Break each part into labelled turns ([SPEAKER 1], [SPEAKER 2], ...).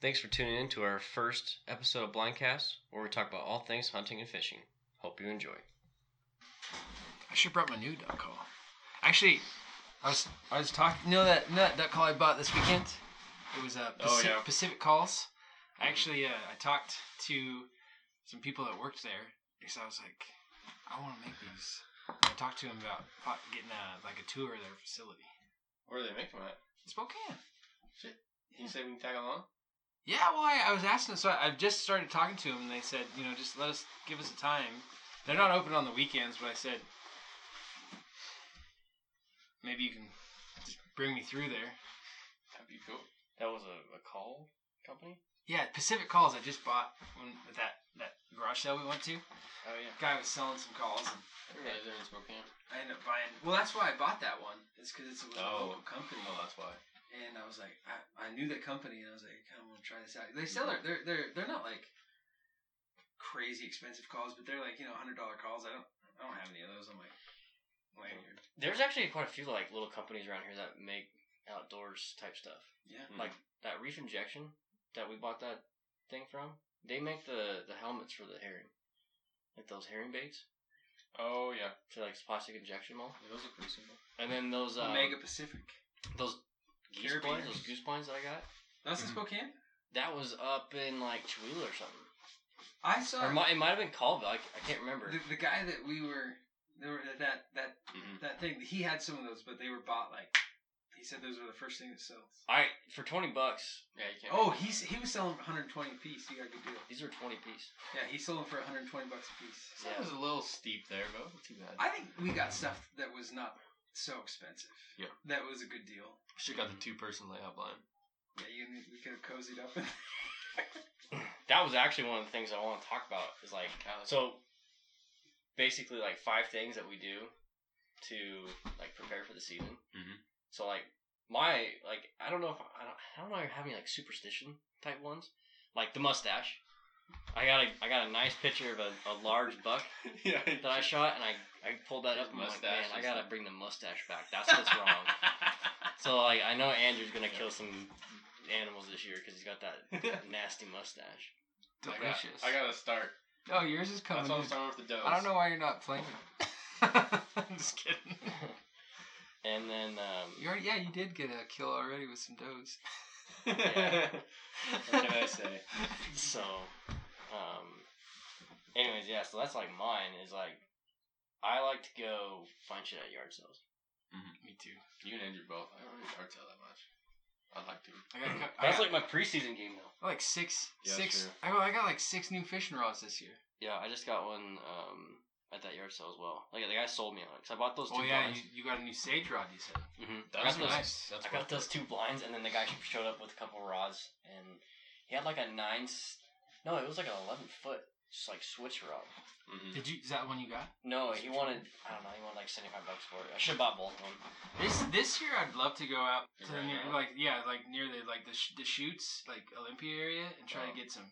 [SPEAKER 1] Thanks for tuning in to our first episode of Blindcast, where we talk about all things hunting and fishing. Hope you enjoy.
[SPEAKER 2] I should have brought my new duck call. Actually, I was I was talking. You know that you know that duck call I bought this weekend? It was a
[SPEAKER 1] Oh,
[SPEAKER 2] Pacific,
[SPEAKER 1] yeah. Mm-hmm.
[SPEAKER 2] Pacific calls. I actually uh, I talked to some people that worked there because I was like, I want to make these. And I talked to them about po- getting a, like a tour of their facility.
[SPEAKER 1] Where are they making that?
[SPEAKER 2] Spokane.
[SPEAKER 1] You say we can tag along?
[SPEAKER 2] Yeah, well, I, I was asking. So I've just started talking to them, and they said, you know, just let us give us a time. They're not open on the weekends, but I said, maybe you can just bring me through there.
[SPEAKER 1] That'd be cool. That was a, a call company?
[SPEAKER 2] Yeah, Pacific Calls. I just bought when with that that garage sale we went to.
[SPEAKER 1] Oh, yeah.
[SPEAKER 2] Guy was selling some calls, and
[SPEAKER 1] Everybody's there in Spokane.
[SPEAKER 2] I ended up buying. Well, that's why I bought that one. It's because it's it was
[SPEAKER 1] Oh.
[SPEAKER 2] a local company,
[SPEAKER 1] that's why.
[SPEAKER 2] and I was like, I, I knew that company, and I was like, I kind of want to try this out. They sell their they're they're they're not like crazy expensive calls, but they're like you know hundred dollar calls. I don't I don't have any of those on my lanyard.
[SPEAKER 3] There's actually quite a few like little companies around here that make outdoors type stuff.
[SPEAKER 2] Yeah.
[SPEAKER 1] Mhm.
[SPEAKER 3] Like that Reef Injection that we bought that thing from. They make the the helmets for the herring, like those herring baits
[SPEAKER 1] Oh, yeah.
[SPEAKER 3] for like plastic injection mold,
[SPEAKER 1] Those look pretty simple.
[SPEAKER 3] and then those
[SPEAKER 1] Um,
[SPEAKER 3] uh,
[SPEAKER 2] Omega Pacific.
[SPEAKER 3] those goose
[SPEAKER 2] Carabiners.
[SPEAKER 3] points, those goose points that I got.
[SPEAKER 2] That's in
[SPEAKER 1] Mhm.
[SPEAKER 2] Spokane.
[SPEAKER 3] That was up in like Chihuahua or something.
[SPEAKER 2] I saw
[SPEAKER 3] Or it might, it might have been Colville. I, I can't remember.
[SPEAKER 2] the, the guy that we were there were that that
[SPEAKER 1] Mhm.
[SPEAKER 2] that thing he had some of those but they were bought like he said those were the first thing that sells
[SPEAKER 3] I for twenty bucks.
[SPEAKER 1] Yeah, you can't.
[SPEAKER 2] oh he's he was selling for 120 a piece he got a good deal
[SPEAKER 3] These are twenty piece.
[SPEAKER 2] yeah he sold them for 120 bucks a piece
[SPEAKER 3] So it was
[SPEAKER 1] a little steep there, but too bad.
[SPEAKER 2] i think we got stuff that was not so expensive
[SPEAKER 1] Yeah.
[SPEAKER 2] that was a good deal
[SPEAKER 1] should have got the two person layout blind.
[SPEAKER 2] yeah you we could have cozied up and
[SPEAKER 3] That was actually one of the things I want to talk about. Is like So basically like five things that we do to like prepare for the season.
[SPEAKER 1] Mhm.
[SPEAKER 3] So like my like I don't know if I don't I don't know if I have any like superstition type ones. Like the mustache. I got a I got a nice picture of a, a large buck
[SPEAKER 1] yeah.
[SPEAKER 3] that I shot and I I pulled that up and I'm like, man,
[SPEAKER 1] Mustache
[SPEAKER 3] I
[SPEAKER 1] is
[SPEAKER 3] gotta
[SPEAKER 1] like-
[SPEAKER 3] bring the mustache back. That's what's wrong. so like I know Andrew's gonna kill some animals this year because he's got that nasty mustache.
[SPEAKER 1] I got, I gotta start.
[SPEAKER 2] oh yours is coming
[SPEAKER 1] That's why I'm starting with the does.
[SPEAKER 2] why you're not playing i'm just kidding
[SPEAKER 3] and then um,
[SPEAKER 2] You're, yeah, you did get a kill already with some does.
[SPEAKER 1] what can I say?
[SPEAKER 3] so um anyways yeah so that's like mine is like i like to go find shit at yard sales
[SPEAKER 2] Me too.
[SPEAKER 1] You and Andrew both. I don't really hard tell that much. I'd like to.
[SPEAKER 2] I got, a cou- I
[SPEAKER 3] that's
[SPEAKER 2] got
[SPEAKER 3] like my preseason game though
[SPEAKER 2] like six,
[SPEAKER 1] Yeah, sure.
[SPEAKER 2] six. I, got- I got like six new fishing rods this year.
[SPEAKER 3] yeah i just got one um at that yard sale as well like the guy sold me on it 'cause i bought those
[SPEAKER 2] Oh
[SPEAKER 3] two
[SPEAKER 2] yeah,
[SPEAKER 3] blinds
[SPEAKER 2] you, you got a new sage rod. You said.
[SPEAKER 3] Mhm.
[SPEAKER 1] That's
[SPEAKER 3] I got those-
[SPEAKER 1] nice. That's
[SPEAKER 3] i got those two blinds and then the guy showed up with a couple rods and he had like a nine s- no it was like an 11 foot just like switch rod
[SPEAKER 1] Mm-hmm.
[SPEAKER 2] Did you? Is that one you got?
[SPEAKER 3] no he wanted i don't know he wanted like 75 bucks for it i should have bought both of them
[SPEAKER 2] This this year, I'd love to go out to
[SPEAKER 3] Right
[SPEAKER 2] near,
[SPEAKER 3] now?
[SPEAKER 2] like yeah, like near the like the sh- the shoots, like Olympia area, and try
[SPEAKER 1] Oh.
[SPEAKER 2] to get some,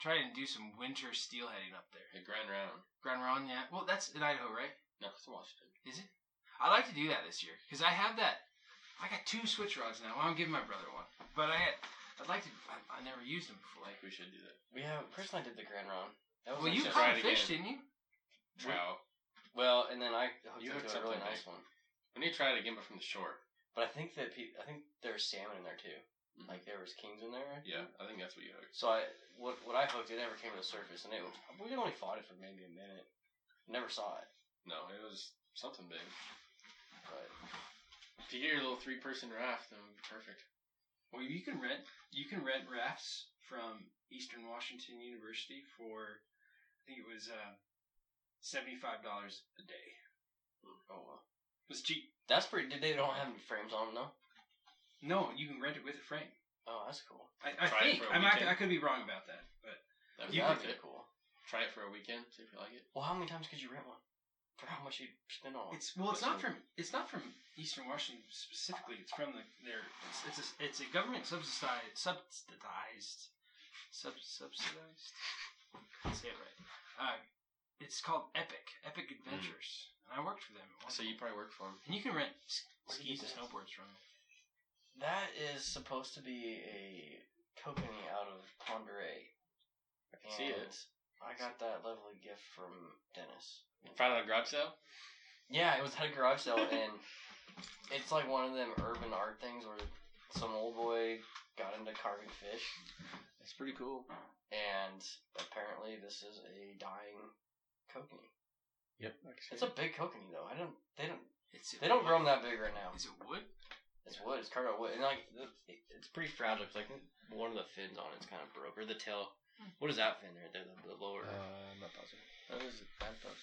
[SPEAKER 2] try and do some winter steelheading up there.
[SPEAKER 1] The Grand Round.
[SPEAKER 2] Grand Ron, yeah. Well, that's in Idaho, right?
[SPEAKER 1] No, it's Washington.
[SPEAKER 2] Is it? I'd like to do that this year because I have that. I got two switch rods now. Well, I'm giving my brother one, but I had, I'd like to. I, I never used
[SPEAKER 1] I
[SPEAKER 2] them before.
[SPEAKER 1] think we should do that.
[SPEAKER 3] We have Chris and I did the Grand Round. That was
[SPEAKER 2] Well, you
[SPEAKER 3] actually-
[SPEAKER 1] try it
[SPEAKER 2] caught a fish,
[SPEAKER 1] again.
[SPEAKER 2] didn't you?
[SPEAKER 3] Mm-hmm.
[SPEAKER 1] Wow.
[SPEAKER 3] well, and then I hooked
[SPEAKER 1] You
[SPEAKER 3] you
[SPEAKER 1] hooked
[SPEAKER 3] to a really
[SPEAKER 1] something
[SPEAKER 3] nice one.
[SPEAKER 1] We need to try it again, but from the shore.
[SPEAKER 3] But I think that pe- I think there's salmon in there too.
[SPEAKER 1] Mhm.
[SPEAKER 3] Like there was kings in there. I
[SPEAKER 1] Yeah,
[SPEAKER 3] think.
[SPEAKER 1] I think that's what you hooked.
[SPEAKER 3] So I what what I hooked it never came to the surface, and it was we only fought it for maybe a minute. Never saw it.
[SPEAKER 1] No, it was something big.
[SPEAKER 3] But
[SPEAKER 1] If you get your little three person raft, then it would be perfect.
[SPEAKER 2] Well, you can rent you can rent rafts from Eastern Washington University for I think it was uh, seventy five dollars a day.
[SPEAKER 1] Hmm.
[SPEAKER 3] oh well.
[SPEAKER 2] It was cheap.
[SPEAKER 3] That's pretty. Did they don't have any frames on them though?
[SPEAKER 2] No, you can rent it with a frame.
[SPEAKER 3] Oh, that's cool.
[SPEAKER 2] I, I
[SPEAKER 1] Try it
[SPEAKER 2] think
[SPEAKER 1] for a
[SPEAKER 2] I, mean, I,
[SPEAKER 1] weekend.
[SPEAKER 2] I could be wrong about that, but
[SPEAKER 1] That would
[SPEAKER 3] You
[SPEAKER 1] be
[SPEAKER 2] You
[SPEAKER 3] That'd
[SPEAKER 2] could
[SPEAKER 1] perfect.
[SPEAKER 3] be cool.
[SPEAKER 1] Try it for a weekend, see if you like it.
[SPEAKER 3] Well, how many times could you rent one? For how much you spend on one?
[SPEAKER 2] it's well, it's not from it's not from Eastern Washington specifically. It's from the their it's it's a, it's a government subsidized subsidized sub subsidized. Let's say it right. Uh, it's called Epic Epic Adventures, and I worked for them. at one
[SPEAKER 1] So you probably work for him.
[SPEAKER 2] And you can rent s-
[SPEAKER 3] Where do you
[SPEAKER 2] skis and
[SPEAKER 3] do
[SPEAKER 2] snowboards from.
[SPEAKER 3] That is supposed to be a company out of see it.
[SPEAKER 4] I got that lovely gift from Dennis.
[SPEAKER 3] Probably the garage sale.
[SPEAKER 4] Yeah, it was at a garage sale, and it's like one of them urban art things where some old boy got into carving fish,
[SPEAKER 3] It's pretty cool.
[SPEAKER 4] and apparently this is a dying kokanee.
[SPEAKER 3] Yep.
[SPEAKER 4] It's a big kokanee though. I don't. They don't.
[SPEAKER 2] It's
[SPEAKER 4] They don't grow them that big right now.
[SPEAKER 2] Is it wood?
[SPEAKER 4] It's wood. It's carved out wood, and like
[SPEAKER 3] It's pretty fragile. 'cause, like one of the fins on it's kind of broke, or the tail. What is that fin right there? The, the lower.
[SPEAKER 1] I'm not positive. That is a bad post.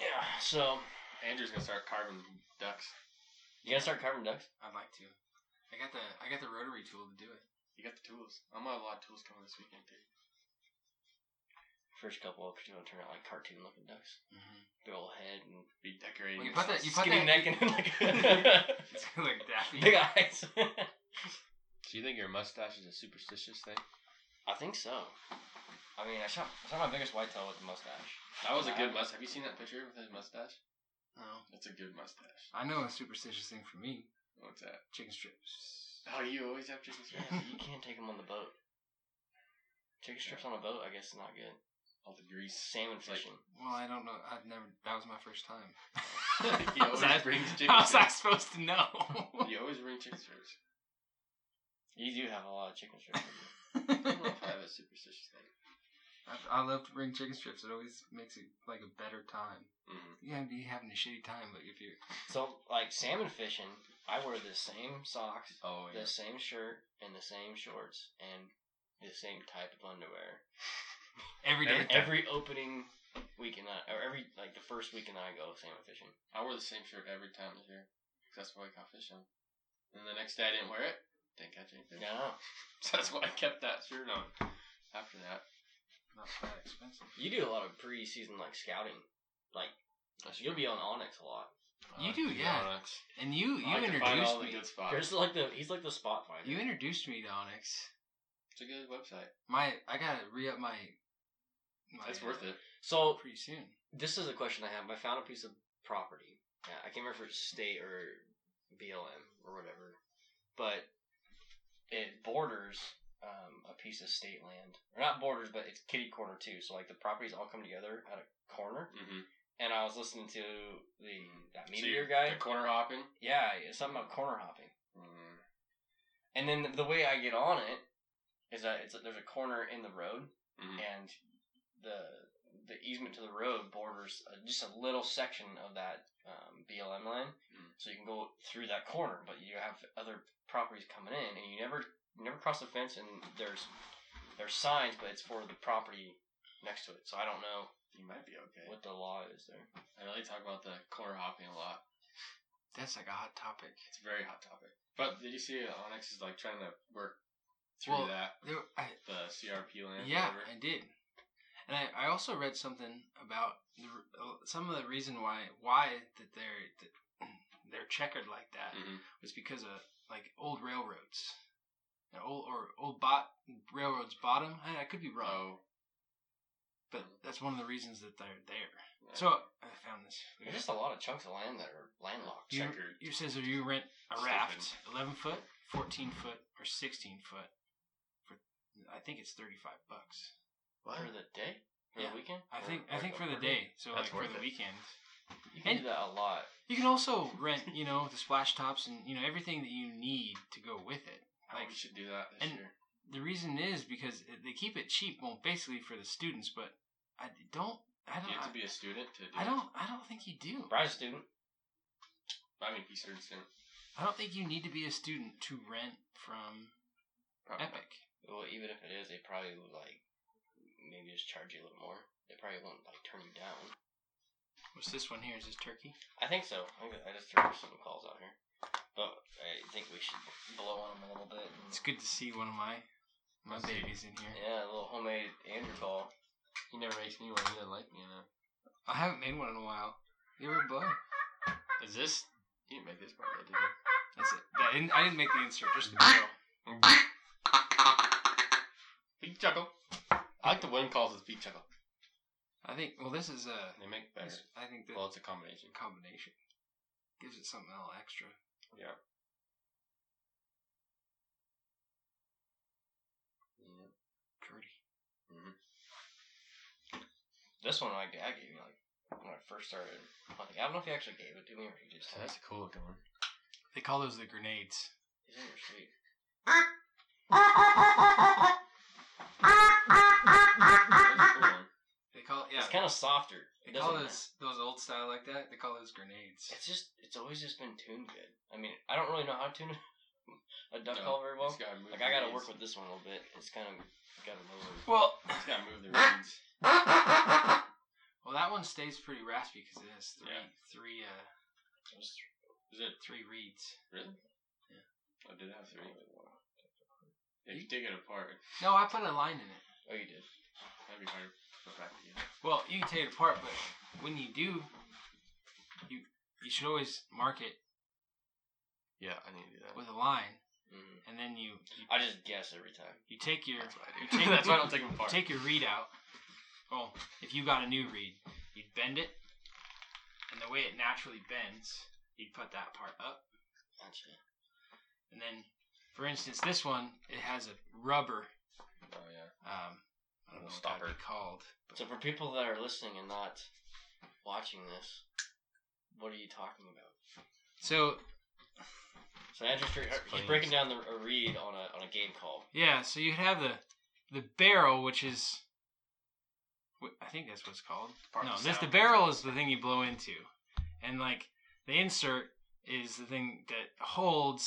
[SPEAKER 3] yeah. So
[SPEAKER 1] Andrew's gonna start carving ducks.
[SPEAKER 3] you gonna start carving ducks?
[SPEAKER 2] I'd like to. I got the I got the rotary tool to do it.
[SPEAKER 1] You got the tools. I'm gonna have a lot of tools coming this weekend, dude.
[SPEAKER 3] First couple, are gonna turn out like cartoon looking ducks.
[SPEAKER 2] Mm-hmm.
[SPEAKER 3] Their little head and
[SPEAKER 1] Be decorating.
[SPEAKER 2] Well, you put that. You put
[SPEAKER 3] skinny
[SPEAKER 2] that.
[SPEAKER 3] neck and like
[SPEAKER 2] It's like Daffy.
[SPEAKER 3] big eyes.
[SPEAKER 1] Do you think your mustache is a superstitious thing?
[SPEAKER 3] I think so. I mean, I shot, I shot my biggest whitetail with a mustache.
[SPEAKER 1] That was a good
[SPEAKER 3] Yeah.
[SPEAKER 1] mustache. Have you seen that picture with his mustache?
[SPEAKER 2] No.
[SPEAKER 1] That's a good mustache.
[SPEAKER 2] Oh. I know a superstitious thing for me:
[SPEAKER 1] What's that?
[SPEAKER 2] chicken strips.
[SPEAKER 1] Oh, you always have chicken
[SPEAKER 3] Yeah,
[SPEAKER 1] strips.
[SPEAKER 3] but you can't take them on the boat. Chicken strips on a boat, I guess, is not good.
[SPEAKER 1] All the grease.
[SPEAKER 3] Salmon
[SPEAKER 1] It's like-
[SPEAKER 3] fishing.
[SPEAKER 2] Well, I don't know. I've never. That was my first time.
[SPEAKER 1] he always
[SPEAKER 2] How's that-
[SPEAKER 1] brings chicken
[SPEAKER 2] How was I
[SPEAKER 1] strips.
[SPEAKER 2] supposed to know?
[SPEAKER 1] He always brings chicken strips.
[SPEAKER 3] you do have a lot of chicken strips.
[SPEAKER 1] I don't know if I have a superstitious thing.
[SPEAKER 2] I, I love to bring chicken strips. It always makes it like a better time.
[SPEAKER 1] Mm-hmm.
[SPEAKER 2] You gotta be having a shitty time, but if you
[SPEAKER 3] so, like salmon fishing, I wear the same socks,
[SPEAKER 1] Oh,
[SPEAKER 3] the same shirt, and the same shorts, and the same type of underwear
[SPEAKER 2] every day,
[SPEAKER 3] every, every opening weekend that, or every like the first weekend that I go salmon fishing.
[SPEAKER 1] I wore the same shirt every time I was here. 'cause That's why I caught fish on. And the next day I didn't wear it. Didn't catch anything.
[SPEAKER 3] Yeah,
[SPEAKER 1] So that's why I kept that shirt on. After that,
[SPEAKER 2] not that expensive.
[SPEAKER 3] you do a lot of pre-season like scouting. Like you'll be on Onyx a lot.
[SPEAKER 1] I
[SPEAKER 2] You
[SPEAKER 1] like
[SPEAKER 2] do,
[SPEAKER 1] to be
[SPEAKER 2] yeah.
[SPEAKER 1] honest.
[SPEAKER 2] And you you
[SPEAKER 1] I like to find all
[SPEAKER 2] introduced
[SPEAKER 1] the
[SPEAKER 2] me.
[SPEAKER 1] good spots.
[SPEAKER 3] There's like the he's like the spot finder.
[SPEAKER 2] You introduced me to Onyx.
[SPEAKER 1] It's a good website.
[SPEAKER 2] My I gotta re up my. my
[SPEAKER 1] It's worth it.
[SPEAKER 3] so
[SPEAKER 2] pretty soon.
[SPEAKER 3] this is a question I have. I found a piece of property. Uh, I can't remember if it's state or BLM or whatever, but it borders um, a piece of state land, or not borders, but it's kitty corner too. So like the properties all come together at a corner.
[SPEAKER 1] Mm-hmm.
[SPEAKER 3] And I was listening to the that meteor guy.
[SPEAKER 1] The corner hopping.
[SPEAKER 3] Yeah, it's something about corner hopping.
[SPEAKER 1] Mm.
[SPEAKER 3] And then the way I get on it is that it's there's a corner in the road,
[SPEAKER 1] Mhm.
[SPEAKER 3] and the the easement to the road borders uh, just a little section of that um, BLM land,
[SPEAKER 1] Mhm.
[SPEAKER 3] so you can go through that corner. But you have other properties coming in, and you never you never cross the fence. And there's there's signs, but it's for the property next to it. So I don't know
[SPEAKER 1] You might be okay.
[SPEAKER 3] what the law is there.
[SPEAKER 1] I know they talk about the corner hopping a lot.
[SPEAKER 2] That's like a hot topic.
[SPEAKER 1] It's a very hot topic. But did you see uh, Onyx is like trying to work through
[SPEAKER 2] Well,
[SPEAKER 1] that
[SPEAKER 2] There, I,
[SPEAKER 1] the CRP land?
[SPEAKER 2] yeah,
[SPEAKER 1] whatever?
[SPEAKER 2] I did, and I, I also read something about the, r- uh, some of the reason why why that they're that they're checkered like that
[SPEAKER 1] Mhm.
[SPEAKER 2] was because of like old railroads, Now, old or old bot railroads bottom. I, I could be wrong,
[SPEAKER 1] Oh,
[SPEAKER 2] but that's one of the reasons that they're there.
[SPEAKER 1] yeah.
[SPEAKER 2] So I found this.
[SPEAKER 3] There's just a lot of chunks of land that are landlocked.
[SPEAKER 2] You-
[SPEAKER 1] checkered.
[SPEAKER 2] It says if you rent a
[SPEAKER 1] Stupid.
[SPEAKER 2] raft, eleven foot, fourteen foot, or sixteen foot, for I think it's thirty five bucks.
[SPEAKER 3] for the day, for
[SPEAKER 2] Yeah.
[SPEAKER 3] the weekend.
[SPEAKER 2] I
[SPEAKER 3] Or-
[SPEAKER 2] think I
[SPEAKER 3] or-
[SPEAKER 2] think for
[SPEAKER 3] or
[SPEAKER 2] the day, so
[SPEAKER 1] That's
[SPEAKER 2] like for
[SPEAKER 1] worth
[SPEAKER 2] the
[SPEAKER 1] it.
[SPEAKER 2] weekend.
[SPEAKER 3] You can
[SPEAKER 2] And-
[SPEAKER 3] do that a lot.
[SPEAKER 2] You can also rent, you know, the splash tops and you know everything that you need to go with it.
[SPEAKER 1] Oh, we should do that this
[SPEAKER 2] and-
[SPEAKER 1] year.
[SPEAKER 2] The reason is because it- they keep it cheap, well, basically for the students, but I don't,
[SPEAKER 1] You
[SPEAKER 2] I
[SPEAKER 1] have to
[SPEAKER 2] don't,
[SPEAKER 1] be a student to do.
[SPEAKER 2] I, I don't, I don't think you do.
[SPEAKER 3] Brian's a student.
[SPEAKER 1] It. I mean, he's a student.
[SPEAKER 2] I don't think you need to be a student to rent from
[SPEAKER 1] Probably not.
[SPEAKER 2] Epic.
[SPEAKER 3] Well, even if it is, they probably would like maybe just charge you a little more. They probably won't like turn you down.
[SPEAKER 2] What's this one here? Is this turkey?
[SPEAKER 3] I think so. I, think I just threw some calls out here, but I think we should blow on them a little bit.
[SPEAKER 2] It's good to see one of my my
[SPEAKER 1] Let's see.
[SPEAKER 2] babies in here.
[SPEAKER 3] yeah, a little homemade Andrew call.
[SPEAKER 1] He never makes me one. He doesn't like me enough.
[SPEAKER 2] I haven't made one in a while. You were a bug.
[SPEAKER 1] Is this? You didn't make this part yet, did
[SPEAKER 2] That's it. That, I, didn't, I didn't make the insert, just the barrel.
[SPEAKER 1] you? Big chuckle. I like the one calls as big chuckle.
[SPEAKER 2] I think. Well, this is a.
[SPEAKER 1] They make better.
[SPEAKER 2] This, I think that
[SPEAKER 1] Well, it's a combination.
[SPEAKER 2] combination gives it something a little extra.
[SPEAKER 1] Yeah. Yeah.
[SPEAKER 2] Curdy.
[SPEAKER 1] Mhm.
[SPEAKER 5] This one I, I gave you like when I first started hunting. I don't know if you actually gave it to me or you just
[SPEAKER 1] That's a cool looking one.
[SPEAKER 2] They call those the grenades.
[SPEAKER 5] These things are sweet.
[SPEAKER 1] That's a cool one.
[SPEAKER 2] They call yeah.
[SPEAKER 5] It's kind of softer.
[SPEAKER 2] They
[SPEAKER 5] It
[SPEAKER 2] call
[SPEAKER 5] doesn't.
[SPEAKER 2] those those old style like that. They call those grenades.
[SPEAKER 5] It's just it's always just been tuned good. I mean, I don't really know how to tune a duck
[SPEAKER 1] No,
[SPEAKER 5] call very well.
[SPEAKER 1] It's gotta move
[SPEAKER 5] Like I
[SPEAKER 1] the
[SPEAKER 5] gotta work
[SPEAKER 1] reeds.
[SPEAKER 5] with this one a little bit. It's kind of got a lower.
[SPEAKER 2] Well,
[SPEAKER 1] It's gotta move the reeds.
[SPEAKER 2] well, that one stays pretty raspy because it has three
[SPEAKER 1] Yeah.
[SPEAKER 2] three uh
[SPEAKER 1] Is it?
[SPEAKER 2] three reeds.
[SPEAKER 1] Oh, did it have three? If you dig it apart,
[SPEAKER 2] No, I put a line in it.
[SPEAKER 5] Oh, you did.
[SPEAKER 1] that'd be hard to put back together.
[SPEAKER 2] Well, you can take it apart, but when you do, you you should always mark it
[SPEAKER 6] Yeah, I need to do that.
[SPEAKER 2] with a line,
[SPEAKER 5] hmm
[SPEAKER 1] Mm-hmm.
[SPEAKER 2] and then you you,
[SPEAKER 5] I just guess every time.
[SPEAKER 2] you take your
[SPEAKER 6] That's what I
[SPEAKER 2] you
[SPEAKER 6] do.
[SPEAKER 2] take-
[SPEAKER 6] That's why I don't take them apart.
[SPEAKER 2] take your read out. Well, if you got a new read, you'd bend it, and the way it naturally bends, you'd put that part up,
[SPEAKER 5] Gotcha.
[SPEAKER 2] and then, for instance, this one it has a rubber.
[SPEAKER 1] Oh yeah.
[SPEAKER 2] Um, I don't know what
[SPEAKER 6] Stopper.
[SPEAKER 2] that'd be called.
[SPEAKER 5] So for people that are listening and not watching this, what are you talking about?
[SPEAKER 2] So
[SPEAKER 5] So Andrew, Str-
[SPEAKER 6] It's
[SPEAKER 5] he's
[SPEAKER 6] plain
[SPEAKER 5] breaking down the, a read on a on a game call.
[SPEAKER 2] yeah, so you'd have the the barrel, which is, wh- I think that's what it's called.
[SPEAKER 6] Part
[SPEAKER 2] no,
[SPEAKER 6] of
[SPEAKER 2] this the
[SPEAKER 6] sound.
[SPEAKER 2] barrel is the thing you blow into, and like the insert is the thing that holds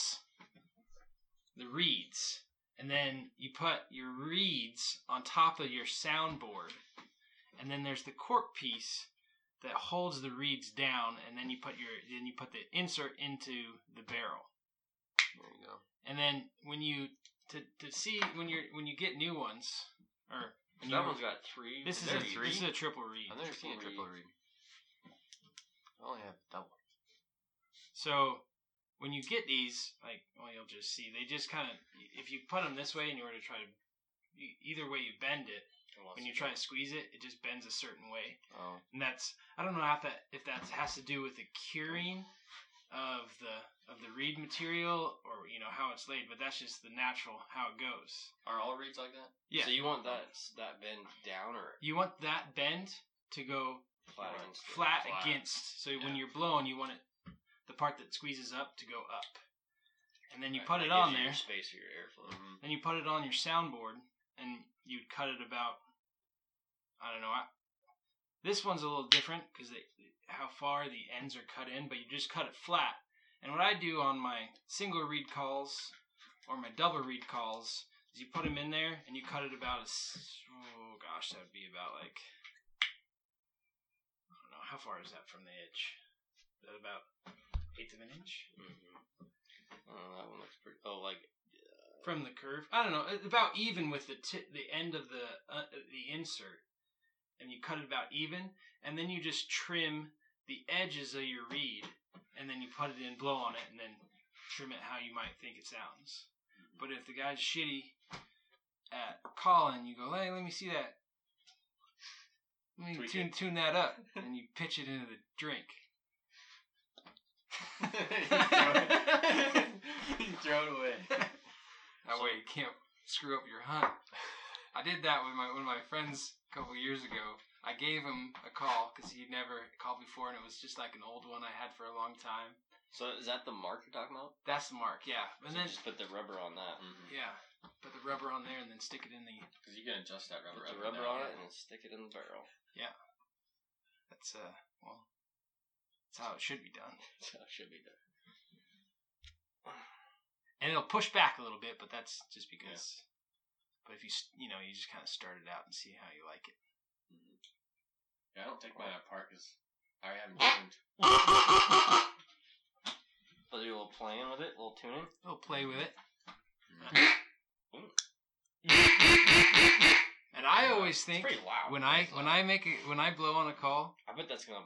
[SPEAKER 2] the reeds, and then you put your reeds on top of your soundboard, and then there's the cork piece that holds the reeds down, and then you put your then you put the insert into the barrel,
[SPEAKER 6] There you go.
[SPEAKER 2] and then when you to to see when you're when you get new ones or when
[SPEAKER 6] That
[SPEAKER 2] you-
[SPEAKER 6] one's got three.
[SPEAKER 2] this is
[SPEAKER 6] there
[SPEAKER 2] a
[SPEAKER 6] three.
[SPEAKER 2] this is a triple reed.
[SPEAKER 6] I've never seen a triple
[SPEAKER 5] reed.
[SPEAKER 6] read. I only have double.
[SPEAKER 2] So when you get these, like, well, you'll just see they just kind of if you put them this way and you were to try to e- either way you bend it when you try to squeeze it, it just bends a certain way,
[SPEAKER 6] Oh,
[SPEAKER 2] and that's I don't know if that if that has to do with the curing of the of the reed material or you know how it's laid, but that's just the natural how it goes.
[SPEAKER 5] Are all reads like that?
[SPEAKER 2] Yeah.
[SPEAKER 5] So you want
[SPEAKER 1] Oh.
[SPEAKER 5] that that bend down or
[SPEAKER 2] You want that bend to go
[SPEAKER 5] flat against it?
[SPEAKER 2] flat,
[SPEAKER 1] Flat.
[SPEAKER 2] against. So when you're blowing, you want it the part that squeezes up to go up, and then you put it
[SPEAKER 5] Gives
[SPEAKER 2] on
[SPEAKER 5] you
[SPEAKER 2] there.
[SPEAKER 5] your Space for your airflow.
[SPEAKER 1] Mhm.
[SPEAKER 2] Then you put it on your soundboard, and you'd cut it about. I don't know. I, this one's a little different because how far the ends are cut in, but you just cut it flat. And what I do on my single read calls or my double read calls is you put them in there and you cut it about a. s- Oh gosh, that would be about like. I don't know. How far is that from the edge? Is that about eighth of an inch?
[SPEAKER 5] Oh, that one looks pretty. Oh, like
[SPEAKER 2] from the curve. I don't know, uh, about even with the tip, the end of the uh, the insert, and you cut it about even, and then you just trim the edges of your reed, and then you put it in, blow on it, and then trim it how you might think it sounds. But if the guy's shitty at calling, you go, hey, let me see that. Let me
[SPEAKER 1] Tweak
[SPEAKER 2] tune, tune that up, and you pitch it into the drink.
[SPEAKER 1] you, throw it, you throw it away.
[SPEAKER 2] That way you can't screw up your hunt. I did that with my one of my friends a couple years ago. I gave him a call because he'd never called before, and it was just like an old one I had for a long time.
[SPEAKER 5] so. Is that the mark you're talking about?
[SPEAKER 2] That's the mark, yeah. And
[SPEAKER 5] So
[SPEAKER 2] then
[SPEAKER 5] just put the rubber on that.
[SPEAKER 1] Because
[SPEAKER 2] yeah, put the rubber on there, and then stick it in the.
[SPEAKER 1] you can adjust that
[SPEAKER 5] Put the
[SPEAKER 1] rubber. up and
[SPEAKER 5] rubber
[SPEAKER 1] down.
[SPEAKER 5] on it and then stick it in the barrel.
[SPEAKER 2] That's uh well, that's how it should be done.
[SPEAKER 5] So it should be done.
[SPEAKER 2] And it'll push back a little bit, but that's just because. But if you s- you know you just kind of start it out and see how you like it.
[SPEAKER 1] Yeah, I don't take mine apart because I haven't
[SPEAKER 5] Eh.
[SPEAKER 1] tuned.
[SPEAKER 5] So do a little playing with it, a little tuning.
[SPEAKER 2] We'll play with it. And I always
[SPEAKER 5] It's
[SPEAKER 2] think
[SPEAKER 5] pretty loud.
[SPEAKER 2] when I when I make it when I blow on a call,
[SPEAKER 5] I bet that's gonna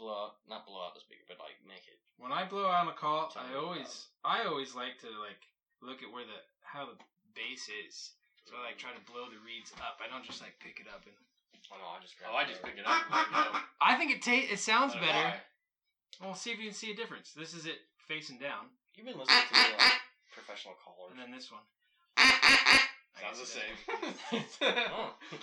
[SPEAKER 5] blow out, not blow out the speaker, but like make it.
[SPEAKER 2] when I blow out a call,
[SPEAKER 5] Sorry
[SPEAKER 2] I
[SPEAKER 5] about
[SPEAKER 2] always I always like to like look at where the how the bass is. So I like try to blow the reeds up. I don't just like pick it up and
[SPEAKER 5] Oh no, I just grabbed
[SPEAKER 1] Oh, I
[SPEAKER 5] the
[SPEAKER 1] just
[SPEAKER 5] rubber.
[SPEAKER 1] pick it up and let it go.
[SPEAKER 2] I think it ta- it sounds
[SPEAKER 1] Let it
[SPEAKER 2] better.
[SPEAKER 1] fly.
[SPEAKER 2] Well, see if you can see a difference. This is it facing down,
[SPEAKER 5] You've been listening to me, like professional callers.
[SPEAKER 2] and then this one. I
[SPEAKER 1] Sounds the
[SPEAKER 2] guess it
[SPEAKER 1] same.
[SPEAKER 5] oh.
[SPEAKER 2] does.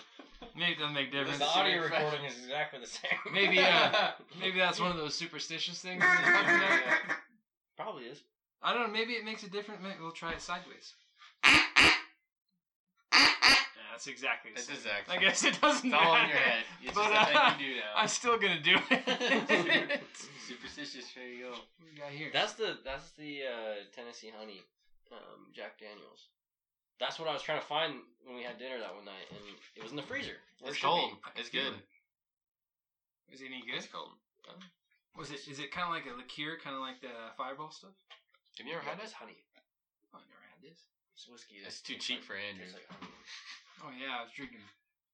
[SPEAKER 2] Maybe that'll make difference.
[SPEAKER 5] The audio
[SPEAKER 1] Different.
[SPEAKER 5] recording is exactly the same.
[SPEAKER 2] Maybe, uh, Maybe that's one of those superstitious things. that he's talking about.
[SPEAKER 5] Probably is.
[SPEAKER 2] I don't know. Maybe it makes a difference. Maybe we'll try it sideways. yeah, that's exactly the
[SPEAKER 1] That's
[SPEAKER 2] same.
[SPEAKER 1] exact.
[SPEAKER 2] I guess it doesn't
[SPEAKER 1] It's
[SPEAKER 2] matter.
[SPEAKER 1] all in your head. It's
[SPEAKER 2] But,
[SPEAKER 1] just a
[SPEAKER 2] uh,
[SPEAKER 1] thing you do now.
[SPEAKER 2] I'm still gonna do it.
[SPEAKER 1] Superstitious. There you go.
[SPEAKER 2] What we got here?
[SPEAKER 5] That's the that's the uh, Tennessee honey, um, Jack Daniels. That's what I was trying to find when we had dinner that one night, and it was in the freezer. Where it
[SPEAKER 1] It's
[SPEAKER 5] should be.
[SPEAKER 1] cold. It's good.
[SPEAKER 2] Is it any good? Uh,
[SPEAKER 1] It's cold.
[SPEAKER 2] Was it? Is it kind of like a liqueur, kind of like the Fireball stuff?
[SPEAKER 1] Have you ever
[SPEAKER 5] Yeah,
[SPEAKER 1] had
[SPEAKER 5] it is
[SPEAKER 1] it?
[SPEAKER 5] honey.
[SPEAKER 2] Oh, I never had this.
[SPEAKER 5] It's whiskey. that
[SPEAKER 1] It's too
[SPEAKER 5] tastes
[SPEAKER 1] cheap
[SPEAKER 5] like-
[SPEAKER 1] for Andrew.
[SPEAKER 5] tastes like honey.
[SPEAKER 2] Oh yeah, I was drinking.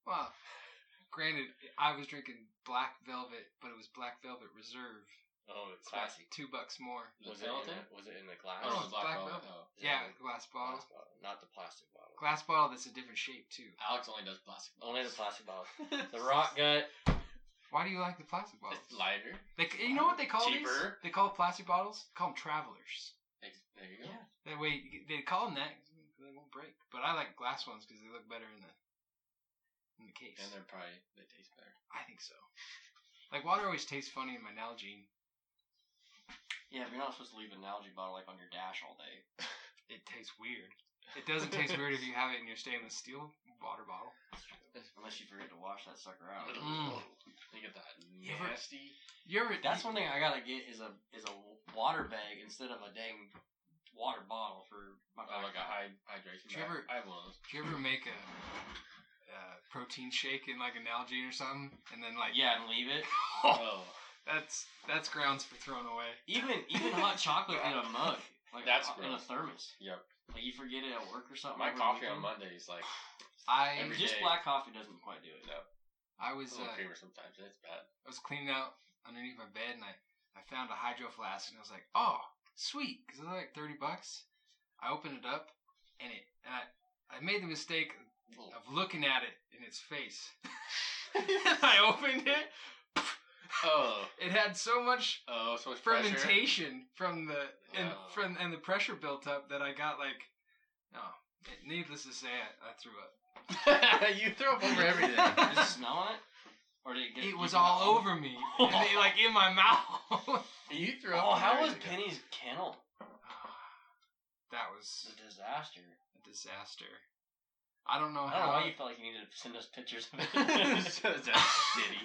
[SPEAKER 2] Well, granted, I was drinking Black Velvet, but it was Black Velvet Reserve.
[SPEAKER 5] Oh, it's
[SPEAKER 2] It's about
[SPEAKER 5] classy.
[SPEAKER 2] two bucks more.
[SPEAKER 1] The
[SPEAKER 5] Was it, in
[SPEAKER 1] Pendleton?
[SPEAKER 5] a, was it in a glass?
[SPEAKER 1] Oh,
[SPEAKER 2] Oh,
[SPEAKER 1] it's black
[SPEAKER 2] black
[SPEAKER 1] velvet.
[SPEAKER 2] velvet.
[SPEAKER 5] Is
[SPEAKER 1] Oh.
[SPEAKER 5] it
[SPEAKER 2] Yeah,
[SPEAKER 5] in a
[SPEAKER 2] glass bottle.
[SPEAKER 5] glass bottle, not the plastic bottle.
[SPEAKER 2] Glass bottle that's a different shape too.
[SPEAKER 1] Alex only does plastic.
[SPEAKER 5] Only the plastic bottle.
[SPEAKER 1] bottles.
[SPEAKER 5] The rock gut.
[SPEAKER 2] Why do you like the plastic bottles?
[SPEAKER 1] It's lighter.
[SPEAKER 2] They, you know what they call these?
[SPEAKER 1] Cheaper.
[SPEAKER 2] They call plastic bottles. They call them travelers.
[SPEAKER 1] Ex- There you go.
[SPEAKER 2] That way they call them that. 'cause They won't break. But I like glass ones because they look better in the in the case.
[SPEAKER 1] And they're probably they taste better.
[SPEAKER 2] I think so. Like water always tastes funny in my Nalgene.
[SPEAKER 3] Yeah, but you're not supposed to leave an algae bottle like on your dash all day.
[SPEAKER 2] It tastes weird. It doesn't taste weird if you have it in your stainless steel water bottle.
[SPEAKER 3] Unless you forget to wash that sucker out.
[SPEAKER 2] Mm.
[SPEAKER 1] They get that
[SPEAKER 2] You ever-
[SPEAKER 1] nasty.
[SPEAKER 2] You ever?
[SPEAKER 3] That's one thing I gotta get is a is a water bag instead of a dang water bottle for my
[SPEAKER 1] Oh, like a high hydration.
[SPEAKER 2] Do you
[SPEAKER 1] bag.
[SPEAKER 2] ever-
[SPEAKER 1] I have one of those.
[SPEAKER 2] Do you ever make a, uh protein shake in like a Nalgene or something, and then like
[SPEAKER 3] Yeah, and leave it.
[SPEAKER 1] Oh,
[SPEAKER 2] that's that's grounds for throwing away.
[SPEAKER 3] Even even hot chocolate in a mug, like
[SPEAKER 1] That's
[SPEAKER 3] in a
[SPEAKER 1] gross.
[SPEAKER 3] thermos.
[SPEAKER 1] Yep.
[SPEAKER 3] Like you forget it at work or something.
[SPEAKER 1] my
[SPEAKER 3] over the
[SPEAKER 1] coffee on
[SPEAKER 3] weekend.
[SPEAKER 1] Mondays like
[SPEAKER 2] I
[SPEAKER 1] Every
[SPEAKER 3] Just
[SPEAKER 1] day.
[SPEAKER 3] black coffee doesn't quite do it.
[SPEAKER 1] No.
[SPEAKER 2] I
[SPEAKER 1] a
[SPEAKER 2] was
[SPEAKER 3] Oh,
[SPEAKER 1] little
[SPEAKER 2] uh,
[SPEAKER 1] creamer sometimes. and It's bad.
[SPEAKER 2] I was cleaning out underneath my bed and I, I found a hydro flask and I was like, oh, sweet, because it was like 30 bucks. I opened it up and it and I, I made the mistake of looking at it in its face. I opened it.
[SPEAKER 1] Oh,
[SPEAKER 2] It had so much
[SPEAKER 1] oh, so much pressure.
[SPEAKER 2] fermentation from the and
[SPEAKER 1] Oh.
[SPEAKER 2] from and the pressure built up that I got like, no. Needless to say, I, I threw up.
[SPEAKER 1] you throw up over everything.
[SPEAKER 3] Does it smell on it? Or did it get
[SPEAKER 2] It was
[SPEAKER 3] you can-
[SPEAKER 2] all over me, and it, like in my mouth.
[SPEAKER 1] you throw up.
[SPEAKER 3] Oh,
[SPEAKER 1] over
[SPEAKER 3] how was
[SPEAKER 1] everything.
[SPEAKER 3] Penny's kennel?
[SPEAKER 2] that
[SPEAKER 3] It's
[SPEAKER 2] was
[SPEAKER 3] a disaster.
[SPEAKER 2] a disaster. I don't know
[SPEAKER 3] I don't know
[SPEAKER 2] how.
[SPEAKER 3] why Oh, you felt like you needed to send us pictures of it.
[SPEAKER 1] so that's shitty.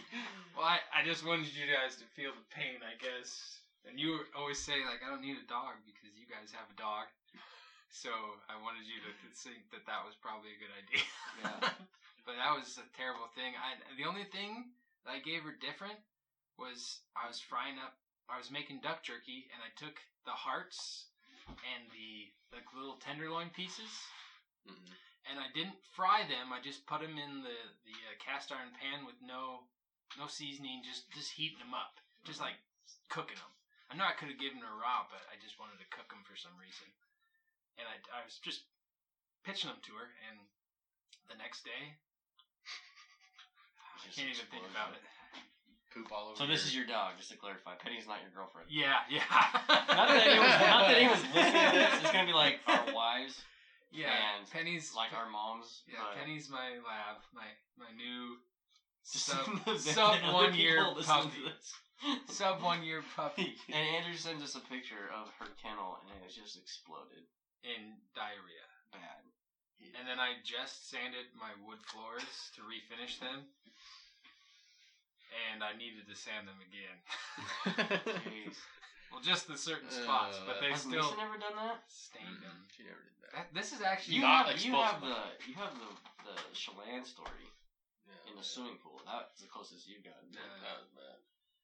[SPEAKER 2] well, I, I just wanted you guys to feel the pain, I guess. And you always say like, I don't need a dog because you guys have a dog. So I wanted you to think that that was probably a good idea.
[SPEAKER 3] yeah.
[SPEAKER 2] but that was a terrible thing. I the only thing that I gave her different was I was frying up, I was making duck jerky, and I took the hearts and the like little tenderloin pieces.
[SPEAKER 1] Mm-mm.
[SPEAKER 2] and I didn't fry them. I just put them in the the uh, cast iron pan with no no seasoning, just just heating them up, just like cooking them. I know I could have given her raw, but I just wanted to cook them for some reason. And I I was just pitching them to her, and the next day. I
[SPEAKER 3] Just
[SPEAKER 2] can't even think about
[SPEAKER 3] explosion.
[SPEAKER 2] it.
[SPEAKER 1] Poop all over.
[SPEAKER 3] So this is your dog, just to clarify. Penny's not your girlfriend.
[SPEAKER 2] Yeah, yeah.
[SPEAKER 3] Not that anyone's not that anyone's listening to this. It's gonna be like oh, our wives,
[SPEAKER 2] yeah,
[SPEAKER 3] and
[SPEAKER 2] Penny's
[SPEAKER 3] like our moms.
[SPEAKER 2] Yeah,
[SPEAKER 3] but-
[SPEAKER 2] Penny's my lab, my my new
[SPEAKER 3] Just
[SPEAKER 2] sub
[SPEAKER 3] in the event
[SPEAKER 2] sub
[SPEAKER 3] that other
[SPEAKER 2] one year
[SPEAKER 3] people listen
[SPEAKER 2] puppy,
[SPEAKER 3] to this.
[SPEAKER 2] sub one year puppy,
[SPEAKER 3] And Andrew sends us a picture of her kennel, and it just exploded
[SPEAKER 2] in diarrhea.
[SPEAKER 3] bad.
[SPEAKER 2] And then I just sanded my wood floors to refinish them, and I needed to sand them again.
[SPEAKER 3] Jeez.
[SPEAKER 2] well, just the certain spots, but they
[SPEAKER 3] Has
[SPEAKER 2] still
[SPEAKER 3] Mason ever done that?
[SPEAKER 2] stained them.
[SPEAKER 1] Mm-hmm. She never did that.
[SPEAKER 2] That- this is actually
[SPEAKER 3] You
[SPEAKER 1] Not
[SPEAKER 3] have,
[SPEAKER 1] like
[SPEAKER 3] you
[SPEAKER 1] supposed
[SPEAKER 3] have
[SPEAKER 1] to.
[SPEAKER 3] the you have the the Chelan story
[SPEAKER 1] Yeah,
[SPEAKER 3] in the
[SPEAKER 1] that-
[SPEAKER 3] swimming pool. That's the closest you've gotten.
[SPEAKER 2] Yeah.
[SPEAKER 1] that was bad.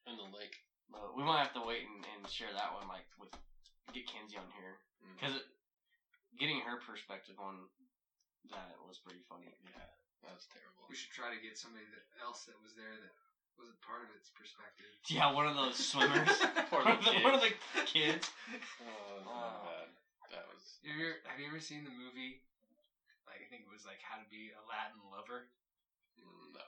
[SPEAKER 1] In the lake.
[SPEAKER 3] But we might have to wait and, and share that one, like with get Kenzie on here
[SPEAKER 1] Mm.
[SPEAKER 3] because getting her perspective on that was pretty funny.
[SPEAKER 1] Yeah, that was terrible.
[SPEAKER 2] we should try to get somebody that else that was there that wasn't part of its perspective.
[SPEAKER 3] Yeah, one of those swimmers.
[SPEAKER 1] Poor
[SPEAKER 3] one, of the, one of
[SPEAKER 1] kids.
[SPEAKER 3] the kids.
[SPEAKER 1] Oh, that was
[SPEAKER 3] Oh.
[SPEAKER 1] bad. That was.
[SPEAKER 2] Have you ever, have you ever seen the movie? Like I think it was like How to Be a Latin Lover.
[SPEAKER 1] mm, No.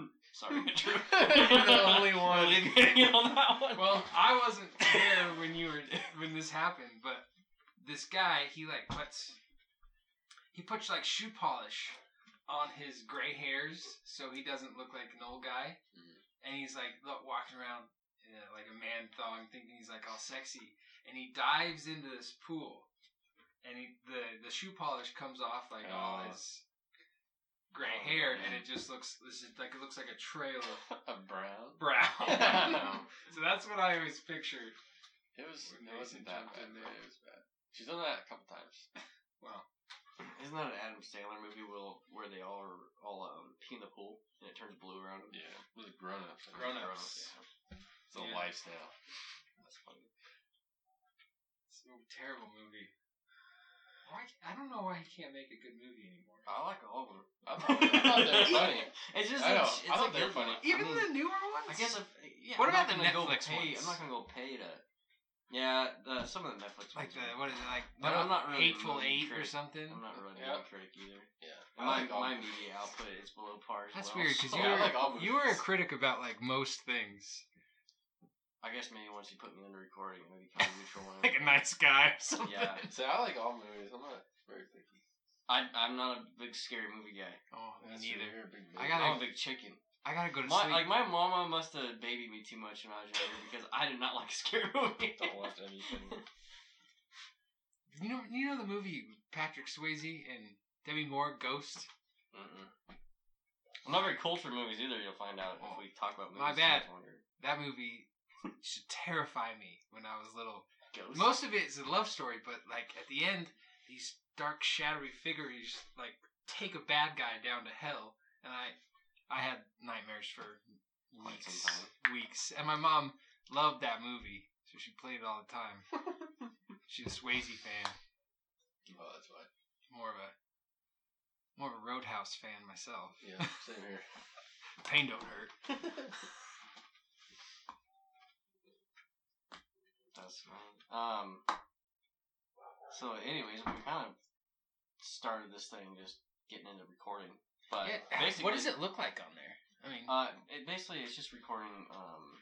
[SPEAKER 3] Sorry, Andrew.
[SPEAKER 1] You're the only one.
[SPEAKER 3] Really getting it on that one.
[SPEAKER 2] Well, I wasn't there when you were when this happened, but this guy he like puts he puts like shoe polish on his gray hairs so he doesn't look like an old guy.
[SPEAKER 1] Mhm.
[SPEAKER 2] And he's like lo- walking around in a, like a man thong, thinking he's like all sexy. And he dives into this pool, and he, the the shoe polish comes off like all
[SPEAKER 1] Oh.
[SPEAKER 2] his gray
[SPEAKER 1] Oh,
[SPEAKER 2] hair, and
[SPEAKER 1] man.
[SPEAKER 2] it just looks this is like it looks like a trail of
[SPEAKER 1] a brown.
[SPEAKER 2] brown. so that's what I always pictured.
[SPEAKER 1] It was.
[SPEAKER 2] When
[SPEAKER 1] It wasn't
[SPEAKER 2] Mason
[SPEAKER 1] that
[SPEAKER 2] jumped
[SPEAKER 1] bad. but
[SPEAKER 2] in there.
[SPEAKER 1] It was bad. She's done that a couple times.
[SPEAKER 3] Isn't that an Adam Sandler movie will, where they all are all um, pee in the pool and it turns blue around them?
[SPEAKER 1] Yeah, with the grown ups.
[SPEAKER 2] Grown ups.
[SPEAKER 3] Grown-ups, yeah.
[SPEAKER 1] It's a
[SPEAKER 2] Yeah.
[SPEAKER 1] lifestyle.
[SPEAKER 3] That's funny.
[SPEAKER 2] It's a terrible movie. Why? I don't know why he can't make a good movie anymore.
[SPEAKER 3] I like all of them.
[SPEAKER 1] I thought, I thought they were funny.
[SPEAKER 3] It's just
[SPEAKER 1] I know.
[SPEAKER 3] it's,
[SPEAKER 1] I thought
[SPEAKER 3] like
[SPEAKER 1] they were funny.
[SPEAKER 2] Even
[SPEAKER 3] I mean,
[SPEAKER 2] the newer ones.
[SPEAKER 3] I guess if yeah.
[SPEAKER 2] What
[SPEAKER 3] I'm not
[SPEAKER 2] about the
[SPEAKER 3] gonna go
[SPEAKER 2] Netflix
[SPEAKER 3] pay,
[SPEAKER 2] ones?
[SPEAKER 3] I'm not gonna go pay to. Yeah, the, some of the Netflix
[SPEAKER 2] like
[SPEAKER 3] ones.
[SPEAKER 2] the
[SPEAKER 3] are-
[SPEAKER 2] what is it like?
[SPEAKER 3] But I'm not really
[SPEAKER 2] Hateful
[SPEAKER 3] movie
[SPEAKER 2] Eight or
[SPEAKER 3] critic.
[SPEAKER 2] something.
[SPEAKER 3] I'm not really
[SPEAKER 1] Yeah.
[SPEAKER 3] a critic either.
[SPEAKER 1] Yeah. I
[SPEAKER 3] And my
[SPEAKER 1] like all
[SPEAKER 3] my
[SPEAKER 1] movies.
[SPEAKER 3] media output is below par. As
[SPEAKER 2] That's
[SPEAKER 3] well,
[SPEAKER 2] weird because
[SPEAKER 3] so-
[SPEAKER 2] you
[SPEAKER 1] Yeah, I
[SPEAKER 2] were
[SPEAKER 1] like all
[SPEAKER 2] you were a
[SPEAKER 1] movies.
[SPEAKER 2] critic about like most things,
[SPEAKER 3] I guess maybe once you put me under recording, it'll become neutral. and
[SPEAKER 2] like a
[SPEAKER 3] everything.
[SPEAKER 2] nice guy or something.
[SPEAKER 3] Yeah,
[SPEAKER 1] So I like all movies. I'm not very picky.
[SPEAKER 3] I, I'm not a big scary movie guy.
[SPEAKER 2] Oh, me
[SPEAKER 1] That's
[SPEAKER 2] neither.
[SPEAKER 1] true, you're a big
[SPEAKER 2] I
[SPEAKER 1] movie.
[SPEAKER 2] gotta-
[SPEAKER 3] I'm a big chicken.
[SPEAKER 2] I gotta go to
[SPEAKER 3] My,
[SPEAKER 2] sleep.
[SPEAKER 3] like my mama must have babied me too much when I was younger because I did not like scary movies.
[SPEAKER 1] Don't watch anything.
[SPEAKER 2] you know, you know the movie with Patrick Swayze and Demi Moore, Ghost.
[SPEAKER 3] Mm-mm. I'm not very cultured movies either. You'll find out if we talk about movies.
[SPEAKER 2] Oh. My bad.
[SPEAKER 3] so much longer.
[SPEAKER 2] That movie should terrify me when I was little.
[SPEAKER 3] Ghost.
[SPEAKER 2] Most of it is a love story, but like at the end, these dark, shadowy figures like take a bad guy down to hell, and I, I had nightmares for
[SPEAKER 3] Quite
[SPEAKER 2] weeks,
[SPEAKER 3] some
[SPEAKER 2] weeks. And my mom loved that movie, so she played it all the time. She's a Swayze fan,
[SPEAKER 1] Oh, that's why.
[SPEAKER 2] more of a, more of a Roadhouse fan myself.
[SPEAKER 1] Yeah, same here.
[SPEAKER 2] Pain don't hurt.
[SPEAKER 3] That's fine. Um. So, anyways, we kind of started this thing just getting into recording, but Uh, basically,
[SPEAKER 2] uh, it look like on there? I mean,
[SPEAKER 3] Uh, it basically it's just recording. Um,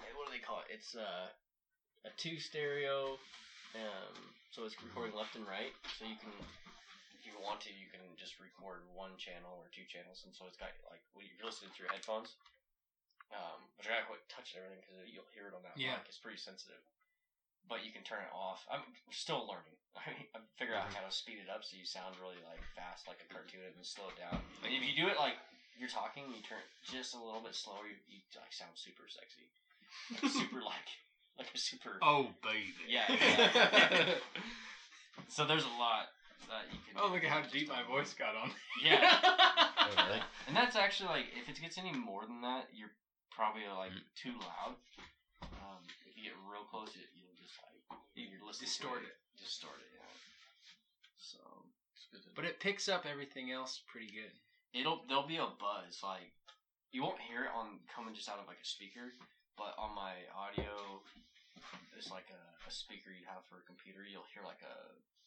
[SPEAKER 5] Hey, What do they call it? It's uh, a two stereo. Um, so it's recording left and right. So you can, if you want to, you can just record one channel or two channels. And so it's got like when you're listening through headphones. Um, but you're not quite touching everything because you'll hear it on that
[SPEAKER 2] Yeah.
[SPEAKER 5] mic. It's pretty sensitive. But you can turn it off. I'm still learning. I mean, I'm figuring out how to speed it up so you sound really like fast, like a cartoon, and then slow it down. And if you do it like you're talking, you turn it just a little bit slower. You, you like sound super sexy super like like a super
[SPEAKER 2] oh baby.
[SPEAKER 5] yeah, yeah. so there's a lot that you can
[SPEAKER 2] Oh,
[SPEAKER 5] do
[SPEAKER 2] look at how
[SPEAKER 5] just
[SPEAKER 2] deep my
[SPEAKER 5] on-
[SPEAKER 2] voice got on.
[SPEAKER 3] yeah,
[SPEAKER 6] really?
[SPEAKER 3] and that's actually like if it gets any more than that, you're probably like too loud. Um, if you get real close, it you'll just like you're listening
[SPEAKER 2] distort
[SPEAKER 3] to it, distort it. Yeah. So
[SPEAKER 2] But it picks up everything else pretty good.
[SPEAKER 3] it'll there'll be a buzz like you won't hear it on coming just out of like a speaker, but on my audio, it's like a, a speaker you have for a computer. You'll hear like a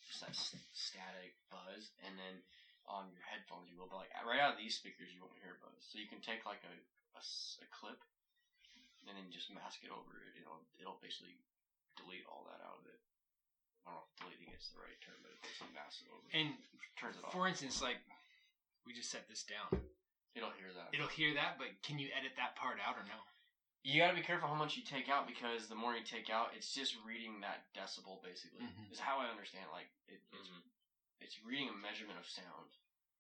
[SPEAKER 3] just that s- static buzz, and then on your headphones you will. But like right out of these speakers, you won't hear a buzz. So you can take like a, a s- a clip, and then just mask it over it. It'll it'll basically delete all that out of it. I don't know if deleting is the right term, but it basically masks it over.
[SPEAKER 2] And
[SPEAKER 3] turns it off.
[SPEAKER 2] for instance, like we just set this down.
[SPEAKER 3] It'll hear that.
[SPEAKER 2] It'll hear that, but can you edit that part out or no?
[SPEAKER 3] you got to be careful how much you take out because the more you take out, it's just reading that decibel basically.
[SPEAKER 2] Mhm.
[SPEAKER 3] Is how I understand. Like it, it's it's reading a measurement of sound.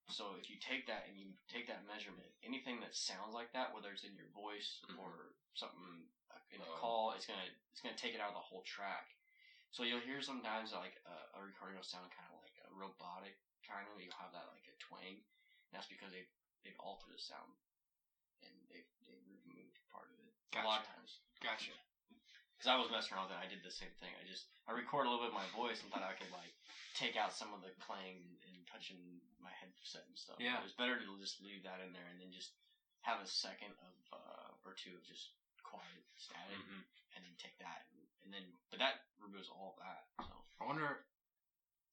[SPEAKER 3] So if you take that and you take that measurement, anything that sounds like that, whether it's in your voice
[SPEAKER 1] Mhm.
[SPEAKER 3] or something uh, in a
[SPEAKER 1] Oh.
[SPEAKER 3] call, it's gonna it's gonna take it out of the whole track. So you'll hear sometimes that, like uh, a, a recording will sound kind of like a robotic kind of. You'll have that like a twang. And that's because they they've altered the sound and they they removed part of it. A lot of times.
[SPEAKER 2] Gotcha.
[SPEAKER 3] Because I was messing around with it, I did the same thing. I just I recorded a little bit of my voice and thought I could like take out some of the clang and touching my headset and stuff.
[SPEAKER 2] Yeah.
[SPEAKER 3] it was better to just leave that in there and then just have a second of uh, or two of just quiet static,
[SPEAKER 2] Mm-hmm.
[SPEAKER 3] and then take that and, and then but that removes all of that. So
[SPEAKER 2] I wonder.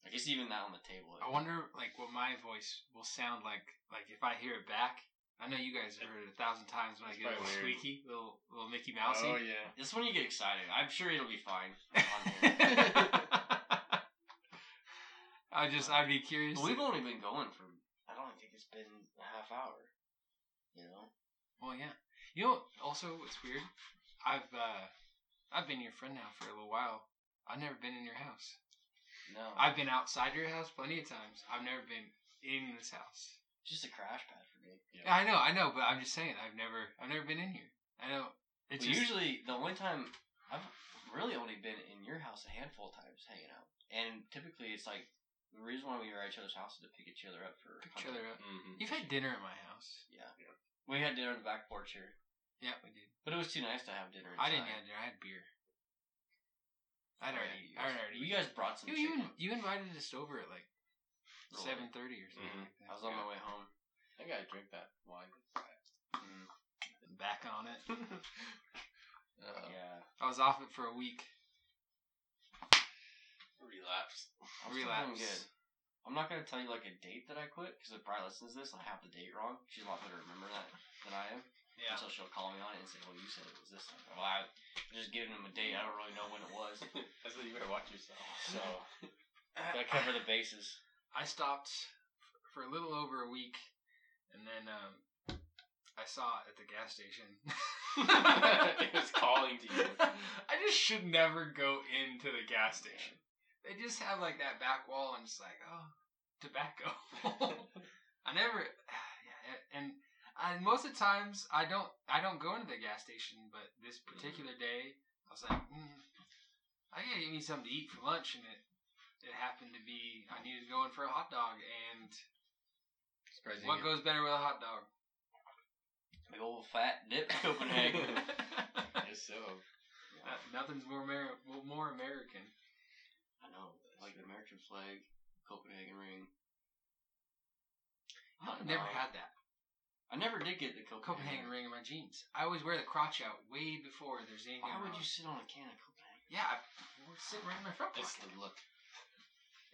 [SPEAKER 3] I guess even that on the table.
[SPEAKER 2] I wonder, like, what my voice will sound like. Like if I hear it back. I know you guys have heard it a thousand times when
[SPEAKER 1] It's
[SPEAKER 2] I get a little
[SPEAKER 1] probably weird.
[SPEAKER 2] squeaky, little little Mickey Mousey.
[SPEAKER 1] Oh yeah.
[SPEAKER 3] This one you get excited. I'm sure it'll be fine. on here.
[SPEAKER 2] I just, I'd be curious.
[SPEAKER 3] But we've
[SPEAKER 2] to-
[SPEAKER 3] only been going for I don't think it's
[SPEAKER 5] it's been a half hour. You know?
[SPEAKER 2] Well, yeah. You know, also what's weird? I've uh, I've been your friend now for a little while. I've never been in your house.
[SPEAKER 3] No,
[SPEAKER 2] I've been outside your house plenty of times. I've never been in this house.
[SPEAKER 3] just a crash pad for me.
[SPEAKER 2] Yeah, I know, I know, but I'm just saying, I've never, I've never been in here. I know. It's
[SPEAKER 3] But
[SPEAKER 2] just-
[SPEAKER 3] usually the only time I've really only been in your house a handful of times hanging out, and typically it's like the reason why we are at each other's house is to pick each other up for
[SPEAKER 2] pick each other up.
[SPEAKER 1] Mm-hmm.
[SPEAKER 2] You've had dinner at my house.
[SPEAKER 3] We had dinner on the back porch here,
[SPEAKER 2] Yeah, we did.
[SPEAKER 3] but it was too nice to have dinner. Inside.
[SPEAKER 2] I didn't have dinner. I had beer. I'd already,
[SPEAKER 3] Sorry, Oh,
[SPEAKER 2] I
[SPEAKER 3] you guys-
[SPEAKER 2] already.
[SPEAKER 3] You guys brought some
[SPEAKER 2] you, you,
[SPEAKER 3] chicken.
[SPEAKER 2] in- you invited us over at like
[SPEAKER 3] Really? Mm-hmm.
[SPEAKER 2] seven thirty or
[SPEAKER 1] Mhm.
[SPEAKER 2] something. Like that.
[SPEAKER 3] I was on my way home.
[SPEAKER 1] I gotta drink that wine.
[SPEAKER 2] back on it. Uh-huh.
[SPEAKER 1] Uh,
[SPEAKER 3] Yeah,
[SPEAKER 2] I was off it for a week.
[SPEAKER 1] Relapse.
[SPEAKER 3] I'm
[SPEAKER 2] Relapse.
[SPEAKER 3] Still doing good. I'm not gonna tell you like a date that I quit because if Bri listens to this, I have the date wrong. She's a lot better at remembering that than I am.
[SPEAKER 2] Yeah.
[SPEAKER 3] So she'll call me on it and say, "Well, you said it was this." Time. Well, I I'm just giving him a date. I don't really know when it was.
[SPEAKER 1] That's what you better watch yourself.
[SPEAKER 3] So gotta cover the bases.
[SPEAKER 2] I stopped f- for a little over a week, and then um, I saw it at the gas station.
[SPEAKER 1] it was calling to you.
[SPEAKER 2] I just should never go into the gas station. They just have like that back wall, and it's like, oh, tobacco. I never, yeah, and and most of the times I don't I don't go into the gas station, but this particular day I was like, mm, I gotta get me something to eat for lunch, and it it happened to be I needed to go in for a hot dog, and
[SPEAKER 5] Surprising.
[SPEAKER 2] what goes better with a hot dog?
[SPEAKER 3] Big old fat dip Copenhagen.
[SPEAKER 1] Yes, so.
[SPEAKER 2] Uh, Nothing's more Ameri- well, more American.
[SPEAKER 3] I know, like the American flag, Copenhagen ring.
[SPEAKER 2] I've
[SPEAKER 3] Hot
[SPEAKER 2] never
[SPEAKER 3] dog.
[SPEAKER 2] had that
[SPEAKER 3] I never did get the Copenhagen,
[SPEAKER 2] Copenhagen ring in my jeans. I always wear the crotch out way before there's anything.
[SPEAKER 3] Why would
[SPEAKER 2] wrong.
[SPEAKER 3] you sit on a can of Copenhagen?
[SPEAKER 2] Yeah, I- it's sitting right in my front
[SPEAKER 1] It's
[SPEAKER 2] pocket. uh,
[SPEAKER 1] the look.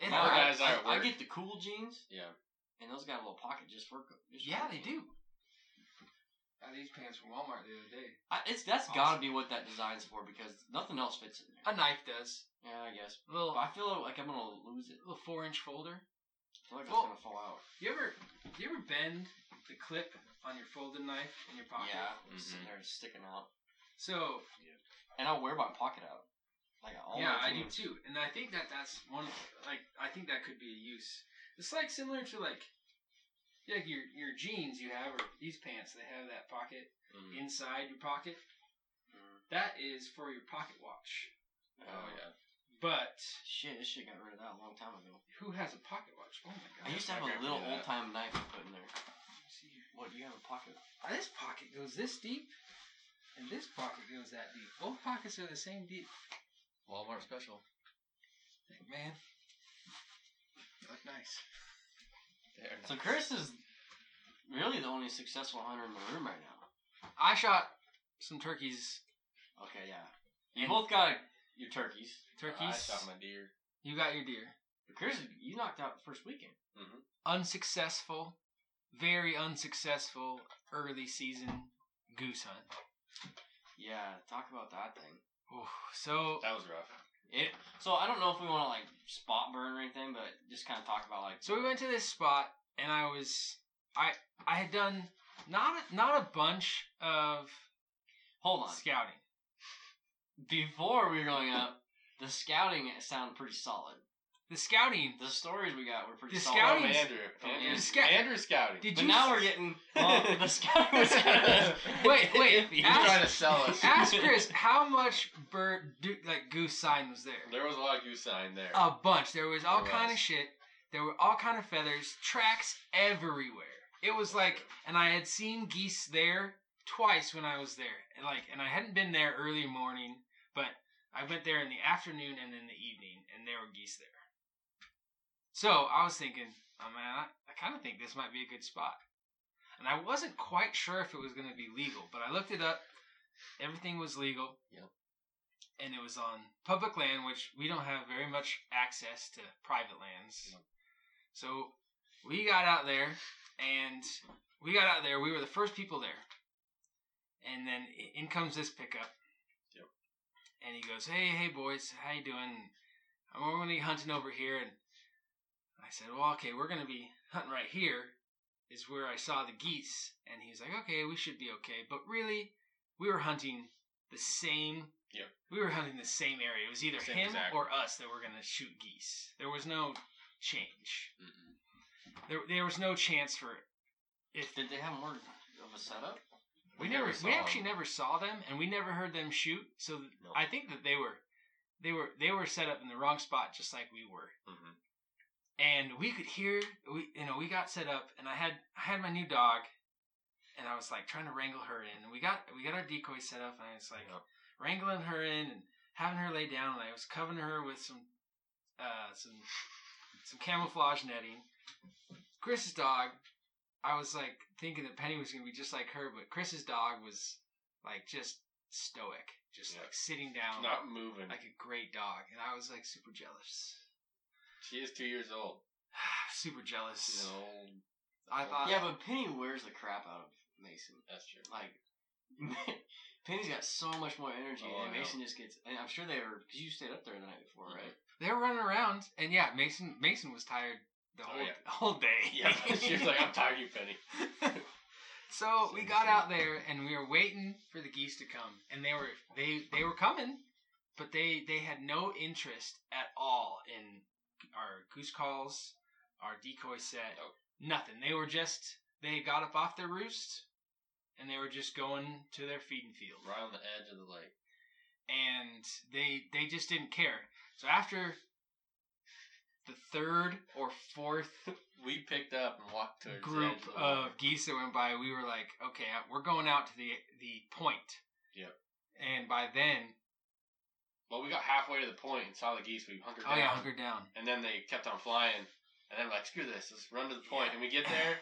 [SPEAKER 2] It
[SPEAKER 1] All guys
[SPEAKER 2] hurts.
[SPEAKER 1] are at work.
[SPEAKER 3] I get the cool jeans.
[SPEAKER 1] Yeah.
[SPEAKER 3] And those got a little pocket just for. co- Just
[SPEAKER 2] Yeah,
[SPEAKER 3] for
[SPEAKER 2] they
[SPEAKER 3] jeans.
[SPEAKER 2] do. Got these pants from Walmart the other day.
[SPEAKER 3] I, it's that's
[SPEAKER 2] Awesome.
[SPEAKER 3] gotta be what that design's for because nothing else fits in there.
[SPEAKER 2] A knife does.
[SPEAKER 3] Yeah, I guess.
[SPEAKER 2] A little,
[SPEAKER 3] But I feel like I'm gonna lose it.
[SPEAKER 2] little four inch folder.
[SPEAKER 3] I feel like
[SPEAKER 2] Well-
[SPEAKER 3] it's gonna fall out.
[SPEAKER 2] You ever, you ever bend the clip on your folded knife in your pocket?
[SPEAKER 3] Yeah, it's sitting there sticking out,
[SPEAKER 2] So
[SPEAKER 3] and I'll wear my pocket out. Like all
[SPEAKER 2] yeah,
[SPEAKER 3] my
[SPEAKER 2] I do
[SPEAKER 3] jeans.
[SPEAKER 2] too, and I think that that's one of like I think that could be a use. It's like similar to like, yeah, like your your jeans you have or these pants they have that pocket
[SPEAKER 1] Mhm.
[SPEAKER 2] inside your pocket.
[SPEAKER 3] Mm.
[SPEAKER 2] That is for your pocket watch,
[SPEAKER 1] Oh, yeah.
[SPEAKER 2] but
[SPEAKER 3] Uh, Shit, this shit got rid of that a long time ago.
[SPEAKER 2] who has a pocket watch? Oh my god!
[SPEAKER 3] I used to
[SPEAKER 1] my
[SPEAKER 3] have a
[SPEAKER 1] grandpa
[SPEAKER 3] little
[SPEAKER 1] did that.
[SPEAKER 3] old time knife to put in there.
[SPEAKER 2] See here.
[SPEAKER 3] What do you have a pocket?
[SPEAKER 2] Uh, This pocket goes this deep, and this pocket goes that deep. Both pockets are the same deep.
[SPEAKER 5] Walmart special.
[SPEAKER 2] Like, man, you look nice.
[SPEAKER 1] They're
[SPEAKER 3] So Chris is really the only successful hunter in the room right now.
[SPEAKER 2] I shot some turkeys.
[SPEAKER 3] Okay, yeah. You both got your turkeys.
[SPEAKER 2] Turkeys.
[SPEAKER 1] I shot my deer.
[SPEAKER 2] you got your deer.
[SPEAKER 3] But Chris, you knocked out the first weekend.
[SPEAKER 2] Unsuccessful, very unsuccessful early season goose hunt.
[SPEAKER 3] Yeah, talk about that thing.
[SPEAKER 2] Oof. So
[SPEAKER 1] That was rough.
[SPEAKER 3] It, so I don't know if we want to like spot burn or anything, but just kind of talk about like.
[SPEAKER 2] So we went to this spot, and I was I I had done not a, not a bunch of
[SPEAKER 3] Hold on.
[SPEAKER 2] scouting.
[SPEAKER 3] Before we were going up, the scouting sounded pretty solid.
[SPEAKER 2] The scouting.
[SPEAKER 3] The stories we got were pretty
[SPEAKER 2] The
[SPEAKER 3] solid.
[SPEAKER 1] Oh,
[SPEAKER 2] scouting-
[SPEAKER 1] Andrew.
[SPEAKER 3] Andrew.
[SPEAKER 1] Andrew,
[SPEAKER 2] Scout-
[SPEAKER 1] Andrew scouting.
[SPEAKER 2] Did
[SPEAKER 3] But
[SPEAKER 2] you
[SPEAKER 3] now
[SPEAKER 2] s-
[SPEAKER 3] we're getting well, the scouting was kind of
[SPEAKER 2] Wait, wait.
[SPEAKER 3] iffy.
[SPEAKER 2] Ask-
[SPEAKER 1] to sell us.
[SPEAKER 2] Ask Chris how much bird do, like goose sign was there.
[SPEAKER 1] There was a lot of goose sign there.
[SPEAKER 2] A bunch. There was all
[SPEAKER 1] There
[SPEAKER 2] kind of
[SPEAKER 1] was.
[SPEAKER 2] shit. There were all kind of feathers, tracks everywhere. It was like, and I had seen geese there twice when I was there. And like, and I hadn't been there early morning, but I went there in the afternoon and in the evening, and there were geese there. So I was thinking, oh man, I, I kind of think this might be a good spot. And I wasn't quite sure if it was going to be legal, but I looked it up. Everything was legal.
[SPEAKER 5] Yep.
[SPEAKER 2] And it was on public land, which we don't have very much access to private lands. So we got out there, and we got out there. We were the first people there. And then i- in comes this pickup.
[SPEAKER 1] Yep.
[SPEAKER 2] And he goes, "Hey, hey, boys, how you doing? I'm going to be hunting over here." And I said, "Well, okay, we're going to be hunting right here." is where I saw the geese, and he was like, "Okay, we should be okay." But really, we were hunting the same.
[SPEAKER 1] Yep.
[SPEAKER 2] We were hunting the same area. It was either
[SPEAKER 1] Same
[SPEAKER 2] him
[SPEAKER 1] exact.
[SPEAKER 2] or us that were gonna shoot geese. There was no change.
[SPEAKER 1] Mm-mm.
[SPEAKER 2] There, there was no chance for if
[SPEAKER 3] Did they have more of a setup?
[SPEAKER 2] we never,
[SPEAKER 5] saw
[SPEAKER 2] we actually
[SPEAKER 5] them.
[SPEAKER 2] never saw them, and we never heard them shoot. So th-
[SPEAKER 3] No.
[SPEAKER 2] I think that they were, they were, they were set up in the wrong spot, just like we were.
[SPEAKER 1] Mm-hmm.
[SPEAKER 6] Mhm.
[SPEAKER 2] And we could hear, we you know, we got set up, and I had I had my new dog, and I was like trying to wrangle her in. And we got we got our decoy set up, and I was like
[SPEAKER 6] Yep.
[SPEAKER 2] wrangling her in and having her lay down, and I was covering her with some, uh, some, some camouflage netting. Chris's dog I was like thinking that Penny was gonna be just like her, but Chris's dog was like just stoic, just
[SPEAKER 1] Yeah.
[SPEAKER 2] like sitting down
[SPEAKER 1] Not moving.
[SPEAKER 2] like a great dog, and I was like super jealous,
[SPEAKER 1] She is two years old.
[SPEAKER 2] super jealous.
[SPEAKER 1] She's an old.
[SPEAKER 2] I
[SPEAKER 1] uh,
[SPEAKER 2] thought,
[SPEAKER 3] yeah, but Penny wears the crap out of Mason.
[SPEAKER 1] That's true.
[SPEAKER 3] Like, Penny's got so much more energy,
[SPEAKER 1] Oh,
[SPEAKER 3] and
[SPEAKER 1] I know.
[SPEAKER 3] Mason just gets. And I'm sure they were because you stayed up there the night before, right?
[SPEAKER 2] they were running around, and yeah, Mason Mason was tired the
[SPEAKER 1] Oh,
[SPEAKER 2] whole
[SPEAKER 1] yeah.
[SPEAKER 2] the whole day.
[SPEAKER 1] Yeah, she was like, "I'm tired, of you Penny."
[SPEAKER 2] so we
[SPEAKER 1] Same,
[SPEAKER 2] got
[SPEAKER 1] same.
[SPEAKER 2] out there and we were waiting for the geese to come, and they were they they were coming, but they they had no interest at all in our goose calls, our decoy set,
[SPEAKER 1] Nope.
[SPEAKER 2] nothing. They were just they got up off their roost, and they were just going to their feeding field
[SPEAKER 1] Right on the edge of the lake.
[SPEAKER 2] and they they just didn't care. So after the third or fourth
[SPEAKER 1] We picked up and walked towards the
[SPEAKER 2] group uh,
[SPEAKER 1] edge of, the water.
[SPEAKER 2] of geese that went by, we were like, okay, uh, we're going out to the the point.
[SPEAKER 1] Yep.
[SPEAKER 2] And by then,
[SPEAKER 1] Well, we got halfway to the point and saw the geese. We hunkered
[SPEAKER 2] oh
[SPEAKER 1] down,
[SPEAKER 2] yeah, hunker down.
[SPEAKER 1] and then they kept on flying. And then we're like, "Screw this! Let's run to the point." And we get there,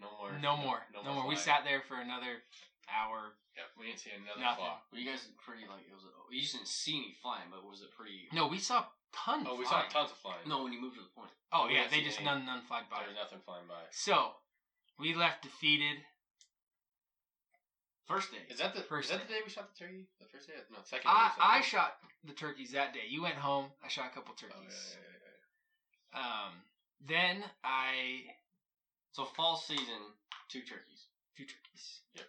[SPEAKER 1] no more.
[SPEAKER 2] No more, no, more. We
[SPEAKER 1] flying.
[SPEAKER 2] sat there for another hour.
[SPEAKER 1] Yep, we didn't see another
[SPEAKER 2] Nothing.
[SPEAKER 1] fly.
[SPEAKER 3] Well, you guys were pretty like it was. You just didn't see any flying, but was it pretty?
[SPEAKER 2] No, we saw tons.
[SPEAKER 1] Oh, we saw
[SPEAKER 2] flying.
[SPEAKER 1] tons of flying.
[SPEAKER 3] No, when you moved to the point.
[SPEAKER 2] Oh
[SPEAKER 1] we
[SPEAKER 2] yeah,
[SPEAKER 1] didn't
[SPEAKER 2] they
[SPEAKER 1] see
[SPEAKER 2] just
[SPEAKER 1] any.
[SPEAKER 2] none none flied by.
[SPEAKER 1] there was nothing flying by.
[SPEAKER 2] So we left defeated.
[SPEAKER 3] First day.
[SPEAKER 1] Is that the
[SPEAKER 2] First
[SPEAKER 1] first? Is that
[SPEAKER 2] day.
[SPEAKER 1] the day we shot the turkey? The first day? No, second.
[SPEAKER 2] I
[SPEAKER 1] day
[SPEAKER 2] I
[SPEAKER 1] we shot
[SPEAKER 2] shot the turkeys that day. You went home. I shot a couple
[SPEAKER 1] the-
[SPEAKER 2] turkeys.
[SPEAKER 1] Oh, yeah, yeah, yeah, yeah.
[SPEAKER 2] Um, then I
[SPEAKER 3] So fall season, two turkeys.
[SPEAKER 2] two turkeys.
[SPEAKER 1] Yep.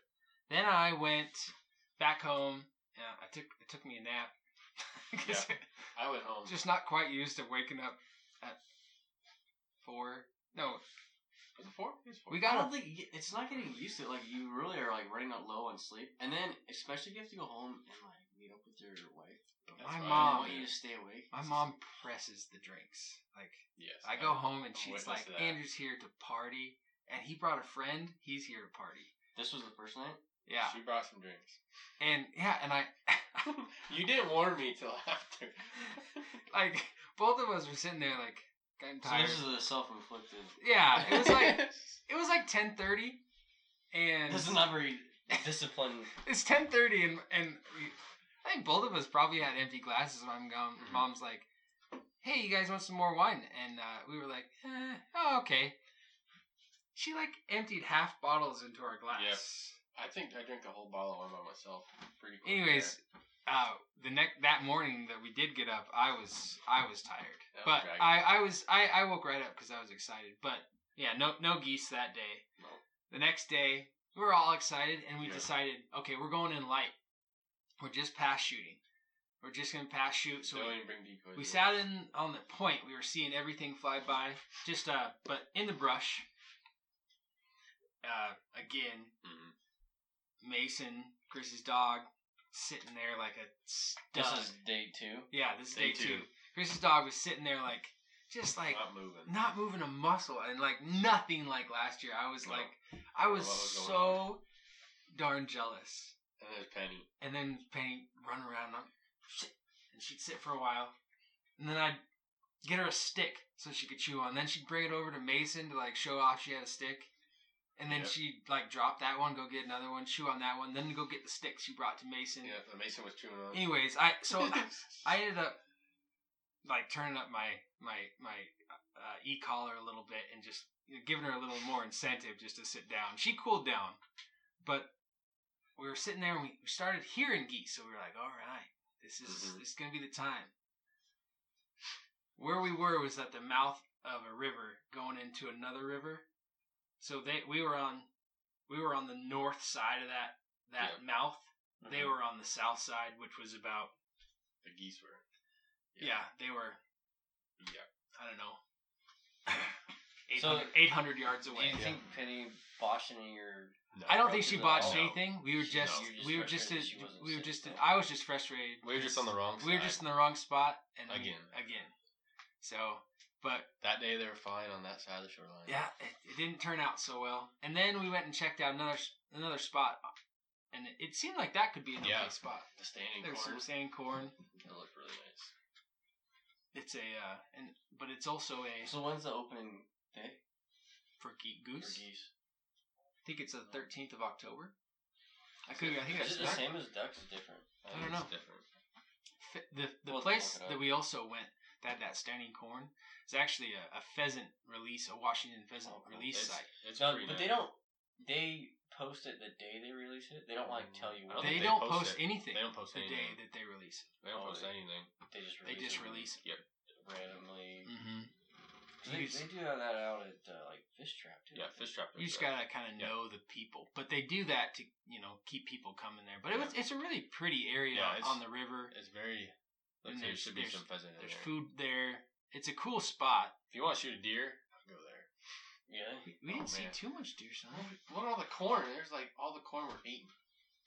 [SPEAKER 2] Then I went back home. And I took it took me a nap. 'Cause
[SPEAKER 1] I went home.
[SPEAKER 2] Just not quite used to waking up at four. No,
[SPEAKER 1] was it four? It was four.
[SPEAKER 2] we
[SPEAKER 3] I
[SPEAKER 2] got
[SPEAKER 3] don't
[SPEAKER 2] up.
[SPEAKER 3] think you get- it's not getting used to it. Like you really are like running out low on sleep, and then especially if you have to go home and like meet up with your wife.
[SPEAKER 1] That's
[SPEAKER 2] My
[SPEAKER 1] fine.
[SPEAKER 3] I
[SPEAKER 2] mom-
[SPEAKER 3] want you to stay awake.
[SPEAKER 2] My mom presses the drinks. Like
[SPEAKER 1] Yes.
[SPEAKER 2] I
[SPEAKER 3] Oh,
[SPEAKER 2] go home and
[SPEAKER 1] I'm
[SPEAKER 2] she's
[SPEAKER 1] witness
[SPEAKER 2] like,
[SPEAKER 1] to that.
[SPEAKER 2] "Andrew's here to party, and he brought a friend. He's here to party."
[SPEAKER 3] This was the first night.
[SPEAKER 2] Yeah,
[SPEAKER 1] She brought some drinks.
[SPEAKER 2] and yeah, and I
[SPEAKER 1] You didn't warn me till after.
[SPEAKER 2] like both of us were sitting there like getting
[SPEAKER 3] So
[SPEAKER 2] tired.
[SPEAKER 3] this is a self-inflicted.
[SPEAKER 2] yeah, it was like it was like ten thirty, and
[SPEAKER 3] This is not very disciplined.
[SPEAKER 2] it's ten thirty, and and we, I think both of us probably had empty glasses. When I'm gone,
[SPEAKER 3] Mhm.
[SPEAKER 2] mom's like, "Hey, you guys want some more wine?" And uh, we were like, eh, "Oh, okay." She like emptied half bottles into our glass.
[SPEAKER 1] I think I drank a whole bottle of wine by myself. Pretty quick.
[SPEAKER 2] Anyways, uh, the next that morning that we did get up, I was I was tired,
[SPEAKER 1] That was
[SPEAKER 2] but
[SPEAKER 1] dragging.
[SPEAKER 2] I I was I I woke right up because I was excited. But yeah, no no geese that day.
[SPEAKER 1] No.
[SPEAKER 2] The next day, we were all excited, and we
[SPEAKER 1] Yeah.
[SPEAKER 2] decided, okay, we're going in light. We're just pass shooting. We're just gonna pass shoot. So
[SPEAKER 1] Don't
[SPEAKER 2] we,
[SPEAKER 1] even bring decoys.
[SPEAKER 2] we
[SPEAKER 1] in.
[SPEAKER 2] sat in on the point. We were seeing everything fly by, just uh, but in the brush. Uh, again,
[SPEAKER 1] Mhm.
[SPEAKER 2] Mason, Chris's dog, sitting there like a stud.
[SPEAKER 3] This is day two.
[SPEAKER 2] yeah, this is day,
[SPEAKER 1] day
[SPEAKER 2] two.
[SPEAKER 1] two.
[SPEAKER 2] Chris's dog was sitting there like, just like
[SPEAKER 1] Not moving.
[SPEAKER 2] not moving a muscle and like nothing like last year. I was
[SPEAKER 1] No.
[SPEAKER 2] like, I was
[SPEAKER 1] What was going
[SPEAKER 2] so darn jealous.
[SPEAKER 1] And there's Penny.
[SPEAKER 2] And then Penny run around, and I'm, "Shit," and she'd sit for a while, and then I'd get her a stick so she could chew on. Then she'd bring it over to Mason to like show off she had a stick, and then
[SPEAKER 1] Yep.
[SPEAKER 2] she'd like drop that one, go get another one, chew on that one, then go get the stick she brought to Mason.
[SPEAKER 1] Yeah, the Mason was chewing on.
[SPEAKER 2] Anyways, I so I ended up like turning up my my my uh, e collar a little bit and just you know, giving her a little more incentive just to sit down. She cooled down, but we were sitting there and we we started hearing geese, so we were like, "All right, this is
[SPEAKER 1] Mhm.
[SPEAKER 2] this is gonna be the time." Where we were was at the mouth of a river going into another river, So they we were on we were on the north side of that that mouth.
[SPEAKER 3] Mm-hmm.
[SPEAKER 2] They were on the south side, which was about
[SPEAKER 1] The geese were.
[SPEAKER 2] yeah, they were
[SPEAKER 1] Yeah.
[SPEAKER 2] I don't know.
[SPEAKER 3] So-
[SPEAKER 2] 800, 800 yards
[SPEAKER 3] Do
[SPEAKER 2] away.
[SPEAKER 3] you think Penny botched any of your?
[SPEAKER 2] I don't think
[SPEAKER 3] approaches
[SPEAKER 2] she
[SPEAKER 3] at
[SPEAKER 2] botched
[SPEAKER 3] all?
[SPEAKER 2] anything. We were
[SPEAKER 3] She- no,
[SPEAKER 2] just,
[SPEAKER 3] you're just
[SPEAKER 2] we were just,
[SPEAKER 3] frustrated
[SPEAKER 2] as-
[SPEAKER 3] that she wasn't
[SPEAKER 2] we were
[SPEAKER 3] seeing
[SPEAKER 2] just.
[SPEAKER 3] it.
[SPEAKER 2] I was just frustrated.
[SPEAKER 1] We were just on the wrong side.
[SPEAKER 2] we were just in the wrong spot and we-
[SPEAKER 1] Again.
[SPEAKER 2] again. So, but
[SPEAKER 1] That day they were fine on that side of the shoreline.
[SPEAKER 2] yeah, it, it didn't turn out so well. And then we went and checked out another s- another spot, and it, it seemed like that could be an okay
[SPEAKER 1] Yeah.
[SPEAKER 2] spot.
[SPEAKER 1] The standing
[SPEAKER 2] There's
[SPEAKER 1] corn.
[SPEAKER 2] some sand corn.
[SPEAKER 1] It looked really nice.
[SPEAKER 2] It's a uh, and but it's also a
[SPEAKER 3] So when's the opening day
[SPEAKER 2] for geek
[SPEAKER 3] for
[SPEAKER 2] goose.
[SPEAKER 3] geese?
[SPEAKER 2] I think it's the thirteenth of October. I could. I think
[SPEAKER 3] Is
[SPEAKER 2] that's
[SPEAKER 3] it the same as ducks? Is different.
[SPEAKER 2] I don't know.
[SPEAKER 1] It's different.
[SPEAKER 2] Fe- the the
[SPEAKER 3] We'll
[SPEAKER 2] place
[SPEAKER 3] look it up.
[SPEAKER 2] that we also went that that standing corn is actually a, a pheasant release, a Washington pheasant
[SPEAKER 3] Oh, cool.
[SPEAKER 2] release
[SPEAKER 1] It's-
[SPEAKER 2] site.
[SPEAKER 1] It's
[SPEAKER 3] No,
[SPEAKER 1] pretty
[SPEAKER 3] but
[SPEAKER 1] nice.
[SPEAKER 3] they don't. They post it the day they release it. They don't like tell you.
[SPEAKER 1] I
[SPEAKER 3] What
[SPEAKER 1] think
[SPEAKER 2] They,
[SPEAKER 1] they
[SPEAKER 2] don't
[SPEAKER 1] post
[SPEAKER 2] post,
[SPEAKER 1] it.
[SPEAKER 2] anything
[SPEAKER 1] They don't post
[SPEAKER 2] the
[SPEAKER 1] anything.
[SPEAKER 2] day that they release it.
[SPEAKER 1] They don't
[SPEAKER 3] Oh,
[SPEAKER 1] post
[SPEAKER 3] they-
[SPEAKER 1] anything.
[SPEAKER 3] They just
[SPEAKER 2] They
[SPEAKER 3] release
[SPEAKER 2] just
[SPEAKER 3] it
[SPEAKER 2] release it.
[SPEAKER 3] randomly.
[SPEAKER 2] Mm-hmm.
[SPEAKER 3] They,
[SPEAKER 2] You, just-
[SPEAKER 3] they do have that out at uh, like fish trap too.
[SPEAKER 1] Yeah,
[SPEAKER 3] I think.
[SPEAKER 1] fish trap.
[SPEAKER 2] you just
[SPEAKER 1] trap.
[SPEAKER 2] gotta kind of
[SPEAKER 1] Yeah.
[SPEAKER 2] know the people, but they do that to you know keep people coming there. But it was it's a really pretty area
[SPEAKER 1] Yeah, it's-
[SPEAKER 2] on the river.
[SPEAKER 1] It's very. Looks like
[SPEAKER 2] And
[SPEAKER 1] there
[SPEAKER 2] there's-
[SPEAKER 1] should be
[SPEAKER 2] Mm, there's-
[SPEAKER 1] some pheasant in
[SPEAKER 2] There's
[SPEAKER 1] there.
[SPEAKER 2] food there. It's a cool spot.
[SPEAKER 1] If you want to shoot a deer, go there.
[SPEAKER 3] Yeah.
[SPEAKER 2] We, we
[SPEAKER 1] Oh,
[SPEAKER 2] didn't see
[SPEAKER 1] man.
[SPEAKER 2] too much deer, son.
[SPEAKER 1] What all the corn? There's like all the corn were eaten.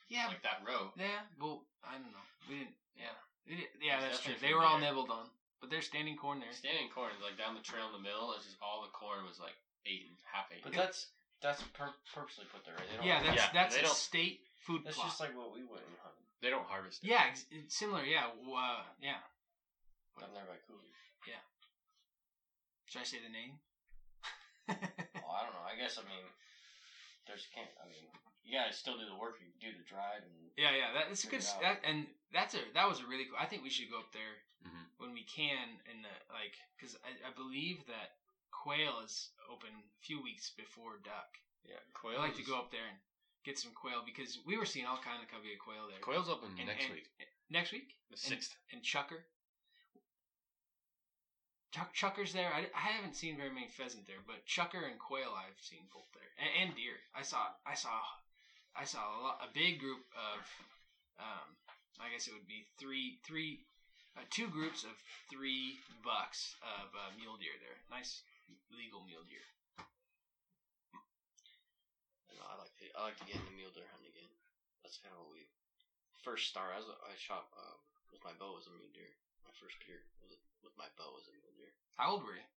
[SPEAKER 2] Yeah,
[SPEAKER 1] Like that row.
[SPEAKER 2] Yeah, well, I don't know. We didn't.
[SPEAKER 1] Yeah.
[SPEAKER 2] we didn't, yeah,
[SPEAKER 1] There's
[SPEAKER 2] that's true.
[SPEAKER 1] definitely
[SPEAKER 2] They
[SPEAKER 1] food
[SPEAKER 2] were all
[SPEAKER 1] there.
[SPEAKER 2] nibbled on, but they're standing corn there.
[SPEAKER 1] Standing corn, like down the trail in the middle, it's just all the corn was like eaten, half eaten.
[SPEAKER 3] But that's that's pur- purposely put there. Right? They don't
[SPEAKER 2] Yeah, that's
[SPEAKER 1] Yeah,
[SPEAKER 2] that's
[SPEAKER 1] they
[SPEAKER 2] a
[SPEAKER 1] don't-
[SPEAKER 2] state food
[SPEAKER 3] that's
[SPEAKER 2] plot.
[SPEAKER 3] just like what we went and hunted
[SPEAKER 1] They don't harvest it.
[SPEAKER 2] yeah, ex- it's similar. Yeah, w- uh, yeah.
[SPEAKER 3] down there by Cooley.
[SPEAKER 2] Should I say the name?
[SPEAKER 3] well, I don't know. I guess I mean, there's can't. I mean, you gotta still do the work. You do the drive and
[SPEAKER 2] Yeah, yeah. That, that's a good. s-
[SPEAKER 3] Yeah.
[SPEAKER 2] That, and that's a that was a really cool. I think we should go up there
[SPEAKER 1] Mhm.
[SPEAKER 2] when we can, and uh, like because I, I believe that quail is open a few weeks before duck.
[SPEAKER 1] yeah.
[SPEAKER 2] I
[SPEAKER 1] Quail.
[SPEAKER 2] like to go up there and get some quail because we were seeing all kind of covey of quail there.
[SPEAKER 1] Quail's open
[SPEAKER 2] And-
[SPEAKER 1] next
[SPEAKER 2] and-
[SPEAKER 1] week,
[SPEAKER 2] Next week.
[SPEAKER 1] the sixth.
[SPEAKER 2] and Chucker. Chuck, Chucker's there. I, I haven't seen very many pheasant there, but Chucker and quail I've seen both there, and, and deer. I saw I saw I saw a lot, a big group of, um, I guess it would be three three, uh, two groups of three bucks of uh, mule deer there. Nice legal mule deer.
[SPEAKER 3] No, I like to, I like to get in the mule deer hunting again. That's kind of what we first star. I was I shot uh, with my bow as a mule deer. My first deer was with my bow as a mule deer.
[SPEAKER 2] How old were you?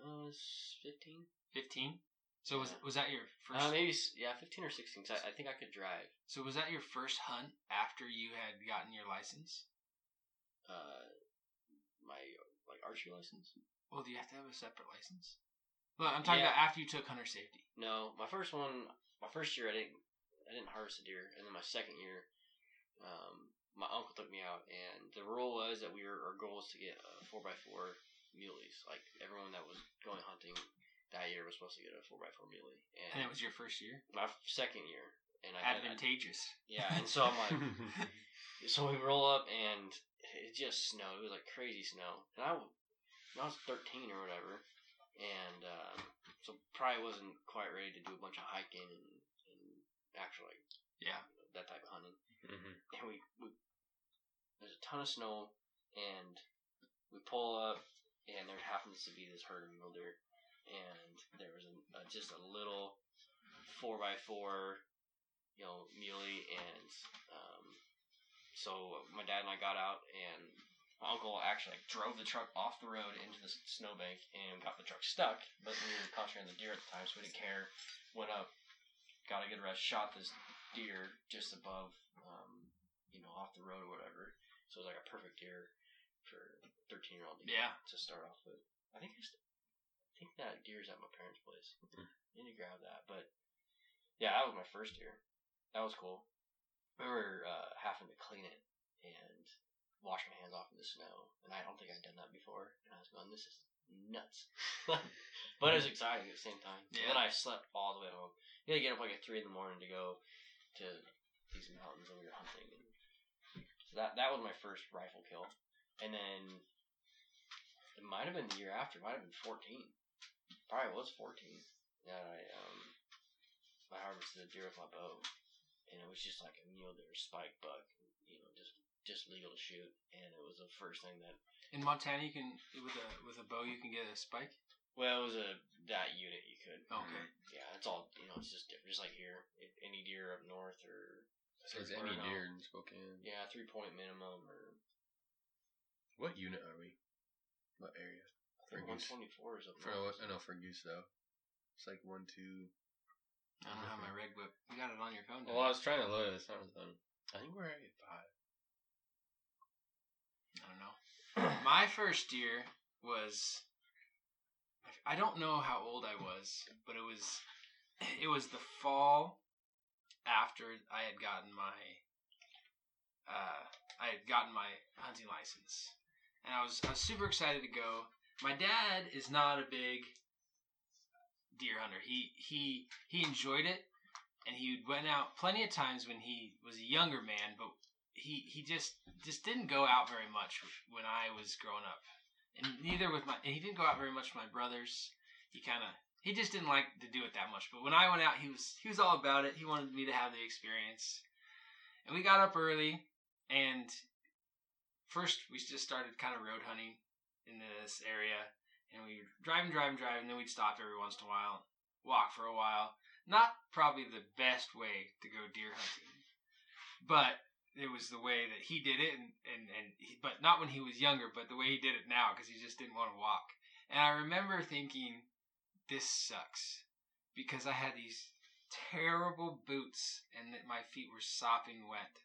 [SPEAKER 3] Uh, I was fifteen.
[SPEAKER 2] Fifteen. So was
[SPEAKER 3] Yeah.
[SPEAKER 2] was that your first?
[SPEAKER 3] Uh, maybe s- yeah, fifteen or sixteen. 'cause I, I think I could drive.
[SPEAKER 2] so was that your first hunt after you had gotten your license?
[SPEAKER 3] Uh, my like archery license.
[SPEAKER 2] Well, do you have to have a separate license? Well, I'm talking
[SPEAKER 3] Yeah.
[SPEAKER 2] about after you took hunter safety.
[SPEAKER 3] No, my first one, my first year, I didn't, I didn't harvest a deer, and then my second year, um, my uncle took me out, and the rule was that we were our goal was to get a four by four muleys. Like everyone that was going hunting that year was supposed to get a four by four muley,
[SPEAKER 2] And
[SPEAKER 3] and,
[SPEAKER 2] it was your first year.
[SPEAKER 3] my f- second year, and I had,
[SPEAKER 2] Advantageous.
[SPEAKER 3] yeah, and so I'm like,
[SPEAKER 1] mm-hmm.
[SPEAKER 3] so we roll up and it just snowed. It was like crazy snow. And I, when I was 13 or whatever. And um, so probably wasn't quite ready to do a bunch of hiking and, and actually,
[SPEAKER 2] Yeah.
[SPEAKER 3] you know, that type of hunting.
[SPEAKER 1] Mm-hmm.
[SPEAKER 3] And we, we, there's a ton of snow and we pull up and there happens to be this herd of mule deer. And there was a, a, just a little 4x4, you know, muley and um, so my dad and I got out, and my uncle actually like, drove the truck off the road into the s- snowbank and got the truck stuck. But we were concentrating on the deer at the time, so we didn't care. Went up, got a good rest, shot this deer just above, um, you know, off the road or whatever. So it was like a perfect deer for thirteen year old
[SPEAKER 2] Yeah.
[SPEAKER 3] to start off with. I think I, st- I think that deer's at my parents' place. I need to grab that, but yeah, that was my first deer. That was cool. I remember uh, having to clean it and wash my hands off in the snow, and I don't think I'd done that before. And I was going, "This is nuts," but it was exciting at the same time.
[SPEAKER 2] Yeah.
[SPEAKER 3] And then I slept all the way home. You had to get up like at three in the morning to go to these mountains that we were hunting. And so that that was my first rifle kill, and then it might have been the year after. It might have been fourteen. Probably was fourteen. That I um into the deer with my bow, and it was just like a mule deer spike buck, you know, just just legal to shoot, and it was the first thing that
[SPEAKER 2] In Montana, you can with a with a bow you can get a spike.
[SPEAKER 3] well, it was a that unit you could.
[SPEAKER 2] Okay.
[SPEAKER 3] Yeah, it's all you know. It's just different. Just like here, if any deer up north or
[SPEAKER 1] Says
[SPEAKER 3] Or
[SPEAKER 1] any
[SPEAKER 3] no.
[SPEAKER 1] deer in Spokane.
[SPEAKER 3] yeah, three point minimum or
[SPEAKER 1] What unit are we? What area?
[SPEAKER 3] I think
[SPEAKER 1] For
[SPEAKER 3] one
[SPEAKER 1] goose.
[SPEAKER 3] twenty four is up
[SPEAKER 1] For
[SPEAKER 3] north.
[SPEAKER 1] I know for goose though. It's like one two.
[SPEAKER 2] I don't
[SPEAKER 3] Uh-huh.
[SPEAKER 2] have my reg whip. You got it on your phone. don't
[SPEAKER 1] Well, I
[SPEAKER 2] you?
[SPEAKER 1] was trying to load it. It's not loading. I think we're already at five.
[SPEAKER 2] I don't know. my first deer was I don't know how old I was, but it was it was the fall after I had gotten my uh I had gotten my hunting license. And I was I was super excited to go. My dad is not a big deer hunter. He he he enjoyed it and he went out plenty of times when he was a younger man, but he he just just didn't go out very much when I was growing up, and neither with my and he didn't go out very much with my brothers. He kind of he just didn't like to do it that much. But when I went out, he was he was all about it. He wanted me to have the experience, and we got up early, and first we just started kind of road hunting in this area, and we would drive and drive and drive, and then we'd stop every once in a while, walk for a while. Not probably the best way to go deer hunting, but it was the way that he did it, and and, and he, but not when he was younger, but the way he did it now because he just didn't want to walk. And I remember thinking, this sucks because I had these terrible boots and that my feet were sopping wet,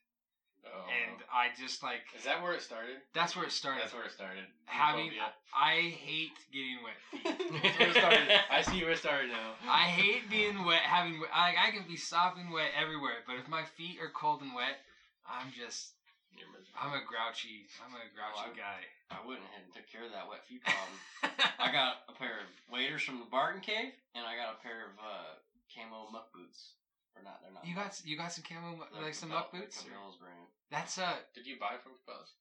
[SPEAKER 1] Oh,
[SPEAKER 2] and I just like
[SPEAKER 1] is that where it started?
[SPEAKER 2] that's where it started.
[SPEAKER 1] That's where it started.
[SPEAKER 2] Having
[SPEAKER 1] Phobia.
[SPEAKER 2] I, I hate getting wet feet.
[SPEAKER 1] That's where it started. I see where it started now.
[SPEAKER 2] I hate being wet. Having wet- I I can be sopping wet everywhere, but if my feet are cold and wet, I'm just
[SPEAKER 1] You're miserable.
[SPEAKER 2] I'm a grouchy I'm a grouchy guy.
[SPEAKER 3] I went ahead and took care of that wet feet problem. I got a pair of waders from the Barton Cave, and I got a pair of uh, camo muck boots. Or not? They're not.
[SPEAKER 2] You
[SPEAKER 3] muck.
[SPEAKER 2] got you got some camo mu-
[SPEAKER 3] They're
[SPEAKER 2] like some
[SPEAKER 3] Cabela-
[SPEAKER 2] muck boots.
[SPEAKER 3] they're
[SPEAKER 2] or-
[SPEAKER 3] Cabela's brand.
[SPEAKER 2] That's uh
[SPEAKER 1] Did you buy it from Cabela's?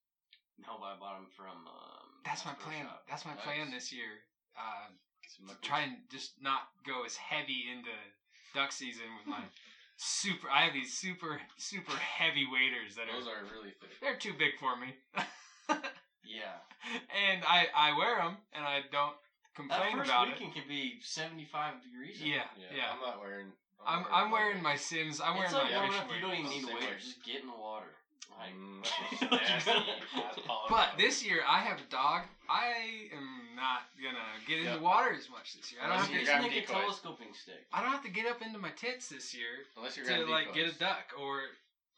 [SPEAKER 3] No, but I bought them from. Um,
[SPEAKER 2] that's my
[SPEAKER 3] Bass Pro
[SPEAKER 2] plan.
[SPEAKER 3] Shop.
[SPEAKER 2] That's my
[SPEAKER 1] Nice.
[SPEAKER 2] plan this year. Uh,
[SPEAKER 3] Get some
[SPEAKER 2] to
[SPEAKER 3] muck
[SPEAKER 2] try
[SPEAKER 3] boots.
[SPEAKER 2] and just not go as heavy into duck season with my super. I have these super super heavy waders that
[SPEAKER 1] Those
[SPEAKER 2] are
[SPEAKER 1] are really thick.
[SPEAKER 2] they're too big for me,
[SPEAKER 3] Yeah.
[SPEAKER 2] and I I wear them and I don't
[SPEAKER 3] That
[SPEAKER 2] complain
[SPEAKER 3] first
[SPEAKER 2] about it.
[SPEAKER 3] weekend can be seventy-five degrees. out.
[SPEAKER 2] Yeah, yeah.
[SPEAKER 1] I'm not wearing.
[SPEAKER 2] I'm
[SPEAKER 1] not
[SPEAKER 2] I'm wearing my Sims. I'm
[SPEAKER 3] It's
[SPEAKER 2] wearing
[SPEAKER 3] like
[SPEAKER 2] my
[SPEAKER 3] warming
[SPEAKER 2] fishing
[SPEAKER 3] up. You don't
[SPEAKER 2] waders.
[SPEAKER 3] even need to
[SPEAKER 1] Same
[SPEAKER 3] wait.
[SPEAKER 1] way.
[SPEAKER 3] Just get in the water. Like,
[SPEAKER 1] Mm,
[SPEAKER 3] Don't you
[SPEAKER 1] nasty
[SPEAKER 3] know?
[SPEAKER 1] ass pollen
[SPEAKER 2] But
[SPEAKER 1] dog.
[SPEAKER 2] this year I have a dog. I am not gonna get in
[SPEAKER 1] Yep.
[SPEAKER 2] the water as much this year. I don't
[SPEAKER 1] Unless
[SPEAKER 2] have
[SPEAKER 1] you
[SPEAKER 2] to.
[SPEAKER 3] just
[SPEAKER 1] grab
[SPEAKER 3] make a
[SPEAKER 1] decoys.
[SPEAKER 3] telescoping stick.
[SPEAKER 2] I don't have to get up into my tents this year
[SPEAKER 1] unless you're
[SPEAKER 2] to
[SPEAKER 1] grabbing
[SPEAKER 2] like get a
[SPEAKER 1] decoys.
[SPEAKER 2] duck or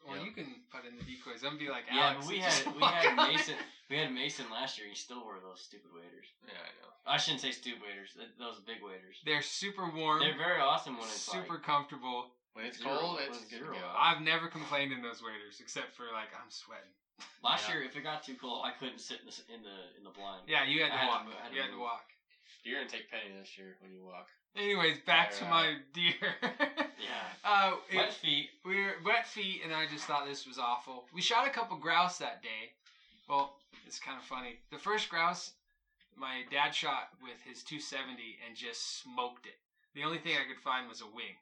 [SPEAKER 2] or
[SPEAKER 1] Yeah.
[SPEAKER 2] you can put in the decoys. I'm gonna be like
[SPEAKER 3] Yeah,
[SPEAKER 2] Alex.
[SPEAKER 3] but we
[SPEAKER 2] and
[SPEAKER 3] had
[SPEAKER 2] just
[SPEAKER 3] we
[SPEAKER 2] walk
[SPEAKER 3] had
[SPEAKER 2] out.
[SPEAKER 3] Mason we had Mason last year. He still wore those stupid waders.
[SPEAKER 1] Yeah, I know.
[SPEAKER 3] I shouldn't say stupid waders. th- Those big waders.
[SPEAKER 2] They're super warm,
[SPEAKER 3] They're very awesome when it's
[SPEAKER 2] super
[SPEAKER 3] Like,
[SPEAKER 2] comfortable.
[SPEAKER 1] When it's
[SPEAKER 3] Zero,
[SPEAKER 1] cold,
[SPEAKER 3] when
[SPEAKER 1] it's
[SPEAKER 3] it's
[SPEAKER 1] good
[SPEAKER 3] zero.
[SPEAKER 1] to go.
[SPEAKER 2] I've never complained in those waders except for like I'm sweating.
[SPEAKER 3] last
[SPEAKER 1] Yeah.
[SPEAKER 3] year, if it got too cold, I couldn't sit in the s- in the in the blind.
[SPEAKER 2] Yeah, you had
[SPEAKER 3] I
[SPEAKER 2] to
[SPEAKER 3] had to
[SPEAKER 2] walk.
[SPEAKER 3] move- I had to
[SPEAKER 2] you had to
[SPEAKER 3] move.
[SPEAKER 2] walk.
[SPEAKER 1] You're gonna take penny this year when you walk.
[SPEAKER 2] Anyways, back
[SPEAKER 1] Fire
[SPEAKER 2] to
[SPEAKER 3] uh,
[SPEAKER 1] out.
[SPEAKER 2] my deer.
[SPEAKER 3] Yeah.
[SPEAKER 2] Uh,
[SPEAKER 3] Wet
[SPEAKER 2] it-
[SPEAKER 3] feet.
[SPEAKER 2] we were wet feet, and I just thought this was awful. We shot a couple grouse that day. Well, it's kind of funny. The first grouse, my dad shot with his 270 and just smoked it. The only thing I could find was a wing,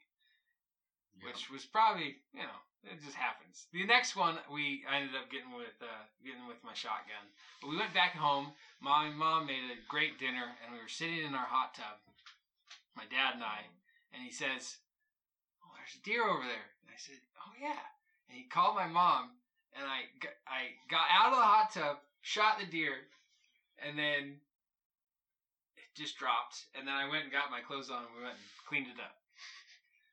[SPEAKER 2] which was probably you know it just happens. The next one we I ended up getting with uh, getting with my shotgun. But we went back home. My mom made a great dinner, and we were sitting in our hot tub, my dad and I, and he says, "Oh, there's a deer over there." And I said, "Oh yeah." And he called my mom, and I g- I got out of the hot tub, shot the deer, and then it just dropped. And then I went and got my clothes on, and we went and cleaned it up.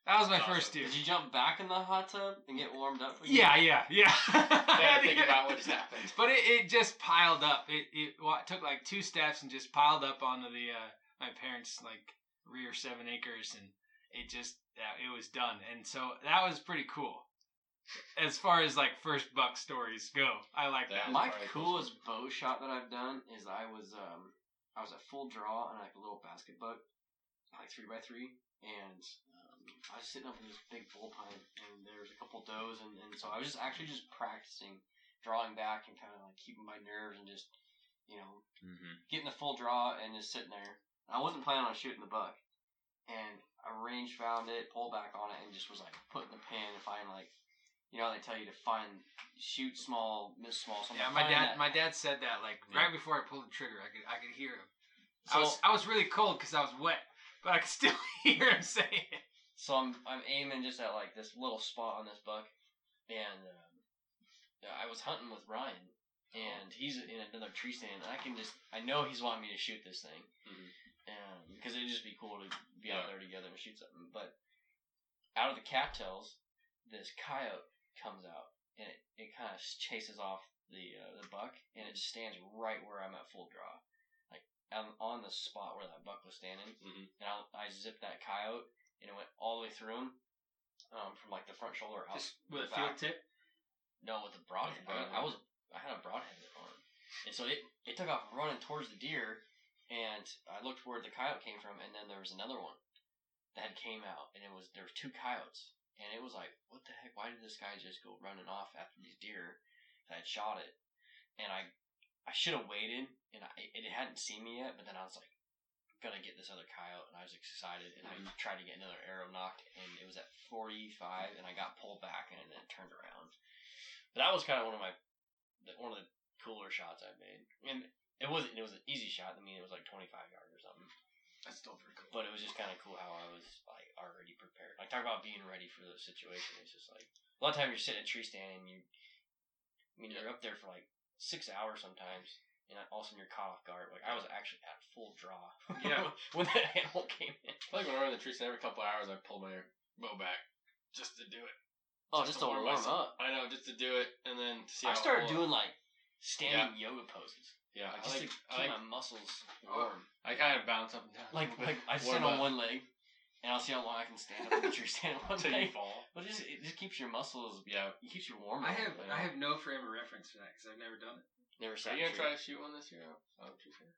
[SPEAKER 2] That was my
[SPEAKER 1] Awesome.
[SPEAKER 2] first deer.
[SPEAKER 3] Did you jump back in the hot tub and get warmed up? again?
[SPEAKER 2] Yeah, yeah, yeah.
[SPEAKER 1] Yeah, think about what just happened.
[SPEAKER 2] But it, it just piled up. It it wa- took like two steps and just piled up onto the uh, my parents' like rear seven acres, and it just yeah, it was done. And so that was pretty cool. As far as like first buck stories go, I like
[SPEAKER 1] That-
[SPEAKER 2] that.
[SPEAKER 3] My
[SPEAKER 1] Probably
[SPEAKER 3] coolest bow shot that I've done is I was um I was at full draw on like a little basket buck, like three by three, and um, I was sitting up in this big bullpen, and there was a couple does, and, and so I was just actually just practicing drawing back and kind of like keeping my nerves and just you know
[SPEAKER 6] Mm-hmm.
[SPEAKER 3] getting the full draw and just sitting there. I wasn't planning on shooting the buck, and I range found it, pulled back on it, and just was like putting the pin and find like, you know, they tell you to find shoot small, miss small. So I'm
[SPEAKER 2] Yeah,
[SPEAKER 3] like,
[SPEAKER 2] my
[SPEAKER 3] find
[SPEAKER 2] dad,
[SPEAKER 3] that.
[SPEAKER 2] my dad said that like
[SPEAKER 1] Yeah.
[SPEAKER 2] right before I pulled the trigger, I could I could hear him.
[SPEAKER 3] So-
[SPEAKER 2] I was I was really cold because I was wet, but I could still hear him saying it.
[SPEAKER 3] So I'm I'm aiming just at like this little spot on this buck, and um, I was hunting with Ryan, and he's in another tree stand. And I can just I know he's wanting me to shoot this thing,
[SPEAKER 1] Mhm.
[SPEAKER 3] and because it'd just be cool to be out there together and shoot something. But out of the cattails, this coyote comes out, and it, it kind of chases off the uh, the buck, and it stands right where I'm at full draw, like I'm on the spot where that buck was standing,
[SPEAKER 1] Mhm.
[SPEAKER 3] and I I zipped that coyote and it went all the way through him, um, from like the front shoulder out.
[SPEAKER 2] Just with a
[SPEAKER 3] the
[SPEAKER 2] field
[SPEAKER 3] back.
[SPEAKER 2] tip.
[SPEAKER 3] No, with the broadhead.
[SPEAKER 1] With the
[SPEAKER 3] I, I was I had a broadhead on, and so it it took off running towards the deer, and I looked where the coyote came from, and then there was another one that came out, and it was there was two coyotes, and it was like what the heck? Why did this guy just go running off after these deer that had shot it? And I I should have waited, and I, it hadn't seen me yet, but then I was like. Gonna get this other coyote, and I was excited, and I
[SPEAKER 1] Mm-hmm.
[SPEAKER 3] tried to get another arrow knocked, and it was at forty five, and I got pulled back, and then turned around, but that was kind of one of my the- one of the cooler shots I made, and it wasn't. It was an easy shot. I mean, it was like twenty five yards or something.
[SPEAKER 1] That's still pretty cool.
[SPEAKER 3] But it was just kind of cool how I was like already prepared. Like talk about being ready for the situation. It's just like a lot of times you're sitting in a tree stand and you, I mean, you're up there for like six hours sometimes, and all of a sudden you're caught off guard. Like I was actually at full draw.
[SPEAKER 2] Yeah.
[SPEAKER 3] when that animal came in.
[SPEAKER 1] I feel like when I'm in the tree stand, every couple hours, I pull my bow back just to do it.
[SPEAKER 3] Oh, just to warm
[SPEAKER 1] myself-
[SPEAKER 3] up.
[SPEAKER 1] I know, just to do it, and then to see.
[SPEAKER 3] I
[SPEAKER 1] how it
[SPEAKER 3] started
[SPEAKER 1] will.
[SPEAKER 3] doing like standing yoga poses,
[SPEAKER 1] Yeah,
[SPEAKER 3] like,
[SPEAKER 1] I
[SPEAKER 3] just
[SPEAKER 1] like.
[SPEAKER 3] to keep
[SPEAKER 1] I, like
[SPEAKER 3] my muscles
[SPEAKER 1] Oh.
[SPEAKER 3] warm.
[SPEAKER 1] I kind of bounce up and down.
[SPEAKER 3] Like, like I
[SPEAKER 1] Warm
[SPEAKER 3] stand on
[SPEAKER 1] up.
[SPEAKER 3] one leg, and I'll see how long I can stand up in the tree stand on one
[SPEAKER 1] until you
[SPEAKER 3] leg.
[SPEAKER 1] fall.
[SPEAKER 3] But it just, it just keeps your muscles,
[SPEAKER 1] Yeah.
[SPEAKER 3] it keeps you warm.
[SPEAKER 2] I have I have no frame of reference for that because I've never done it.
[SPEAKER 3] never
[SPEAKER 1] Are
[SPEAKER 3] sat
[SPEAKER 1] you
[SPEAKER 3] in a
[SPEAKER 1] gonna
[SPEAKER 3] tree.
[SPEAKER 1] try to shoot one this year? Oh, tree stand.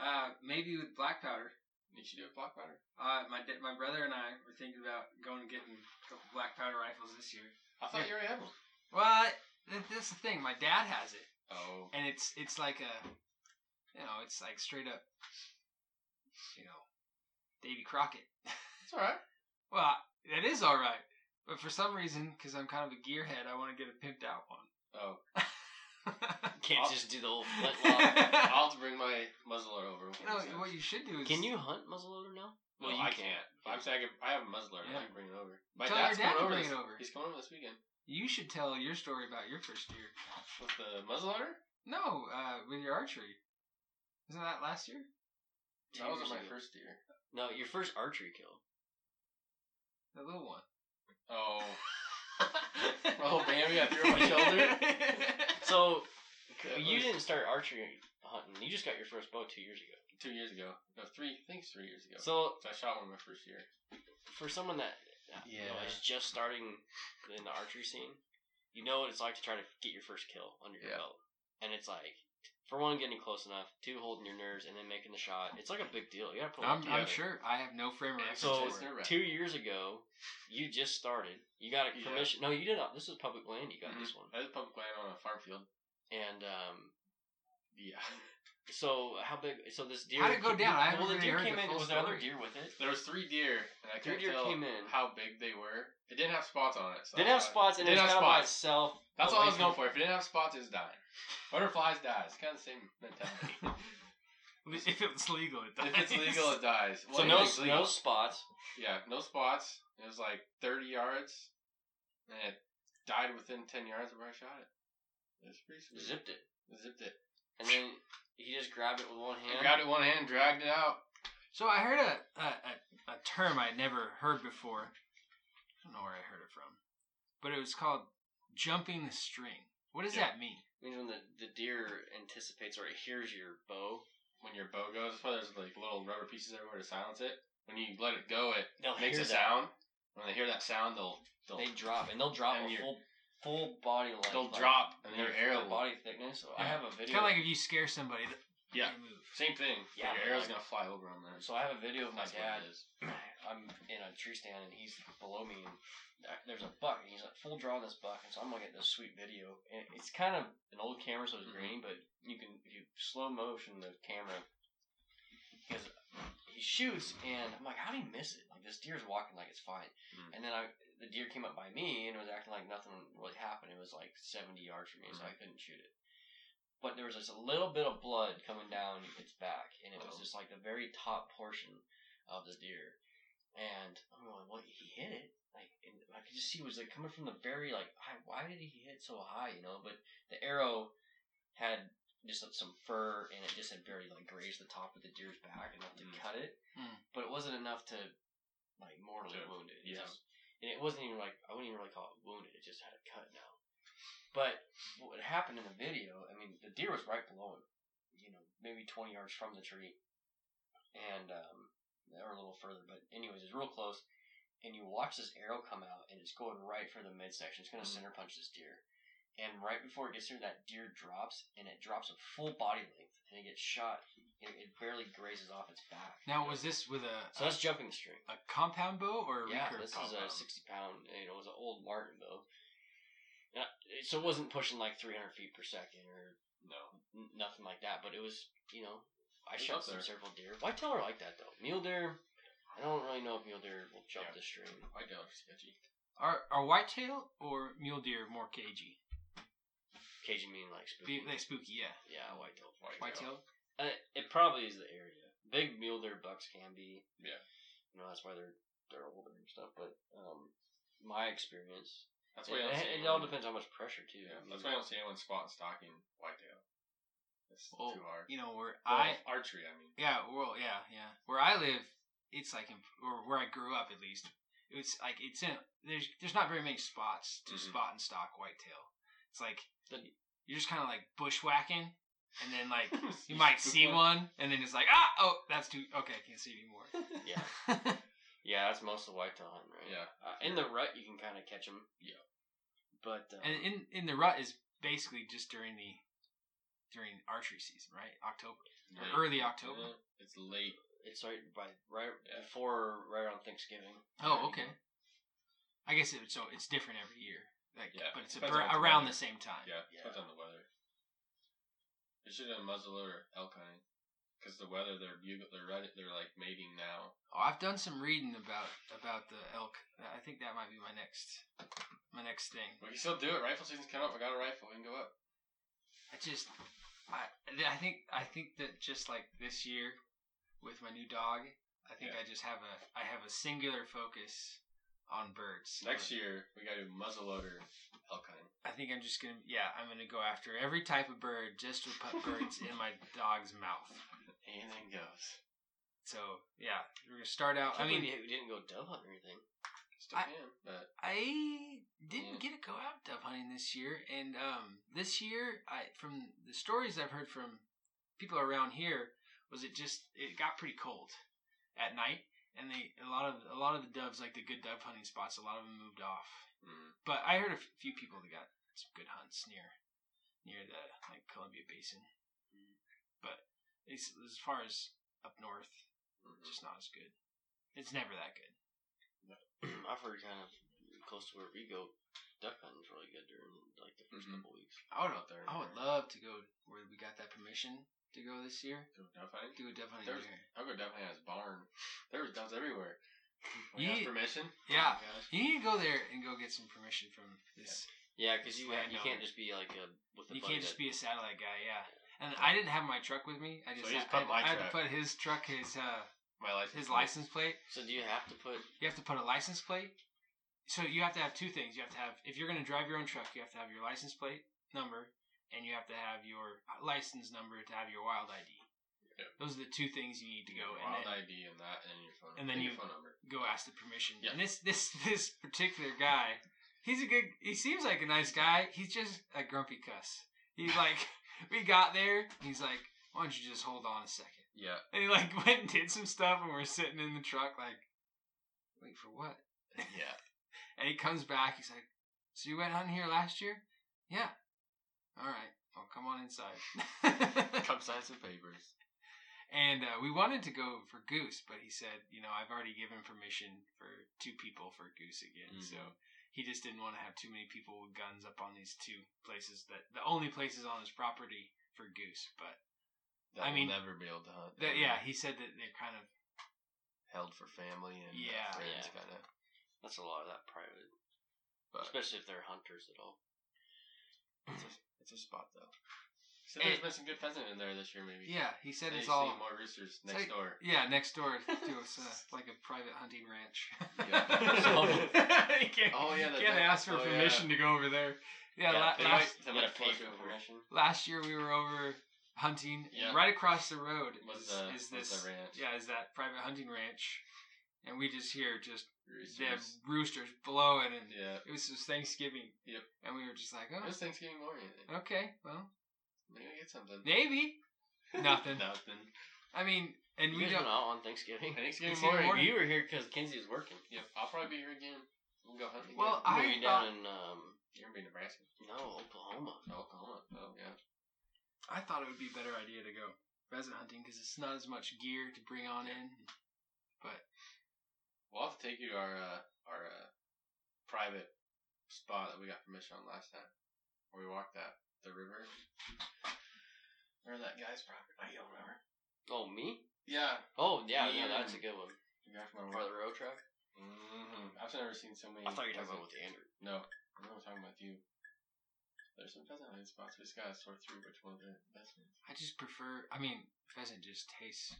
[SPEAKER 2] Uh, maybe with black powder.
[SPEAKER 1] You should do a block powder.
[SPEAKER 2] Uh, my da- my brother and I were thinking about going and getting a couple black powder rifles this year.
[SPEAKER 1] I thought you already had one.
[SPEAKER 2] Well, th- that's the thing. My dad has it.
[SPEAKER 1] Oh.
[SPEAKER 2] and it's it's like a you know it's like straight up you know davy crockett
[SPEAKER 1] It's alright.
[SPEAKER 2] well that is all right but for some reason because i'm kind of a gearhead i want to get a pimped out
[SPEAKER 1] Oh.
[SPEAKER 2] one
[SPEAKER 3] Can't
[SPEAKER 1] I'll-
[SPEAKER 3] just do the old flintlock.
[SPEAKER 1] I'll have to bring my muzzleloader over.
[SPEAKER 2] you know what you should do is
[SPEAKER 3] Can you hunt muzzleloader now?
[SPEAKER 1] Well,
[SPEAKER 3] Well, you
[SPEAKER 1] I can't. I'm saying I, can, I have a muzzleloader.
[SPEAKER 2] Yeah.
[SPEAKER 1] I can bring it over. My
[SPEAKER 2] Tell
[SPEAKER 1] dad's
[SPEAKER 2] your dad to
[SPEAKER 1] coming over.
[SPEAKER 2] bring
[SPEAKER 1] this-
[SPEAKER 2] it over.
[SPEAKER 1] He's coming over this weekend
[SPEAKER 2] you should tell your story about your first year
[SPEAKER 1] with the muzzleloader.
[SPEAKER 2] no uh with your archery isn't that last year
[SPEAKER 3] Two
[SPEAKER 1] That was
[SPEAKER 3] years
[SPEAKER 1] my
[SPEAKER 3] ago.
[SPEAKER 1] first year.
[SPEAKER 3] No, your first archery kill.
[SPEAKER 2] that little one
[SPEAKER 1] Oh. oh, Bammy, I threw it on my shoulder.
[SPEAKER 3] So
[SPEAKER 1] That
[SPEAKER 3] you
[SPEAKER 1] was
[SPEAKER 3] didn't start archery hunting. You just got your first bow two years ago.
[SPEAKER 1] two years ago. No, three. I think it's three years ago. So,
[SPEAKER 3] So
[SPEAKER 1] I shot one my first year.
[SPEAKER 3] for someone that yeah. you know,
[SPEAKER 1] Yeah.
[SPEAKER 3] is just starting in the archery scene, you know what it's like to try to get your first kill under your
[SPEAKER 1] Yeah.
[SPEAKER 3] belt, and it's like, for one, getting close enough, two, holding your nerves, and then making the shot. It's like a big deal. You gotta put. a lot
[SPEAKER 2] I'm,
[SPEAKER 3] of
[SPEAKER 2] I'm
[SPEAKER 3] effort.
[SPEAKER 2] sure I have no frame of reference.
[SPEAKER 3] So-
[SPEAKER 2] for it.
[SPEAKER 3] Two years ago, you just started. You got a
[SPEAKER 1] Yeah.
[SPEAKER 3] permission. No, you did not. This was public land. You got
[SPEAKER 1] Mhm.
[SPEAKER 3] this
[SPEAKER 2] Mm-hmm.
[SPEAKER 3] one,
[SPEAKER 1] I was public land on a farm field.
[SPEAKER 3] and um,
[SPEAKER 1] Yeah.
[SPEAKER 3] so how big? So this deer.
[SPEAKER 2] How'd it go down? I haven't
[SPEAKER 3] well, the
[SPEAKER 2] really
[SPEAKER 3] deer
[SPEAKER 2] heard
[SPEAKER 3] came
[SPEAKER 2] the
[SPEAKER 3] in.
[SPEAKER 2] full
[SPEAKER 3] Was there other
[SPEAKER 2] story.
[SPEAKER 3] deer with it?
[SPEAKER 1] There was three deer, and I
[SPEAKER 3] Three
[SPEAKER 1] couldn't
[SPEAKER 3] deer
[SPEAKER 1] tell
[SPEAKER 3] came in.
[SPEAKER 1] how big they were. It didn't have spots on it. So
[SPEAKER 3] Didn't have
[SPEAKER 1] I-
[SPEAKER 3] spots, and it
[SPEAKER 1] Didn't
[SPEAKER 3] was
[SPEAKER 1] have
[SPEAKER 3] kind of by
[SPEAKER 1] spots.
[SPEAKER 3] itself.
[SPEAKER 1] That's all
[SPEAKER 3] away
[SPEAKER 1] I was
[SPEAKER 3] from-
[SPEAKER 1] going for. If it didn't have spots, it's dying. Butterflies die. It's kind of the same mentality.
[SPEAKER 2] If it's legal, it
[SPEAKER 1] if it's
[SPEAKER 2] dies.
[SPEAKER 1] legal, it dies.
[SPEAKER 3] So
[SPEAKER 1] Well,
[SPEAKER 3] no,
[SPEAKER 1] it's legal.
[SPEAKER 3] no spots.
[SPEAKER 1] Yeah, no spots. It was like 30 yards, and it died within 10 yards of where I shot it. It was pretty sweet.
[SPEAKER 3] Zipped it.
[SPEAKER 1] Zipped it.
[SPEAKER 3] And then he just grabbed it with one hand.
[SPEAKER 1] I grabbed it with one hand, dragged it out.
[SPEAKER 2] So I heard a, a, a, a term I'd never heard before. I don't know where I heard it from. But it was called jumping the string. What does
[SPEAKER 3] Yeah.
[SPEAKER 2] that mean?
[SPEAKER 3] means when the, the deer anticipates or it hears your bow,
[SPEAKER 1] When your bow goes, that's why there's like little rubber pieces everywhere to silence it. When you let it go, it
[SPEAKER 3] they'll
[SPEAKER 1] makes
[SPEAKER 3] hear
[SPEAKER 1] a
[SPEAKER 3] that.
[SPEAKER 1] sound. When they hear that sound, they'll they'll,
[SPEAKER 3] They drop and they'll drop
[SPEAKER 1] And
[SPEAKER 3] a
[SPEAKER 1] your-
[SPEAKER 3] full full body length.
[SPEAKER 1] they'll
[SPEAKER 3] like,
[SPEAKER 1] drop, and then
[SPEAKER 3] their,
[SPEAKER 1] your arrow
[SPEAKER 3] their
[SPEAKER 1] will
[SPEAKER 3] body thickness. I
[SPEAKER 1] Yeah.
[SPEAKER 3] have a
[SPEAKER 2] It's
[SPEAKER 3] video.
[SPEAKER 2] kind of like if you scare somebody. th-
[SPEAKER 1] Yeah.
[SPEAKER 2] they move.
[SPEAKER 1] Same thing.
[SPEAKER 3] Yeah,
[SPEAKER 1] Yeah,
[SPEAKER 3] but
[SPEAKER 1] your arrow's
[SPEAKER 3] like-
[SPEAKER 1] gonna fly over on that.
[SPEAKER 3] so I have a video of my
[SPEAKER 1] That's what
[SPEAKER 3] dad.
[SPEAKER 1] it is.
[SPEAKER 3] I'm in a tree stand and he's below me and I- there's a buck and he's like full draw on this buck and so I'm gonna get this sweet video and it's kind of an old camera so it's
[SPEAKER 1] Mhm.
[SPEAKER 3] grainy but you can if you slow motion the camera because he shoots, and I'm like, how did he miss it? Like this deer's walking like it's fine,
[SPEAKER 6] Mm.
[SPEAKER 3] and then I the deer came up by me and it was acting like nothing really happened. It was like 70 yards from me, so I couldn't shoot it. But there was just a little bit of blood coming down its back, and it was just like the very top portion of the deer. And I'm going, well, he hit it. Like, and I could just see it was like coming from the very like, high, why did he hit so high? You know, but the arrow had just like some fur, and it just had barely like grazed the top of the deer's back enough to cut it,
[SPEAKER 2] Mm.
[SPEAKER 3] but it wasn't enough to like mortally
[SPEAKER 1] To-
[SPEAKER 3] wound it. It
[SPEAKER 1] yeah.
[SPEAKER 3] just- and it wasn't even like I wouldn't even really call it wounded. It just had a cut now. But what happened in the video? I mean, the deer was right below him, you know, maybe twenty yards from the tree, and um, or a little further. But anyways, it's real close, and you watch this arrow come out, and it's going right for the midsection. It's gonna center punch this deer, and right before it gets there, that deer drops, and it drops a full body length, and it gets shot. It, it barely grazes off its back.
[SPEAKER 2] Now, was this with a
[SPEAKER 3] so that's jumping string.
[SPEAKER 2] a compound bow or a
[SPEAKER 3] Yeah,
[SPEAKER 2] recurve
[SPEAKER 3] this is a
[SPEAKER 2] compound?
[SPEAKER 3] sixty pound. You know, it was an old Martin though, And I- it- so it wasn't pushing like three hundred feet per second or
[SPEAKER 1] No.
[SPEAKER 3] n- nothing like that. But it was, you know, I
[SPEAKER 1] It's
[SPEAKER 3] shot
[SPEAKER 1] up
[SPEAKER 3] some
[SPEAKER 1] there.
[SPEAKER 3] several deer. Whitetail are like that though. Mule deer, I don't really know if mule deer will jump
[SPEAKER 1] Yeah.
[SPEAKER 3] the stream.
[SPEAKER 1] My dog's sketchy.
[SPEAKER 2] Are are whitetail or mule deer more cagey?
[SPEAKER 3] Cajun mean like
[SPEAKER 2] Be,
[SPEAKER 3] spooky.
[SPEAKER 2] they spooky, yeah.
[SPEAKER 3] yeah, whitetail.
[SPEAKER 2] Whitetail.
[SPEAKER 3] Uh, it probably is the area. Big mule deer bucks can be.
[SPEAKER 1] Yeah.
[SPEAKER 3] You know that's why they're they're older and stuff. But um, my experience,
[SPEAKER 1] That's why
[SPEAKER 3] it,
[SPEAKER 1] I don't see
[SPEAKER 3] it, it
[SPEAKER 1] anyone-
[SPEAKER 3] all depends how much pressure too.
[SPEAKER 1] Yeah,
[SPEAKER 3] I mean,
[SPEAKER 1] that's why I don't see anyone squat and stocking whitetail. It's
[SPEAKER 2] Oh,
[SPEAKER 1] too hard.
[SPEAKER 2] You know where I
[SPEAKER 1] Well, archery, I mean.
[SPEAKER 2] yeah well yeah yeah where I live it's like in, or where I grew up at least it's like it's in there's there's not very many spots to
[SPEAKER 1] Mhm.
[SPEAKER 2] spot and stock whitetail. It's like
[SPEAKER 3] The-
[SPEAKER 2] you're just kind of like bushwhacking and then like you might see one and then it's like ah oh that's too okay I can't see anymore.
[SPEAKER 3] Yeah. yeah, that's most of whitetail hunting, right?
[SPEAKER 1] Yeah.
[SPEAKER 3] Uh, in the rut, you can kind of catch them.
[SPEAKER 1] Yeah.
[SPEAKER 3] But um,
[SPEAKER 2] And in in the rut is basically just during the during archery season, right? October or
[SPEAKER 1] Late.
[SPEAKER 2] early October.
[SPEAKER 1] Yeah, It's late.
[SPEAKER 3] it's right by right
[SPEAKER 1] Yeah.
[SPEAKER 3] before right around Thanksgiving.
[SPEAKER 2] Oh, okay. I guess it, so. It's different every year, like,
[SPEAKER 1] Yeah,
[SPEAKER 2] but it's
[SPEAKER 1] depends
[SPEAKER 2] abr-
[SPEAKER 1] on the
[SPEAKER 2] around
[SPEAKER 1] weather.
[SPEAKER 2] the same time.
[SPEAKER 1] Yeah,
[SPEAKER 3] Yeah.
[SPEAKER 1] depends on the weather. They should have done muzzleloader or elk hunting. Because the weather, they're bugle, they're ready, they're like mating now.
[SPEAKER 2] Oh, I've done some reading about about the elk. I think that might be my next my next thing.
[SPEAKER 1] We can still do it. Rifle season's coming up. I got a rifle. We can go up.
[SPEAKER 2] I just, I, I think I think that just like this year with my new dog, I think
[SPEAKER 1] Yeah.
[SPEAKER 2] I just have a I have a singular focus on birds.
[SPEAKER 1] Next year, we got to do muzzleloader elk hunting.
[SPEAKER 2] I think I'm just gonna yeah I'm gonna go after every type of bird just to put birds in my dog's mouth.
[SPEAKER 1] Anything goes.
[SPEAKER 2] So yeah, we're gonna start out. I
[SPEAKER 3] I,
[SPEAKER 2] mean,
[SPEAKER 3] mean, we didn't go dove hunting or anything.
[SPEAKER 1] Still
[SPEAKER 2] I-
[SPEAKER 1] can, but
[SPEAKER 2] I
[SPEAKER 1] Yeah.
[SPEAKER 2] didn't get to go out dove hunting this year, and um, this year, I from the stories I've heard from people around here, was it just it got pretty cold at night, and they a lot of a lot of the doves like the good dove hunting spots, a lot of them moved off.
[SPEAKER 1] mm,
[SPEAKER 2] But I heard a f- few people that got some good hunts near near the like Columbia Basin, but it's, as far as up north,
[SPEAKER 1] mm.
[SPEAKER 2] just not as good. It's never that good. Mm-hmm.
[SPEAKER 3] I've heard kind of close to where we go, duck hunting's really good during like the 1st
[SPEAKER 1] Mhm.
[SPEAKER 2] Mm-hmm.
[SPEAKER 3] couple weeks.
[SPEAKER 2] I would,
[SPEAKER 1] Out there.
[SPEAKER 2] I would love to go where we got that permission to go this year.
[SPEAKER 1] Go dove hunting.
[SPEAKER 2] Do a dove hunting
[SPEAKER 1] There's-
[SPEAKER 2] here.
[SPEAKER 1] I'll go dove hunting at his barn. There was doves everywhere. We got
[SPEAKER 2] Ye-
[SPEAKER 1] permission.
[SPEAKER 2] Yeah,
[SPEAKER 3] Oh my gosh.
[SPEAKER 2] you need to go there and go get some permission from this.
[SPEAKER 3] Yeah, because you ha- you
[SPEAKER 2] Landowner.
[SPEAKER 3] can't just be like a with a
[SPEAKER 2] You
[SPEAKER 3] buddy
[SPEAKER 2] can't just
[SPEAKER 3] that-
[SPEAKER 2] be a satellite guy, yeah. And I didn't have my truck with me. I just,
[SPEAKER 1] So he's
[SPEAKER 2] I-
[SPEAKER 1] put
[SPEAKER 2] I,
[SPEAKER 1] my
[SPEAKER 2] I had to
[SPEAKER 1] truck.
[SPEAKER 2] put his truck, his uh,
[SPEAKER 1] My license.
[SPEAKER 2] his
[SPEAKER 1] plate.
[SPEAKER 2] license plate.
[SPEAKER 3] So do you have to put?
[SPEAKER 2] You have to put a license plate. So you have to have two things. You have to have if you're going to drive your own truck, you have to have your license plate number, and you have to have your license number to have your wild ID.
[SPEAKER 1] Yeah.
[SPEAKER 2] Those are the two things you need to go. and
[SPEAKER 1] Wild
[SPEAKER 2] then-
[SPEAKER 1] ID and that, and your phone.
[SPEAKER 2] and then
[SPEAKER 1] your
[SPEAKER 2] you-
[SPEAKER 1] phone number.
[SPEAKER 2] go ask the permission.
[SPEAKER 1] Yeah.
[SPEAKER 2] And this this this particular guy, he's a good. He seems like a nice guy. He's just a grumpy cuss. He's like, we got there. and He's like, why don't you just hold on a second?
[SPEAKER 1] Yeah.
[SPEAKER 2] And he like went and did some stuff, and we're sitting in the truck like, wait for what?
[SPEAKER 1] Yeah.
[SPEAKER 2] And he comes back. He's like, so you went hunting here last year? Yeah. All right. Well, come on inside.
[SPEAKER 1] Cup size of papers.
[SPEAKER 2] And uh, we wanted to go for goose, but he said, you know, I've already given permission for two people for goose again.
[SPEAKER 1] Mhm.
[SPEAKER 2] So he just didn't want to have too many people with guns up on these two places that the only places on his property for goose. But
[SPEAKER 1] That
[SPEAKER 2] I mean-
[SPEAKER 1] will never be able to hunt.
[SPEAKER 2] that, yeah, he said that they're kind of
[SPEAKER 6] held for family and uh,
[SPEAKER 2] Yeah.
[SPEAKER 6] friends,
[SPEAKER 5] Yeah.
[SPEAKER 6] kind of.
[SPEAKER 5] That's a lot of that private,
[SPEAKER 6] But-
[SPEAKER 5] especially if they're hunters at all.
[SPEAKER 6] It's a, it's a spot though.
[SPEAKER 1] So there's been some good pheasant in there this year, maybe.
[SPEAKER 2] Yeah, he said
[SPEAKER 1] They see
[SPEAKER 2] it's all.
[SPEAKER 1] more roosters
[SPEAKER 2] it's
[SPEAKER 1] next
[SPEAKER 2] like-
[SPEAKER 1] door.
[SPEAKER 2] Yeah, next door to us, uh, like a private hunting ranch.
[SPEAKER 1] Yeah.
[SPEAKER 2] you can't,
[SPEAKER 1] Oh, yeah, that-
[SPEAKER 2] can't
[SPEAKER 1] that-
[SPEAKER 2] ask for
[SPEAKER 1] oh, yeah.
[SPEAKER 2] permission to go over there. Yeah, la-
[SPEAKER 1] They
[SPEAKER 2] last,
[SPEAKER 1] might, they might
[SPEAKER 5] pay
[SPEAKER 1] flush
[SPEAKER 5] for
[SPEAKER 1] over.
[SPEAKER 5] permission.
[SPEAKER 2] last year we were over hunting,
[SPEAKER 1] Yeah.
[SPEAKER 2] and right across the road
[SPEAKER 1] Was
[SPEAKER 2] is,
[SPEAKER 1] the-
[SPEAKER 2] is
[SPEAKER 1] was
[SPEAKER 2] this
[SPEAKER 1] the ranch.
[SPEAKER 2] yeah is that private hunting ranch, and we just hear just
[SPEAKER 1] Roosters.
[SPEAKER 2] the roosters blowing, and
[SPEAKER 1] Yeah.
[SPEAKER 2] it was just Thanksgiving.
[SPEAKER 1] Yep.
[SPEAKER 2] And we were just like,
[SPEAKER 1] It was
[SPEAKER 2] oh,
[SPEAKER 1] Thanksgiving morning. I think.
[SPEAKER 2] okay, well,
[SPEAKER 1] Maybe I get something.
[SPEAKER 2] maybe nothing.
[SPEAKER 1] Nothing.
[SPEAKER 2] I mean, and
[SPEAKER 5] You
[SPEAKER 2] we
[SPEAKER 5] guys went
[SPEAKER 2] don't.
[SPEAKER 5] out on Thanksgiving.
[SPEAKER 1] Thanksgiving
[SPEAKER 2] Thanksgiving
[SPEAKER 1] morning.
[SPEAKER 2] morning.
[SPEAKER 5] You were here because Kinsey was working.
[SPEAKER 1] Yep. I'll probably be here again. We'll go hunting.
[SPEAKER 2] Well,
[SPEAKER 1] again.
[SPEAKER 2] I
[SPEAKER 5] you were
[SPEAKER 2] thought-
[SPEAKER 5] down in um,
[SPEAKER 1] you're gonna be in Nebraska,
[SPEAKER 5] no Oklahoma.
[SPEAKER 1] Oklahoma. Oh yeah.
[SPEAKER 2] I thought it would be a better idea to go pheasant hunting because it's not as much gear to bring on in. But
[SPEAKER 1] We'll have to take you to our uh, our uh, private spot that we got permission on last time. Where we walked that the river. Remember that guy's property? I don't remember.
[SPEAKER 5] Oh me?
[SPEAKER 1] Yeah.
[SPEAKER 5] Oh yeah,
[SPEAKER 1] Me
[SPEAKER 5] yeah,
[SPEAKER 1] and-
[SPEAKER 5] that's a good one.
[SPEAKER 1] The guy from
[SPEAKER 5] For the road truck.
[SPEAKER 1] hmm I've never seen so many.
[SPEAKER 5] I thought you were talking about
[SPEAKER 1] pheasant-
[SPEAKER 5] with Andrew.
[SPEAKER 1] No, I'm not talking about you. There's some pheasant hunting spots. We just gotta sort through which one's the best ones.
[SPEAKER 2] I just prefer. I mean, pheasant just tastes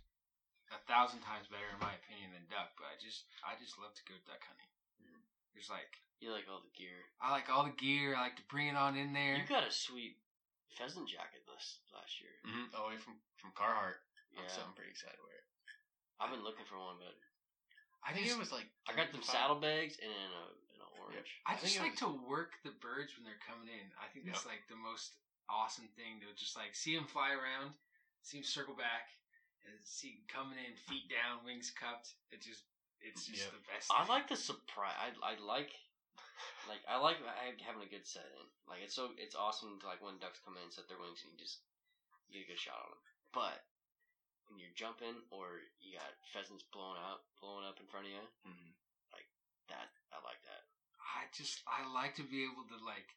[SPEAKER 2] a thousand times better in my opinion than duck. But I just, I just love to go duck hunting. There's like,
[SPEAKER 5] You like all the gear.
[SPEAKER 2] I like all the gear. I like to bring it on in there.
[SPEAKER 5] You got a sweet pheasant jacket this last year.
[SPEAKER 1] Mm-hmm. All the way from from Carhartt.
[SPEAKER 5] Yeah,
[SPEAKER 1] So I'm pretty excited to wear it.
[SPEAKER 5] I've been looking for one, but
[SPEAKER 2] I
[SPEAKER 1] I think it
[SPEAKER 2] just,
[SPEAKER 1] was like
[SPEAKER 5] I got them
[SPEAKER 1] 35.
[SPEAKER 5] saddlebags and an, uh, an orange.
[SPEAKER 2] I
[SPEAKER 1] I think it
[SPEAKER 2] just like
[SPEAKER 1] was-
[SPEAKER 2] to work the birds when they're coming in. I think that's like the most awesome thing to just like see them fly around, see them circle back, and see 'em coming in, feet down, wings cupped. It just, it's just
[SPEAKER 1] Yeah.
[SPEAKER 2] the best.
[SPEAKER 5] I
[SPEAKER 2] thing.
[SPEAKER 5] like the surprise. I I like like I like ha- having a good set in. Like it's so it's awesome to like when ducks come in and set their wings and you just you get a good shot on them. But when you're jumping or you got pheasants blowing out, blowing up in front of you,
[SPEAKER 1] Mhm.
[SPEAKER 5] like that. I like that.
[SPEAKER 2] I just, I like to be able to like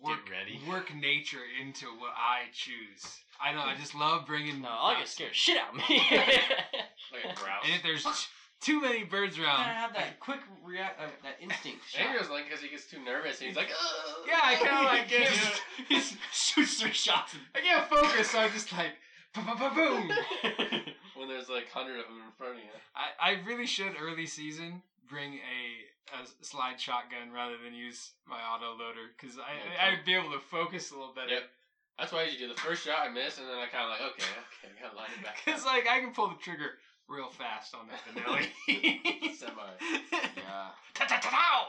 [SPEAKER 2] work,
[SPEAKER 1] Get ready.
[SPEAKER 2] work nature into what I choose. I know. I just love bringing.
[SPEAKER 5] No, I get
[SPEAKER 2] ducks.
[SPEAKER 5] scared the shit out of me.
[SPEAKER 1] Like a grouse.
[SPEAKER 2] And if there's t- too many birds
[SPEAKER 5] I
[SPEAKER 3] Um,
[SPEAKER 2] around,
[SPEAKER 5] have that quick react, uh, that instinct. shot.
[SPEAKER 1] Andrew's like, because he gets too nervous, and he's like, "Ugh."
[SPEAKER 2] yeah, I kind of like
[SPEAKER 1] He can't
[SPEAKER 2] just-
[SPEAKER 5] Oh, He just shoots three shots.
[SPEAKER 2] I can't focus, so I'm just like, ba ba ba boom.
[SPEAKER 1] do it When there's like hundred of them in front of you.
[SPEAKER 2] I, I really should early season bring a, a slide shotgun rather than use my auto loader because I
[SPEAKER 1] Yeah,
[SPEAKER 2] I'd be able to focus a little better.
[SPEAKER 1] Yep. That's why you do the first shot I miss, and then I kind of like, okay, okay, I gotta line it back.
[SPEAKER 2] Because like I can pull the trigger real fast on that Benelli.
[SPEAKER 1] Semi.
[SPEAKER 3] Yeah,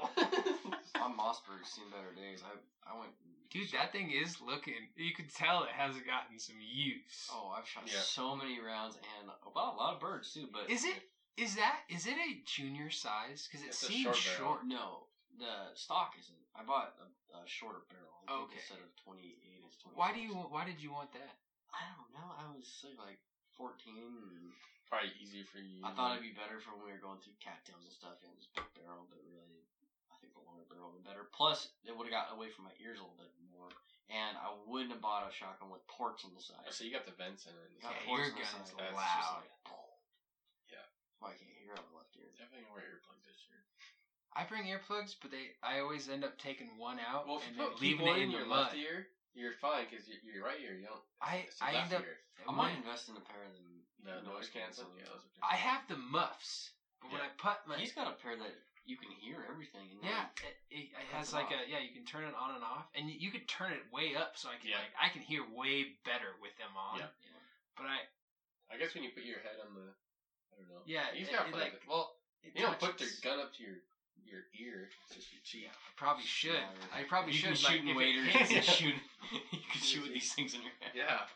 [SPEAKER 3] on Mossberg, seen better days. I I went.
[SPEAKER 2] Dude, that thing is looking. You could tell it hasn't gotten some use.
[SPEAKER 3] Oh, I've shot
[SPEAKER 1] Yeah.
[SPEAKER 3] so many rounds and well, a lot of birds too. But
[SPEAKER 2] Is it? Is that? Is it a junior size? Because it
[SPEAKER 1] It's a
[SPEAKER 2] seems
[SPEAKER 1] short barrel.
[SPEAKER 2] short.
[SPEAKER 3] No, the stock isn't. I bought a, a shorter barrel. I think
[SPEAKER 2] Okay.
[SPEAKER 3] Instead of twenty eight, it's twenty.
[SPEAKER 2] Why do you? Why did you want that?
[SPEAKER 3] I don't know. I was say, like fourteen. And
[SPEAKER 1] Probably easier for you.
[SPEAKER 2] Mm-hmm.
[SPEAKER 3] I thought it'd be better for when we were going through cattails and stuff. Yeah, this big barrel, but really, I think the longer barrel would be better. Plus, it would have gotten away from my ears a little bit more, and I wouldn't have bought a shotgun with ports on the side.
[SPEAKER 1] Oh, so you got the vents in it.
[SPEAKER 3] Got
[SPEAKER 2] Yeah,
[SPEAKER 3] ports
[SPEAKER 2] your gun's
[SPEAKER 3] on the side.
[SPEAKER 1] loud.
[SPEAKER 3] It's just like,
[SPEAKER 1] Yeah.
[SPEAKER 3] Well, I can't hear on the left ear.
[SPEAKER 1] Definitely gonna wear earplugs this year.
[SPEAKER 2] I bring earplugs, but they I always end up taking one out
[SPEAKER 1] Well, if
[SPEAKER 2] and
[SPEAKER 1] you
[SPEAKER 2] then
[SPEAKER 1] put
[SPEAKER 2] leaving it in
[SPEAKER 1] your
[SPEAKER 2] your
[SPEAKER 1] left
[SPEAKER 2] mud.
[SPEAKER 1] ear, you're fine because your, your right ear, you don't.
[SPEAKER 2] I
[SPEAKER 1] It's your
[SPEAKER 2] I
[SPEAKER 1] left
[SPEAKER 2] end up.
[SPEAKER 1] ear.
[SPEAKER 3] I might invest in a pair of them.
[SPEAKER 1] No, noise canceling. Yeah, those are
[SPEAKER 2] I have the muffs, but when
[SPEAKER 1] Yeah.
[SPEAKER 2] I put my
[SPEAKER 3] He's got a pair that you can hear everything. And
[SPEAKER 2] yeah, it, it, it has
[SPEAKER 3] them
[SPEAKER 2] like
[SPEAKER 3] off.
[SPEAKER 2] a yeah. You can turn it on and off, and you, you could turn it way up so I can
[SPEAKER 1] Yeah.
[SPEAKER 2] like I can hear way better with them on.
[SPEAKER 1] Yeah.
[SPEAKER 3] Yeah.
[SPEAKER 2] But I
[SPEAKER 1] I guess when you put your head on the, I don't know.
[SPEAKER 2] Yeah,
[SPEAKER 1] you've
[SPEAKER 2] it-
[SPEAKER 1] got
[SPEAKER 2] it,
[SPEAKER 1] to
[SPEAKER 2] like,
[SPEAKER 1] like. Well,
[SPEAKER 2] it
[SPEAKER 1] you don't put your
[SPEAKER 2] touches-
[SPEAKER 1] gun up to your your ear. It's just your
[SPEAKER 2] Yeah,
[SPEAKER 1] cheek.
[SPEAKER 2] I probably should.
[SPEAKER 3] Yeah,
[SPEAKER 2] I probably
[SPEAKER 5] you
[SPEAKER 2] should.
[SPEAKER 5] can
[SPEAKER 2] like,
[SPEAKER 5] shoot
[SPEAKER 2] if
[SPEAKER 5] in
[SPEAKER 2] it
[SPEAKER 5] waders
[SPEAKER 2] hits
[SPEAKER 5] and
[SPEAKER 2] it.
[SPEAKER 5] shoot. You can shoot with these things in your hand.
[SPEAKER 1] Yeah.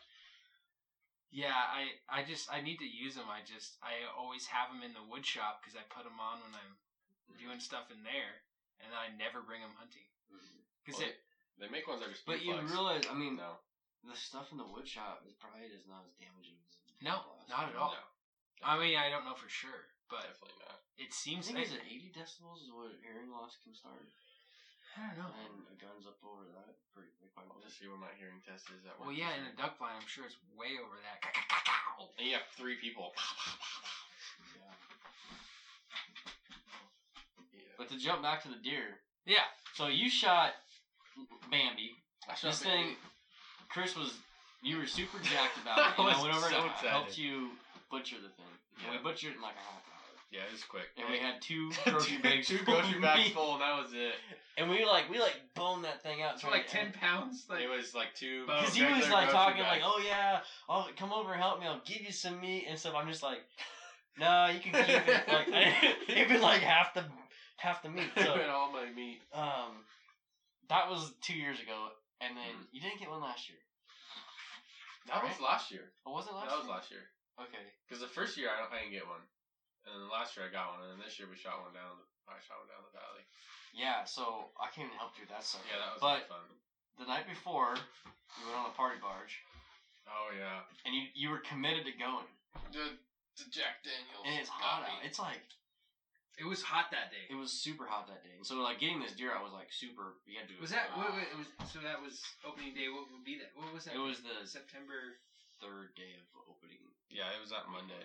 [SPEAKER 2] Yeah, I I just I need to use them. I just I always have them in the wood shop because I put them on when I'm doing stuff in there, and then I never bring them hunting. Because
[SPEAKER 1] Well, They make ones that are just.
[SPEAKER 3] But you
[SPEAKER 1] earplugs.
[SPEAKER 3] realize, I mean,
[SPEAKER 1] No.
[SPEAKER 3] the stuff in the wood shop is probably is not as damaging. as
[SPEAKER 2] No,
[SPEAKER 3] blast.
[SPEAKER 2] not at
[SPEAKER 1] No.
[SPEAKER 2] all. I mean I don't know for sure, but
[SPEAKER 1] Definitely not.
[SPEAKER 2] it
[SPEAKER 3] I
[SPEAKER 2] seems
[SPEAKER 3] think
[SPEAKER 2] I,
[SPEAKER 3] it's at 80 decibels is what hearing loss can start,
[SPEAKER 2] I don't know.
[SPEAKER 3] and a gun's up over that pretty quick. I
[SPEAKER 1] I'll
[SPEAKER 3] would
[SPEAKER 1] just see where my hearing test is at.
[SPEAKER 2] Well,
[SPEAKER 1] work
[SPEAKER 2] yeah,
[SPEAKER 1] this
[SPEAKER 2] in
[SPEAKER 1] year.
[SPEAKER 2] a duck blind, I'm sure it's way over that.
[SPEAKER 1] And you have three people.
[SPEAKER 3] yeah. But to jump back to the deer,
[SPEAKER 2] Yeah.
[SPEAKER 3] so you shot Bambi.
[SPEAKER 1] I shot
[SPEAKER 3] This
[SPEAKER 1] the
[SPEAKER 3] thing,
[SPEAKER 1] goose.
[SPEAKER 3] Chris was, you were super jacked about it.
[SPEAKER 1] I
[SPEAKER 3] And I
[SPEAKER 1] was
[SPEAKER 3] went over
[SPEAKER 1] so
[SPEAKER 3] and
[SPEAKER 1] excited.
[SPEAKER 3] helped you butcher the thing. And
[SPEAKER 1] Yeah.
[SPEAKER 3] we butchered it in like a half hour.
[SPEAKER 1] Yeah, it was quick.
[SPEAKER 3] And we had two grocery
[SPEAKER 1] two,
[SPEAKER 3] bags.
[SPEAKER 1] two
[SPEAKER 3] full of
[SPEAKER 1] grocery bags
[SPEAKER 3] meat.
[SPEAKER 1] full, and that was it.
[SPEAKER 3] And we like we like boned that thing out.
[SPEAKER 2] It's
[SPEAKER 3] trying
[SPEAKER 2] like
[SPEAKER 3] to-
[SPEAKER 2] ten pounds. Like
[SPEAKER 1] It was like two.
[SPEAKER 2] But-
[SPEAKER 3] Because he
[SPEAKER 1] regular
[SPEAKER 3] was like
[SPEAKER 1] grocery
[SPEAKER 3] talking
[SPEAKER 1] bags.
[SPEAKER 3] like, "Oh yeah, I'll come over and help me. I'll give you some meat and stuff." I'm just like, "No, you can keep it." Like, it'd be like half the half the meat. So,
[SPEAKER 1] Even all my meat.
[SPEAKER 3] um, that was two years ago, and then
[SPEAKER 1] Mm-hmm.
[SPEAKER 3] you didn't get one last year.
[SPEAKER 1] That was last year.
[SPEAKER 3] Oh, was it last?
[SPEAKER 1] that was
[SPEAKER 3] year?
[SPEAKER 1] last year.
[SPEAKER 3] Okay.
[SPEAKER 1] Because the first year I don't, I didn't get one, and then last year I got one, and then this year we shot one down. I shot one down the valley.
[SPEAKER 3] Yeah. So I came and helped you with that stuff.
[SPEAKER 1] Yeah, that was
[SPEAKER 3] But-
[SPEAKER 1] fun.
[SPEAKER 3] The night before, you went on a party barge,
[SPEAKER 1] Oh yeah.
[SPEAKER 3] and you you were committed to going,
[SPEAKER 1] The, the Jack Daniels.
[SPEAKER 3] and it's hot out. It's like
[SPEAKER 2] it was hot that day.
[SPEAKER 3] it was super hot that day. So like getting this deer out was like super. You had to. do it
[SPEAKER 2] Was
[SPEAKER 3] for
[SPEAKER 2] that
[SPEAKER 3] a
[SPEAKER 2] wait,
[SPEAKER 3] while.
[SPEAKER 2] wait, it was, so? That was opening day. What would be that? What was that?
[SPEAKER 3] It was the
[SPEAKER 2] September.
[SPEAKER 3] third day of opening
[SPEAKER 1] Yeah, it was that Monday.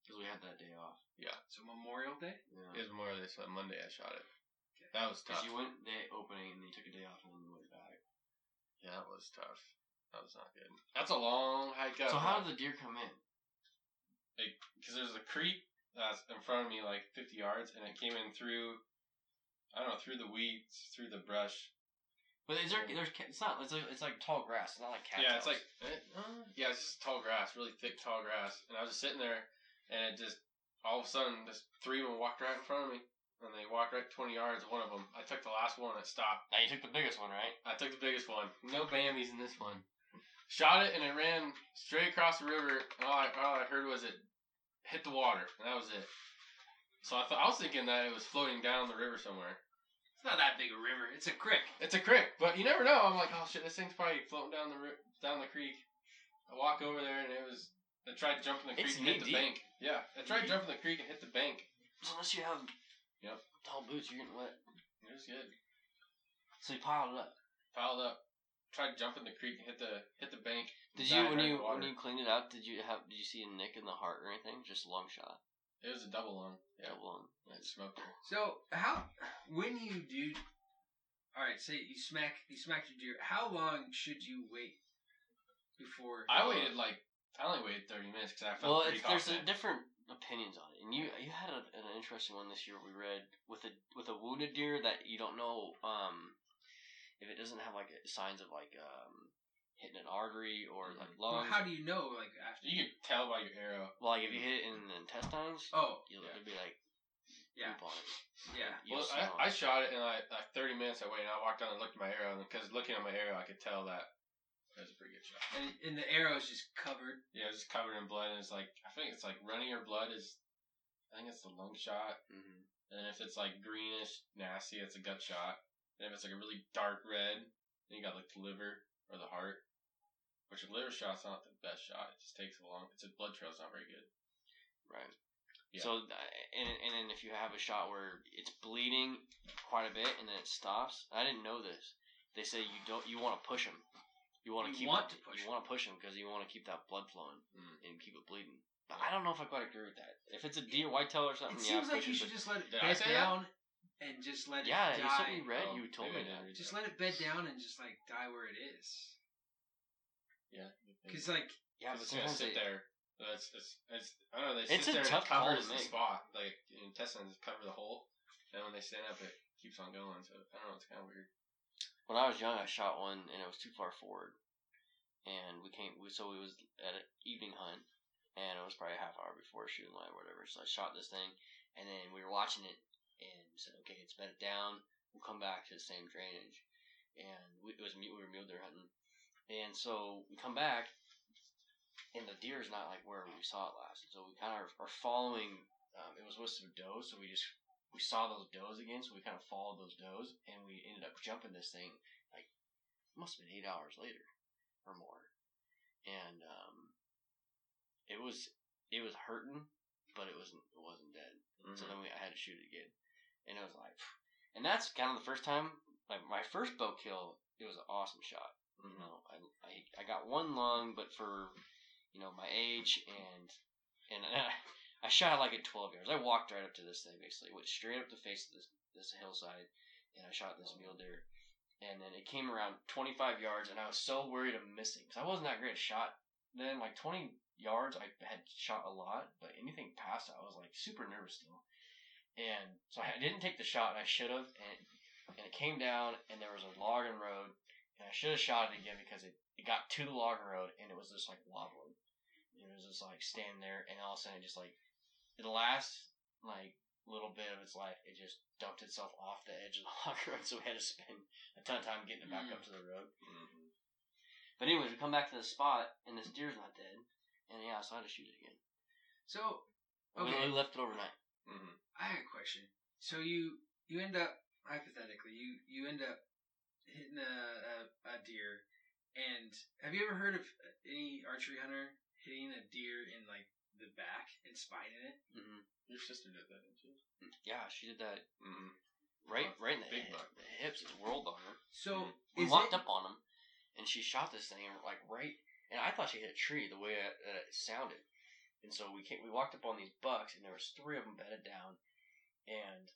[SPEAKER 3] because we had that day off.
[SPEAKER 2] So Memorial Day.
[SPEAKER 1] It was more or less on Monday I shot it. That was
[SPEAKER 3] Because
[SPEAKER 1] tough.
[SPEAKER 3] you went day opening and then you took a day off and then you went back.
[SPEAKER 1] yeah, that was tough. That was not good. That's a long hike up.
[SPEAKER 3] so how did the deer come in?
[SPEAKER 1] Because there's a creek that's in front of me, like 50 yards, and it came in through. I don't know, through the weeds, through the brush.
[SPEAKER 3] But is there? There's. ca- It's not. It's like, it's like tall grass. It's not like
[SPEAKER 1] yeah,
[SPEAKER 3] cactus.
[SPEAKER 1] it's like eh, uh, yeah, it's just tall grass, really thick tall grass. And I was just sitting there, and it just all of a sudden, just three of them walked right in front of me, and they walked right 20 yards. One of them, I took the last one, and it stopped.
[SPEAKER 3] Now you took the biggest one, right?
[SPEAKER 1] I took the biggest one. No bambies in this one. Shot it and it ran straight across the river, and all I, all I heard was it hit the water, and that was it. So I thought I was thinking that it was floating down the river somewhere.
[SPEAKER 2] It's not that big a river. It's a creek.
[SPEAKER 1] It's a creek, but you never know. I'm like, oh shit, this thing's probably floating down the ri- down the creek. I walk over there and it was. I tried jumping the creek
[SPEAKER 3] It's
[SPEAKER 1] and hit the
[SPEAKER 3] knee-deep.
[SPEAKER 1] bank. Yeah, I tried jumping the creek and hit the bank.
[SPEAKER 3] So unless you have.
[SPEAKER 1] Yep.
[SPEAKER 3] Tall boots, you're getting wet.
[SPEAKER 1] It was good.
[SPEAKER 3] So you piled it up.
[SPEAKER 1] Piled up. Tried jumping the creek and hit the hit the bank.
[SPEAKER 3] Did
[SPEAKER 1] Died
[SPEAKER 3] you when
[SPEAKER 1] right in
[SPEAKER 3] you
[SPEAKER 1] the water.
[SPEAKER 3] when you cleaned it up? Did you have? Did you see a nick in the heart or anything? Just lung shot.
[SPEAKER 1] It was a double lung. Yeah,
[SPEAKER 3] Double lung.
[SPEAKER 1] I smoked her.
[SPEAKER 2] So how when you do all right, say you smack you smacked your deer. How long should you wait before?
[SPEAKER 1] I waited like I only waited thirty minutes because I felt
[SPEAKER 3] Well,
[SPEAKER 1] pretty
[SPEAKER 3] it's, there's a
[SPEAKER 1] confident.
[SPEAKER 3] different opinions on it, and you you had a, an interesting one this year. We read with a with a wounded deer that you don't know um, if it doesn't have like signs of like um, hitting an artery or
[SPEAKER 1] Mm-hmm.
[SPEAKER 3] like
[SPEAKER 2] Well,
[SPEAKER 3] lungs.
[SPEAKER 2] how do you know? Like after?
[SPEAKER 1] you could tell by your arrow.
[SPEAKER 3] well, like if you hit it in the intestines,
[SPEAKER 2] Oh
[SPEAKER 3] you'll
[SPEAKER 1] yeah.
[SPEAKER 3] it'll be like
[SPEAKER 2] Yeah.
[SPEAKER 3] poop on it.
[SPEAKER 2] yeah.
[SPEAKER 3] You'll
[SPEAKER 1] well,
[SPEAKER 3] smell
[SPEAKER 1] I, I
[SPEAKER 3] it.
[SPEAKER 1] shot it and I like thirty minutes. I waited. and I walked down and looked at my arrow, and because looking at my arrow, I could tell that it was a pretty good shot.
[SPEAKER 2] And, and the arrow is just covered.
[SPEAKER 1] Yeah, it was covered in blood, and it's like I think it's like running your blood is, I think it's the lung shot,
[SPEAKER 3] Mhm.
[SPEAKER 1] and if it's like greenish nasty, it's a gut shot. And if it's like a really dark red, then you got like the liver or the heart. Which a liver shot's not the best shot. It just takes a long. It's a blood trail's not very good.
[SPEAKER 3] Right.
[SPEAKER 1] Yeah.
[SPEAKER 3] So, th- and and then if you have a shot where it's bleeding quite a bit and then it stops, I didn't know this. They say you don't you want to push them. You want
[SPEAKER 2] You
[SPEAKER 3] to keep
[SPEAKER 2] want to push
[SPEAKER 3] you
[SPEAKER 2] 'em.
[SPEAKER 3] want to push them because you want to keep that blood flowing
[SPEAKER 1] Mm.
[SPEAKER 3] and keep it bleeding. But I don't know if I quite agree with that. If it's a deer whitetail or something,
[SPEAKER 2] It
[SPEAKER 3] yeah,
[SPEAKER 2] seems like
[SPEAKER 3] push
[SPEAKER 2] you
[SPEAKER 3] it,
[SPEAKER 2] should
[SPEAKER 3] but-
[SPEAKER 2] just let it
[SPEAKER 1] Did I
[SPEAKER 2] bed
[SPEAKER 1] say that?
[SPEAKER 2] down and just let it
[SPEAKER 3] yeah, you
[SPEAKER 2] die.
[SPEAKER 3] sent me red.
[SPEAKER 1] Oh,
[SPEAKER 3] you told
[SPEAKER 1] maybe
[SPEAKER 3] me
[SPEAKER 1] I didn't
[SPEAKER 3] that.
[SPEAKER 1] read
[SPEAKER 2] just let it bed down and just like die where it is.
[SPEAKER 1] Yeah. maybe.
[SPEAKER 2] Cause like
[SPEAKER 3] Yeah, but
[SPEAKER 1] it's gonna
[SPEAKER 3] sometimes
[SPEAKER 1] sit
[SPEAKER 3] they,
[SPEAKER 1] there. That's it's, it's I don't know. They
[SPEAKER 3] It's
[SPEAKER 1] sit
[SPEAKER 3] a
[SPEAKER 1] there and
[SPEAKER 3] tough
[SPEAKER 1] it covers
[SPEAKER 3] call to
[SPEAKER 1] the
[SPEAKER 3] make.
[SPEAKER 1] spot. Like the intestines cover the hole, and when they stand up, it keeps on going. So I don't know. It's kind of weird.
[SPEAKER 3] when I was young, I shot one and it was too far forward, and we came. We, so we was at an evening hunt, and it was probably a half hour before shooting light or whatever. So I shot this thing, and then we were watching it, and we said, "Okay, it's bedded down. We'll come back to the same drainage." And we, it was mule. We were mule deer hunting, and so we come back, and the deer is not like where we saw it last. So we kind of are, are following. Um, it was with some does, so we just we saw those does again, so we kind of followed those does, and we ended up jumping this thing like must have been eight hours later or more, and um, it was it was hurting, but it wasn't it wasn't dead. So then we I had to shoot it again, and it was like, and that's kind of the first time like my first bow kill. It was an awesome shot. You know, I, I I got one lung, but for you know my age and and I, shot it like at twelve yards. I walked right up to this thing basically, went straight up the face of this this hillside, and I shot this mule deer, and then it came around 25 yards, and I was so worried of missing because I wasn't that great a shot. Then like 20 yards, I had shot a lot, but anything past, that, I was like super nervous still, and so I didn't take the shot, and I should have, and and it came down, and there was a logging road, and I should have shot it again because it, it got to the logging road, and it was just like wobbling. It was just like standing there, and all of a sudden, it just like the last like little bit of its life, it just dumped itself off the edge of the locker road, so we had to spend a ton of time getting it back up to the road. But anyways, we come back to the spot, and this deer's not dead, and yeah, so I had to shoot it again.
[SPEAKER 2] So
[SPEAKER 3] We-
[SPEAKER 2] Okay.
[SPEAKER 3] We, left it overnight.
[SPEAKER 2] I had a question. So you you end up hypothetically you you end up hitting a, a, a deer, and have you ever heard of any archery hunter hitting a deer in like the back and spining it?
[SPEAKER 1] Your sister did that, didn't she?
[SPEAKER 3] Mm-hmm. Yeah, she did that
[SPEAKER 1] Mm-hmm.
[SPEAKER 3] right, right in the,
[SPEAKER 1] Big
[SPEAKER 3] hi-
[SPEAKER 1] buck.
[SPEAKER 3] the hips. It's whirled on her.
[SPEAKER 2] So
[SPEAKER 3] We
[SPEAKER 2] is
[SPEAKER 3] Mm-hmm. walked
[SPEAKER 2] it-
[SPEAKER 3] up on him, and she shot this thing, and like right, and I thought she hit a tree the way that that it sounded, and so we came, we walked up on these bucks, and there was three of them bedded down, and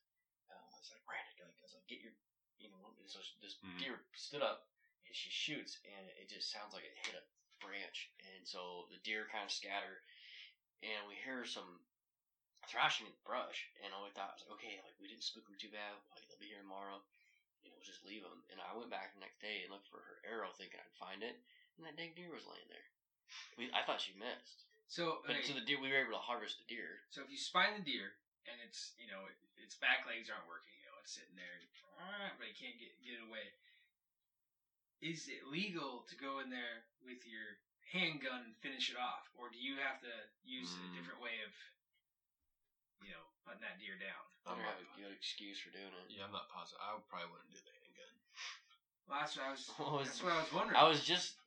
[SPEAKER 3] um, I was like, Brandon, like, I was like, get your, you know, and so she- this
[SPEAKER 2] Mm-hmm.
[SPEAKER 6] Mhm.
[SPEAKER 3] deer stood up, and she shoots, and it just sounds like it hit a branch, and so the deer kind of scatter, and we hear some thrashing in the brush, and all we thought was, okay, like we didn't spook them too bad, like they'll be here tomorrow you know, just leave them. And I went back the next day and looked for her arrow, thinking I'd find it, and that dang deer was laying there. We, I thought she missed,
[SPEAKER 2] so
[SPEAKER 3] but
[SPEAKER 2] okay,
[SPEAKER 3] so the deer we were able to harvest the deer.
[SPEAKER 2] so if you spine the deer and it's you know it, its back legs aren't working, you know it's sitting there, "Ah," but it can't get get it away. Is it legal to go in there with your handgun and finish it off, or do you have to use a
[SPEAKER 3] Hmm.
[SPEAKER 6] Mm.
[SPEAKER 2] different way of you know hunting that deer down?
[SPEAKER 3] I
[SPEAKER 6] I'm
[SPEAKER 3] don't have
[SPEAKER 6] not,
[SPEAKER 3] a good excuse for doing it.
[SPEAKER 6] yeah, I'm not positive. I probably wouldn't do the handgun.
[SPEAKER 2] Well, that's what I was.
[SPEAKER 3] I was-
[SPEAKER 2] That's what I was wondering.
[SPEAKER 3] I was just,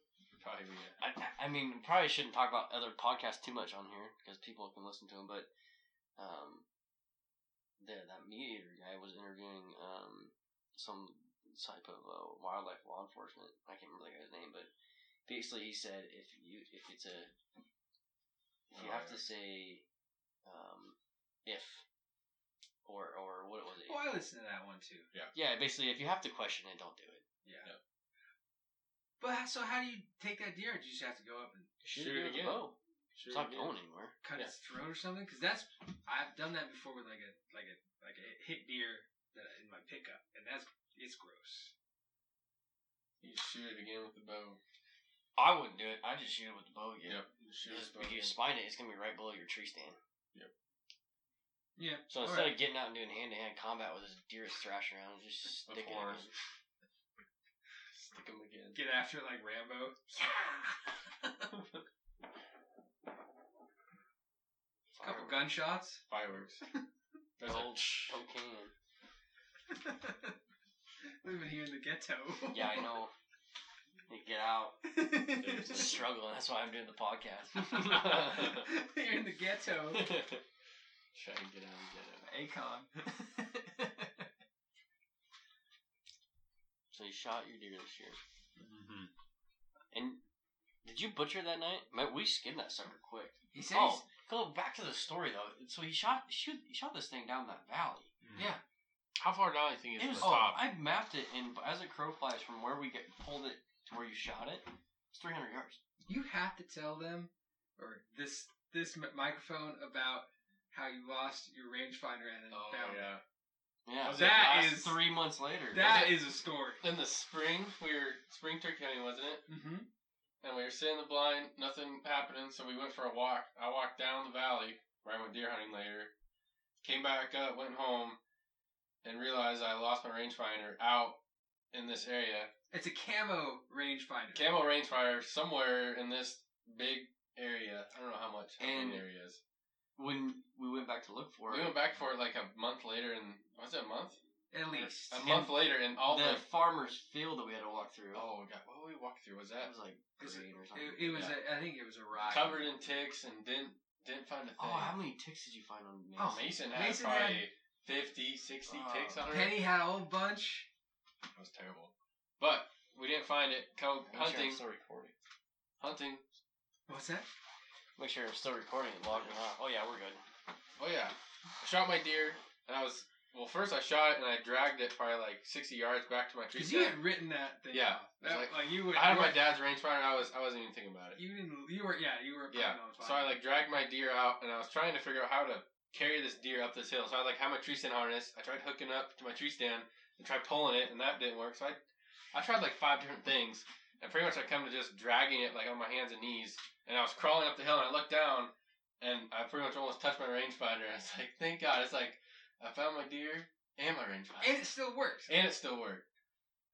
[SPEAKER 1] Probably be a
[SPEAKER 3] I, I mean, probably shouldn't talk about other podcasts too much on here because people can listen to them. But um, the, that mediator guy was interviewing um some type of uh, wildlife law enforcement. I can't remember the guy's name, but basically he said if you if it's a if you have to say um if or or what was it?
[SPEAKER 2] Well, I listened to that one too.
[SPEAKER 3] Yeah, basically if you have to question it, don't do it.
[SPEAKER 2] Yeah. But how- so, how do you take that deer? Do you just have to go up and
[SPEAKER 1] it
[SPEAKER 3] Shoot, it with a
[SPEAKER 1] again.
[SPEAKER 3] bow.
[SPEAKER 1] Sure
[SPEAKER 3] It's not
[SPEAKER 1] you
[SPEAKER 3] going anywhere.
[SPEAKER 2] cut its throat or something? Because that's I've done that before with like a like a like a hit deer that I- in my pickup, and that's it's gross.
[SPEAKER 1] did. You shoot it again with the bow.
[SPEAKER 3] I wouldn't do it. I just shoot it with the bow again.
[SPEAKER 1] Yep. You shoot it
[SPEAKER 3] Because
[SPEAKER 1] with
[SPEAKER 3] if
[SPEAKER 1] the bow.
[SPEAKER 3] you spine it, it's gonna be right below your tree stand.
[SPEAKER 2] Yeah.
[SPEAKER 3] So instead of getting out and doing hand to hand combat with this deer that's thrashing around, just stick it.
[SPEAKER 1] Before.
[SPEAKER 3] in.
[SPEAKER 1] Stick him again.
[SPEAKER 2] get after it like Rambo. A couple gunshots.
[SPEAKER 1] Fireworks. There's a-
[SPEAKER 3] Old cocaine.
[SPEAKER 2] Living here in the ghetto.
[SPEAKER 3] Yeah, I know. You get out,
[SPEAKER 2] You're
[SPEAKER 3] it's struggling. That's why I'm doing the podcast.
[SPEAKER 2] in the ghetto.
[SPEAKER 1] Try to get out and get it.
[SPEAKER 2] Akon. Mm-hmm.
[SPEAKER 3] so you shot your deer this year,
[SPEAKER 6] Mm-hmm.
[SPEAKER 3] and did you butcher that night? Man, we skinned that sucker quick.
[SPEAKER 2] He says.
[SPEAKER 3] oh, go back to the story though. So he shot, shoot, he shot this thing down that valley.
[SPEAKER 1] Yeah. How far down do you think is
[SPEAKER 3] It was,
[SPEAKER 1] the
[SPEAKER 3] oh,
[SPEAKER 1] top?
[SPEAKER 3] I mapped it, and as a crow flies from where we get pulled it to where you shot it, it's 300 yards.
[SPEAKER 2] you have to tell them or this this mi- microphone about how you lost your rangefinder and then
[SPEAKER 1] Oh,
[SPEAKER 2] found it.
[SPEAKER 1] yeah.
[SPEAKER 3] Yeah,
[SPEAKER 1] Was it
[SPEAKER 2] That
[SPEAKER 1] last
[SPEAKER 2] is
[SPEAKER 3] three months later.
[SPEAKER 2] that
[SPEAKER 1] Was
[SPEAKER 2] is a story.
[SPEAKER 1] In the spring, we were spring turkey hunting, wasn't it?
[SPEAKER 2] Mm-hmm.
[SPEAKER 1] And we were sitting in the blind, nothing happening, so we went for a walk. I walked down the valley where I went deer hunting later, came back up, went home, and realized I lost my rangefinder out in this area.
[SPEAKER 2] It's a camo rangefinder.
[SPEAKER 1] Camo rangefinder somewhere in this big area. I don't know how much how big
[SPEAKER 3] And-
[SPEAKER 1] the area is.
[SPEAKER 3] when we went back to look for
[SPEAKER 1] We
[SPEAKER 3] it,
[SPEAKER 1] went back for it like a month later, and was it a month?
[SPEAKER 2] At least.
[SPEAKER 1] A month later, and all
[SPEAKER 3] the
[SPEAKER 1] the
[SPEAKER 3] farmer's field that we had to walk through.
[SPEAKER 1] oh, we got what we walked through was
[SPEAKER 3] That
[SPEAKER 1] that
[SPEAKER 3] was like
[SPEAKER 2] Is
[SPEAKER 3] green or something.
[SPEAKER 2] It, it was. A, I think it was a ride.
[SPEAKER 1] covered in ticks and didn't didn't find a thing.
[SPEAKER 3] oh, how many ticks did you find on me?
[SPEAKER 2] Oh,
[SPEAKER 1] Mason had
[SPEAKER 2] Mason
[SPEAKER 1] probably 50, 60
[SPEAKER 3] Oh.
[SPEAKER 1] ticks on her.
[SPEAKER 2] Uh, Penny had a whole bunch.
[SPEAKER 1] That was terrible. But we didn't find it. Co-
[SPEAKER 3] Make sure
[SPEAKER 1] hunting.
[SPEAKER 3] I'm still recording.
[SPEAKER 1] Hunting.
[SPEAKER 2] What's that?
[SPEAKER 3] Make sure I'm still recording and logging off. Oh yeah, we're good.
[SPEAKER 1] Oh, yeah. Shot my deer, and I was Well, first I shot it and I dragged it probably like sixty yards back to my tree
[SPEAKER 2] Because you
[SPEAKER 1] stand.
[SPEAKER 2] had written that thing.
[SPEAKER 1] Yeah,
[SPEAKER 2] off.
[SPEAKER 1] it's
[SPEAKER 2] That, like,
[SPEAKER 1] like-
[SPEAKER 2] you would.
[SPEAKER 1] I had
[SPEAKER 2] you
[SPEAKER 1] my
[SPEAKER 2] were-
[SPEAKER 1] dad's rangefinder. I was I wasn't even thinking about it.
[SPEAKER 2] You didn't. You were. Yeah, you were.
[SPEAKER 1] Yeah.
[SPEAKER 2] planning on
[SPEAKER 1] So I
[SPEAKER 2] fire.
[SPEAKER 1] like dragged my deer out and I was trying to figure out how to carry this deer up this hill. So I like had my tree stand harness. I tried hooking up to my tree stand and tried pulling it and that didn't work. So I I tried like five different things and pretty much I come to just dragging it like on my hands and knees and I was crawling up the hill and I looked down and I pretty much almost touched my rangefinder. I was like, thank God. It's like I found my deer and my rangefinder.
[SPEAKER 2] and it still works.
[SPEAKER 1] and it still worked.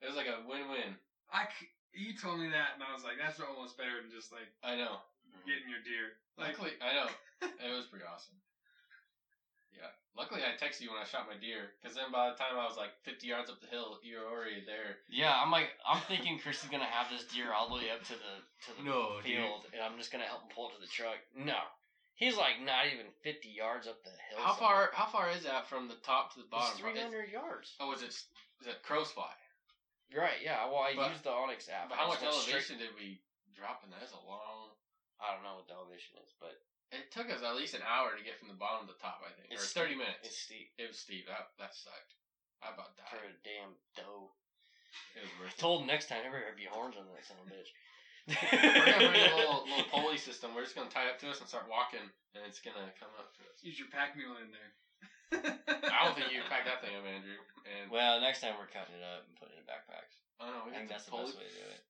[SPEAKER 1] It was like a win-win.
[SPEAKER 2] I. c- You told me that, and I was like, "That's almost better than just like
[SPEAKER 1] I know.
[SPEAKER 2] getting your deer." Like,
[SPEAKER 1] Luckily, I know it was pretty awesome. Yeah. Luckily, I texted you when I shot my deer, because then by the time I was like 50 yards up the hill, you were already there.
[SPEAKER 3] Yeah, I'm like, I'm thinking Chris is gonna have this deer all the way up to the to the
[SPEAKER 6] No, dude.
[SPEAKER 3] field, and I'm just gonna help him pull it to the truck. No, he's like not even 50 yards up the hill.
[SPEAKER 1] How far? How far is that from the top to the bottom?
[SPEAKER 3] It's 300 yards.
[SPEAKER 1] oh, is it is it crow's fly?
[SPEAKER 3] You're right. Yeah. Well, I
[SPEAKER 1] But-
[SPEAKER 3] used the Onyx app.
[SPEAKER 1] But
[SPEAKER 3] I
[SPEAKER 1] how much
[SPEAKER 3] just went
[SPEAKER 1] elevation
[SPEAKER 3] straight-
[SPEAKER 1] did we drop in that? That's a long.
[SPEAKER 3] I don't know what the elevation is, but
[SPEAKER 1] It took us at least an hour to get from the bottom to the top. I think, or
[SPEAKER 3] It's
[SPEAKER 1] 30
[SPEAKER 3] steep.
[SPEAKER 1] minutes.
[SPEAKER 3] it's steep
[SPEAKER 1] it was steep. That that sucked. I about
[SPEAKER 3] for
[SPEAKER 1] died.
[SPEAKER 3] a damn doe.
[SPEAKER 1] It was
[SPEAKER 3] I
[SPEAKER 1] worth it.
[SPEAKER 3] told him next time everybody would be horns on that son of a bitch.
[SPEAKER 1] We're gonna bring a little little pulley system. We're just gonna tie up to us and start walking, and it's gonna come up to us.
[SPEAKER 2] use your pack mule in there.
[SPEAKER 1] I don't think you can pack that thing up, Andrew. And
[SPEAKER 3] Well, next time we're cutting it up and putting it in backpacks.
[SPEAKER 1] I don't know.
[SPEAKER 3] I
[SPEAKER 1] We
[SPEAKER 3] think
[SPEAKER 1] got
[SPEAKER 3] that's
[SPEAKER 1] the
[SPEAKER 3] the
[SPEAKER 1] pulley.
[SPEAKER 3] best way to do it.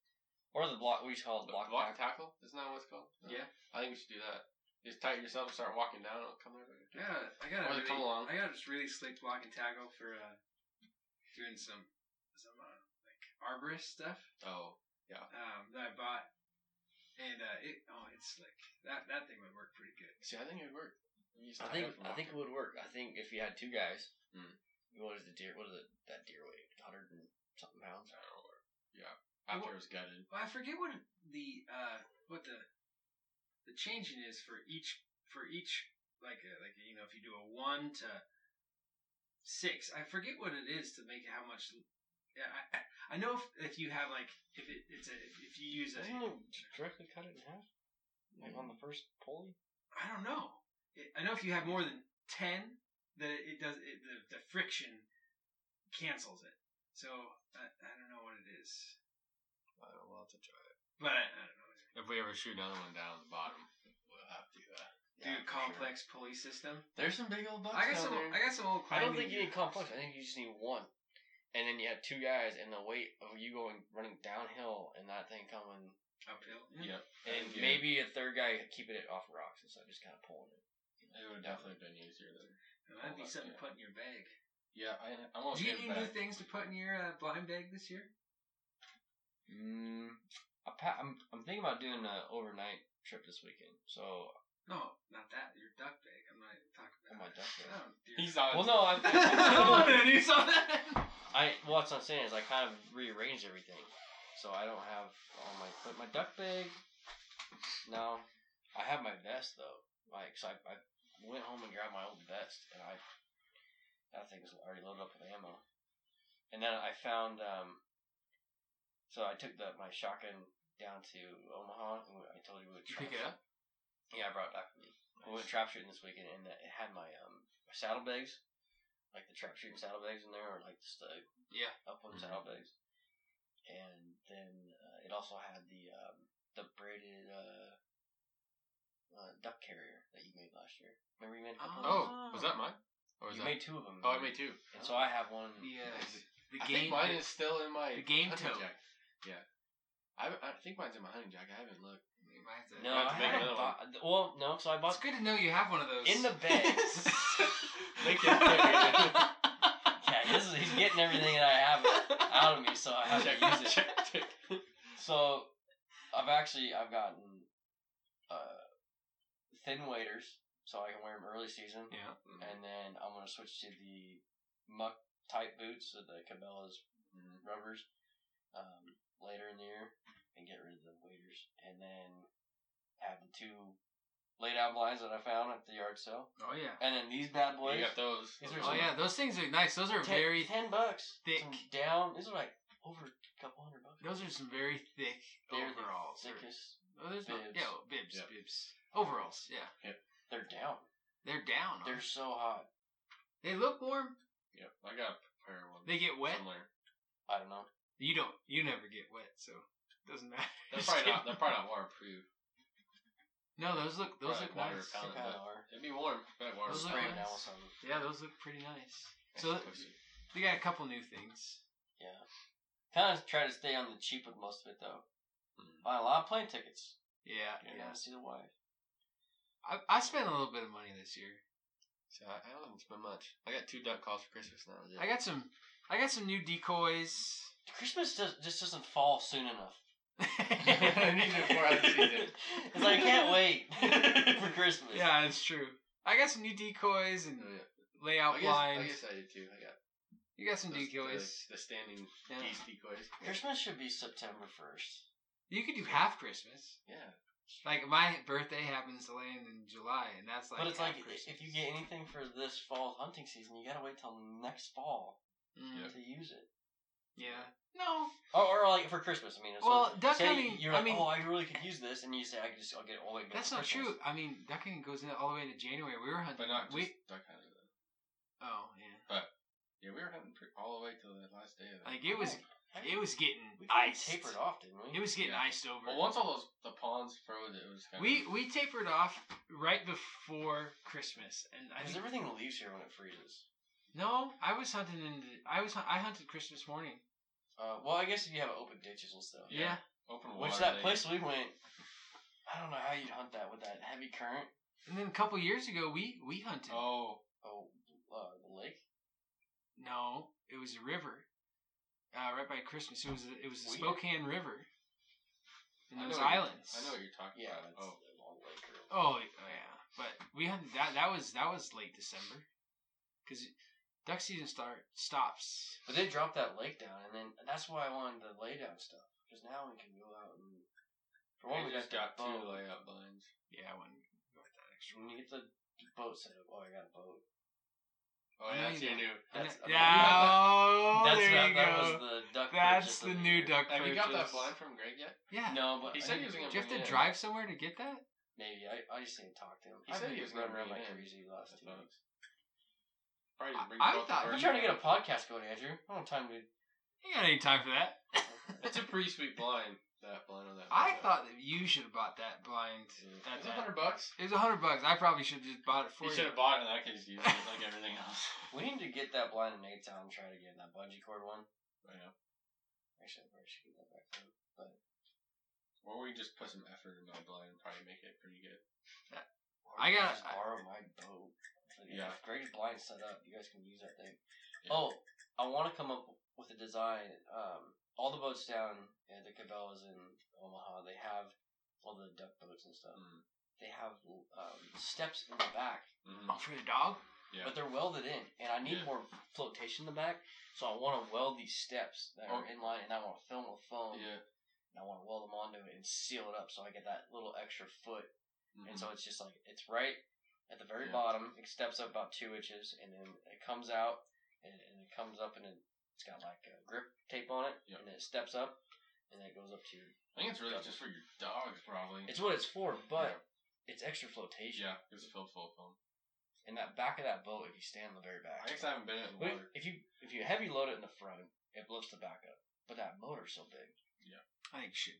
[SPEAKER 3] Or the block. We just call it the block,
[SPEAKER 1] Block, block and
[SPEAKER 3] pack.
[SPEAKER 1] tackle. Isn't that what it's called?
[SPEAKER 3] Uh-huh.
[SPEAKER 1] No.
[SPEAKER 2] Yeah.
[SPEAKER 1] I think we should do that. Just tighten yourself and start walking down. It'll come over.
[SPEAKER 2] I got. I got.
[SPEAKER 1] Or
[SPEAKER 2] a
[SPEAKER 1] the
[SPEAKER 2] Really,
[SPEAKER 1] come along.
[SPEAKER 2] I got this really slick block and tackle for uh, doing some some uh, like arborist stuff.
[SPEAKER 1] Oh,
[SPEAKER 2] um, that I bought, and uh, it oh, it's slick. That that thing would work pretty good.
[SPEAKER 1] see, I think it would work. You just
[SPEAKER 3] I
[SPEAKER 1] tie it
[SPEAKER 3] think
[SPEAKER 1] up and
[SPEAKER 3] I think it
[SPEAKER 1] walk.
[SPEAKER 3] would work. I think if you had two guys,
[SPEAKER 1] Hmm.
[SPEAKER 3] what is the deer? What is it? That deer weight? Hundred and something pounds.
[SPEAKER 1] I don't know. Yeah. After it was gutted.
[SPEAKER 2] Well, I forget what the uh, what the the changing is for each for each like a, like you know if you do a one to six, I forget what it is to make it how much. Yeah, I- I, I know if, if you have like if it, it's a if, if you use a
[SPEAKER 3] Isn't it directly cut it in half? Like on
[SPEAKER 1] Hmm.
[SPEAKER 3] the first pulley?
[SPEAKER 2] I don't know. It, I know if you have more than ten, that it, it does it, the the friction cancels it. So I, I don't know what it is,
[SPEAKER 6] I don't want to try.
[SPEAKER 2] but I, I don't know.
[SPEAKER 1] If we ever shoot another one down at the bottom, we'll have to uh, do that.
[SPEAKER 2] Do a complex pulley system.
[SPEAKER 1] There's some big old bucks
[SPEAKER 2] I got
[SPEAKER 1] down
[SPEAKER 2] some.
[SPEAKER 1] there.
[SPEAKER 2] I got some old.
[SPEAKER 3] I don't
[SPEAKER 2] climbing
[SPEAKER 3] think you need
[SPEAKER 2] gear.
[SPEAKER 3] complex. I think you just need one, and then you have two guys, and the weight of you going running downhill and that thing coming,
[SPEAKER 2] uphill.
[SPEAKER 1] Yep.
[SPEAKER 3] and
[SPEAKER 1] think, yeah.
[SPEAKER 3] maybe a third guy keeping it off rocks and stuff, just kind of pulling it.
[SPEAKER 1] It would definitely have been easier than.
[SPEAKER 2] that'd be something to put in your bag.
[SPEAKER 1] Yeah, I, I'm almost
[SPEAKER 2] Do you
[SPEAKER 1] getting
[SPEAKER 2] need new
[SPEAKER 1] back.
[SPEAKER 2] things to put in your uh, blind bag this year?
[SPEAKER 3] Mm, I pa- I'm I'm thinking about doing an overnight trip this weekend. So
[SPEAKER 2] No, not that. Your duck bag. I'm not even talking
[SPEAKER 3] Oh,
[SPEAKER 2] about.
[SPEAKER 3] my duck bag.
[SPEAKER 2] Oh, dear.
[SPEAKER 1] He's on.
[SPEAKER 3] well, no, I
[SPEAKER 2] Come on, man. You saw that?
[SPEAKER 3] I well, that's what I'm saying is I kind of rearranged everything, so I don't have all my but my duck bag. No, I have my vest though. Like, so I, I went home and grabbed my old vest, and I that thing was already loaded up with ammo. And then I found um, so I took the my shotgun down to Omaha, and I told you we would
[SPEAKER 1] Did you
[SPEAKER 3] trap
[SPEAKER 1] pick it
[SPEAKER 3] shoot.
[SPEAKER 1] up?
[SPEAKER 3] Yeah, I brought it back with me. We went trap shooting this weekend, and it had my um my saddlebags, like the trap shooting saddlebags in there, or like just the
[SPEAKER 1] Yeah.
[SPEAKER 3] up on
[SPEAKER 1] Mhm.
[SPEAKER 3] saddlebags. And then uh, it also had the um, the braided uh, uh, duck carrier that you made last year. Remember you made a couple. of
[SPEAKER 1] Oh,
[SPEAKER 3] those?
[SPEAKER 1] was that mine? Or was
[SPEAKER 3] you
[SPEAKER 1] that?
[SPEAKER 3] made two of them.
[SPEAKER 1] oh, I made two.
[SPEAKER 3] And so I have one.
[SPEAKER 2] Yeah.
[SPEAKER 6] The
[SPEAKER 1] I think mine is still in my
[SPEAKER 6] the game
[SPEAKER 1] hunting
[SPEAKER 6] toe.
[SPEAKER 1] jacket. Yeah, I, I think mine's in my hunting jacket. I haven't looked.
[SPEAKER 3] No,
[SPEAKER 1] I have
[SPEAKER 3] I
[SPEAKER 1] to make
[SPEAKER 3] haven't
[SPEAKER 1] another
[SPEAKER 3] bought. Well, no, so I
[SPEAKER 2] It's
[SPEAKER 3] bought
[SPEAKER 2] good to know you have one of those.
[SPEAKER 3] in the bag.
[SPEAKER 1] Make it clear.
[SPEAKER 3] yeah, this is, he's getting everything that I have out of me, so I have to use it.
[SPEAKER 1] check, check.
[SPEAKER 3] So I've actually I've gotten uh, thin waders, so I can wear them early season.
[SPEAKER 2] Yeah.
[SPEAKER 3] And then I'm gonna switch to the muck type boots, so the Cabela's rubbers, um, later in the year, and get rid of the waders, and then have the two lay down blinds that I found at the yard sale,
[SPEAKER 6] Oh yeah.
[SPEAKER 3] and then these bad boys.
[SPEAKER 1] You got those.
[SPEAKER 3] These
[SPEAKER 1] Those
[SPEAKER 3] are
[SPEAKER 6] Oh
[SPEAKER 3] some-
[SPEAKER 6] yeah. Those things are nice. Those are
[SPEAKER 3] ten,
[SPEAKER 6] very.
[SPEAKER 3] ten bucks.
[SPEAKER 6] thick.
[SPEAKER 3] Some down. These are like over a couple hundred bucks.
[SPEAKER 6] Those are some very thick
[SPEAKER 3] They're the
[SPEAKER 6] overalls. or-
[SPEAKER 3] thickest.
[SPEAKER 6] Oh, there's no-
[SPEAKER 3] bibs.
[SPEAKER 6] yeah, oh, bibs,
[SPEAKER 1] Yeah.
[SPEAKER 6] bibs, overalls. Yeah,
[SPEAKER 3] They're down.
[SPEAKER 6] they're down. huh?
[SPEAKER 3] They're so hot.
[SPEAKER 6] They look warm.
[SPEAKER 1] Yep, I gotta prepare one.
[SPEAKER 2] They get wet.
[SPEAKER 1] somewhere.
[SPEAKER 3] I don't know.
[SPEAKER 2] You don't. You never get wet, so it doesn't matter.
[SPEAKER 1] They're probably not. They're probably not waterproof.
[SPEAKER 2] No, those look. Those
[SPEAKER 1] Probably water
[SPEAKER 2] look nice.
[SPEAKER 1] repellent.
[SPEAKER 3] They kinda are.
[SPEAKER 1] It'd be warm. Probably water.
[SPEAKER 2] Those look
[SPEAKER 3] Spray 'em
[SPEAKER 2] nice.
[SPEAKER 3] down with something.
[SPEAKER 2] Yeah, those look pretty nice. So they got a couple new things.
[SPEAKER 3] Yeah. Kind of try to stay on the cheap with most of it though. Buy a lot of plane tickets.
[SPEAKER 2] Yeah,
[SPEAKER 3] You
[SPEAKER 2] yeah.
[SPEAKER 3] know, see the wife.
[SPEAKER 2] I I spent a little bit of money this year.
[SPEAKER 1] So I, I haven't spent much. I got two duck calls for Christmas now.
[SPEAKER 2] I got some. I got some new decoys.
[SPEAKER 3] Christmas just, just doesn't fall soon enough.
[SPEAKER 1] Neither before I see it.
[SPEAKER 3] It's like I can't wait for Christmas.
[SPEAKER 2] yeah, it's true. I got some new decoys and
[SPEAKER 1] Oh, Yeah. I
[SPEAKER 2] layout
[SPEAKER 1] guess, I
[SPEAKER 2] blinds.
[SPEAKER 1] guess I did too. I got
[SPEAKER 2] you got some
[SPEAKER 1] those-
[SPEAKER 2] decoys.
[SPEAKER 1] The, the standing
[SPEAKER 2] Yeah.
[SPEAKER 1] geese decoys.
[SPEAKER 3] Christmas should be September first.
[SPEAKER 2] You could do half Christmas.
[SPEAKER 1] Yeah.
[SPEAKER 2] Like my birthday happens to land in July, and that's like.
[SPEAKER 3] but it's
[SPEAKER 2] half
[SPEAKER 3] like
[SPEAKER 2] Christmas.
[SPEAKER 3] if you get anything for this fall hunting season, you gotta wait till next fall
[SPEAKER 2] Mm,
[SPEAKER 3] to use it.
[SPEAKER 2] yeah. No.
[SPEAKER 3] Or, or like for Christmas, I mean. it's
[SPEAKER 2] Well,
[SPEAKER 3] like-
[SPEAKER 2] duck
[SPEAKER 3] say
[SPEAKER 2] hunting,
[SPEAKER 3] You're
[SPEAKER 2] I
[SPEAKER 3] like,
[SPEAKER 2] mean-
[SPEAKER 3] oh, I really could use this, and you say, I can just, I'll get it all the way back.
[SPEAKER 2] That's
[SPEAKER 3] to
[SPEAKER 2] not
[SPEAKER 3] Christmas."
[SPEAKER 2] true. I mean, duck hunting goes in all the way to January. We were hunting.
[SPEAKER 1] But not just
[SPEAKER 2] we,
[SPEAKER 1] duck hunting. Though.
[SPEAKER 2] Oh yeah.
[SPEAKER 1] Yeah, we were hunting pre- all the way till the last day of it.
[SPEAKER 2] Like it was.
[SPEAKER 3] Right.
[SPEAKER 2] It was getting
[SPEAKER 3] Oh, We kinda
[SPEAKER 2] iced.
[SPEAKER 3] tapered off, didn't we?
[SPEAKER 2] It was getting
[SPEAKER 1] Yeah.
[SPEAKER 2] iced over.
[SPEAKER 1] But once all those the ponds froze, it was kind
[SPEAKER 2] we
[SPEAKER 1] of.
[SPEAKER 2] we tapered off right before Christmas, and I
[SPEAKER 3] Because
[SPEAKER 2] think,
[SPEAKER 3] everything leaves here when it freezes.
[SPEAKER 2] no, I was hunting in. The, I was hun- I hunted Christmas morning.
[SPEAKER 3] Uh, well, I guess if you have open ditches and stuff.
[SPEAKER 2] Yeah.
[SPEAKER 1] open water.
[SPEAKER 3] Which that
[SPEAKER 1] they-
[SPEAKER 3] place we went, I don't know how you'd hunt that with that heavy current.
[SPEAKER 2] And then a couple years ago, we we hunted.
[SPEAKER 1] Oh,
[SPEAKER 3] Oh, uh, the lake.
[SPEAKER 2] No, it was a river, uh, right by Christmas. It was a, it was the
[SPEAKER 3] Weird.
[SPEAKER 2] Spokane River. In
[SPEAKER 1] I know
[SPEAKER 2] those
[SPEAKER 1] what you-
[SPEAKER 2] islands.
[SPEAKER 1] I know what you're talking
[SPEAKER 3] Yeah,
[SPEAKER 1] about.
[SPEAKER 3] it's
[SPEAKER 1] Oh,
[SPEAKER 3] the long lake. Or,
[SPEAKER 2] Oh, y- oh yeah, but we hunted that. That was that was late December, because duck season start stops.
[SPEAKER 3] but they dropped that lake down, and then that's why I wanted the lay down stuff. Because now we can go out and. For one,
[SPEAKER 1] we
[SPEAKER 3] we
[SPEAKER 1] just got
[SPEAKER 3] got, the
[SPEAKER 1] two
[SPEAKER 3] boat.
[SPEAKER 1] layout blinds.
[SPEAKER 2] Yeah, I wouldn't go with that extra.
[SPEAKER 3] When you get the boat set up, oh, I got a boat.
[SPEAKER 1] Oh,
[SPEAKER 2] I
[SPEAKER 1] yeah,
[SPEAKER 2] know
[SPEAKER 1] that's
[SPEAKER 2] you
[SPEAKER 1] your
[SPEAKER 2] know.
[SPEAKER 1] new.
[SPEAKER 3] That's,
[SPEAKER 2] And- yeah, oh,
[SPEAKER 3] that's
[SPEAKER 2] there
[SPEAKER 3] that,
[SPEAKER 2] you
[SPEAKER 3] that
[SPEAKER 2] go.
[SPEAKER 3] was the duck.
[SPEAKER 2] That's
[SPEAKER 3] purchase
[SPEAKER 2] the
[SPEAKER 3] of
[SPEAKER 2] new
[SPEAKER 3] year.
[SPEAKER 2] duck
[SPEAKER 1] Have
[SPEAKER 2] purchase.
[SPEAKER 1] you got that blind from Greg yet?
[SPEAKER 2] Yeah.
[SPEAKER 3] No, but
[SPEAKER 1] He
[SPEAKER 3] I
[SPEAKER 1] said
[SPEAKER 3] think
[SPEAKER 1] he was gonna
[SPEAKER 2] Do you have
[SPEAKER 1] bring it
[SPEAKER 2] to
[SPEAKER 1] in.
[SPEAKER 2] drive somewhere to get that?
[SPEAKER 3] Maybe I, I just didn't talk to him.
[SPEAKER 1] He
[SPEAKER 3] I've
[SPEAKER 1] said
[SPEAKER 3] been
[SPEAKER 1] he was
[SPEAKER 3] running
[SPEAKER 1] gonna
[SPEAKER 3] around
[SPEAKER 1] bring
[SPEAKER 3] like
[SPEAKER 1] it in.
[SPEAKER 3] crazy the last two
[SPEAKER 1] I thought.
[SPEAKER 3] weeks.
[SPEAKER 1] Probably
[SPEAKER 2] I-
[SPEAKER 1] just bring both
[SPEAKER 2] I
[SPEAKER 1] of
[SPEAKER 2] thought-
[SPEAKER 1] ours.
[SPEAKER 3] I'm trying to get a podcast going, Andrew. I don't have time to.
[SPEAKER 2] You got any time for that?
[SPEAKER 1] It's a pretty sweet blind. That blind on that.
[SPEAKER 2] I
[SPEAKER 1] photo.
[SPEAKER 2] thought that you should have bought that blind.
[SPEAKER 1] That's
[SPEAKER 2] That's
[SPEAKER 1] a
[SPEAKER 2] it.
[SPEAKER 1] hundred bucks.
[SPEAKER 2] It was a hundred bucks. I probably should have just bought it for
[SPEAKER 1] You
[SPEAKER 2] you.
[SPEAKER 1] should have bought it, and I could just use it like everything else.
[SPEAKER 3] We need to get that blind in Nate's out and try to get that bungee cord one.
[SPEAKER 1] Yeah.
[SPEAKER 3] Actually, I probably should get that back then.
[SPEAKER 1] Or we just put some effort in my blind and probably make it pretty good.
[SPEAKER 3] Or
[SPEAKER 2] I
[SPEAKER 3] you
[SPEAKER 2] got-
[SPEAKER 3] Just borrow my boat.
[SPEAKER 1] Yeah.
[SPEAKER 3] If Greg's blind set up, you guys can use that thing. Oh, I want to come up with a design. Um, all the boats down at the Cabela's in Omaha, they have all the duck boats and stuff.
[SPEAKER 1] Mm.
[SPEAKER 3] They have um, steps in the back
[SPEAKER 1] Mm-hmm.
[SPEAKER 2] Oh, for the dog?
[SPEAKER 1] Yeah.
[SPEAKER 3] but they're welded in, and I need
[SPEAKER 1] Yeah.
[SPEAKER 3] more flotation in the back. So I want to weld these steps that are
[SPEAKER 1] Oh.
[SPEAKER 3] in line, and I want to film with foam,
[SPEAKER 1] Mm-hmm. Yeah.
[SPEAKER 3] and I want to weld them onto it and seal it up, so I get that little extra foot.
[SPEAKER 1] Mhm.
[SPEAKER 3] And so it's just like it's right at the very
[SPEAKER 1] Yeah.
[SPEAKER 3] bottom. It steps up about two inches, and then it comes out, and, and it comes up, and then it's got like a grip tape on it,
[SPEAKER 1] Yep.
[SPEAKER 3] and then it steps up, and then it goes up to.
[SPEAKER 1] I think it's really just for your dogs, probably.
[SPEAKER 3] It's what it's for, but it's extra flotation.
[SPEAKER 1] yeah, it's filled full of foam.
[SPEAKER 3] And that back of that boat, if you stand in the very back,
[SPEAKER 1] I guess I haven't been in the
[SPEAKER 3] Wait,
[SPEAKER 1] water.
[SPEAKER 3] if you if you heavy load it in the front, it lifts the back up. But that motor's so big.
[SPEAKER 2] I think you should.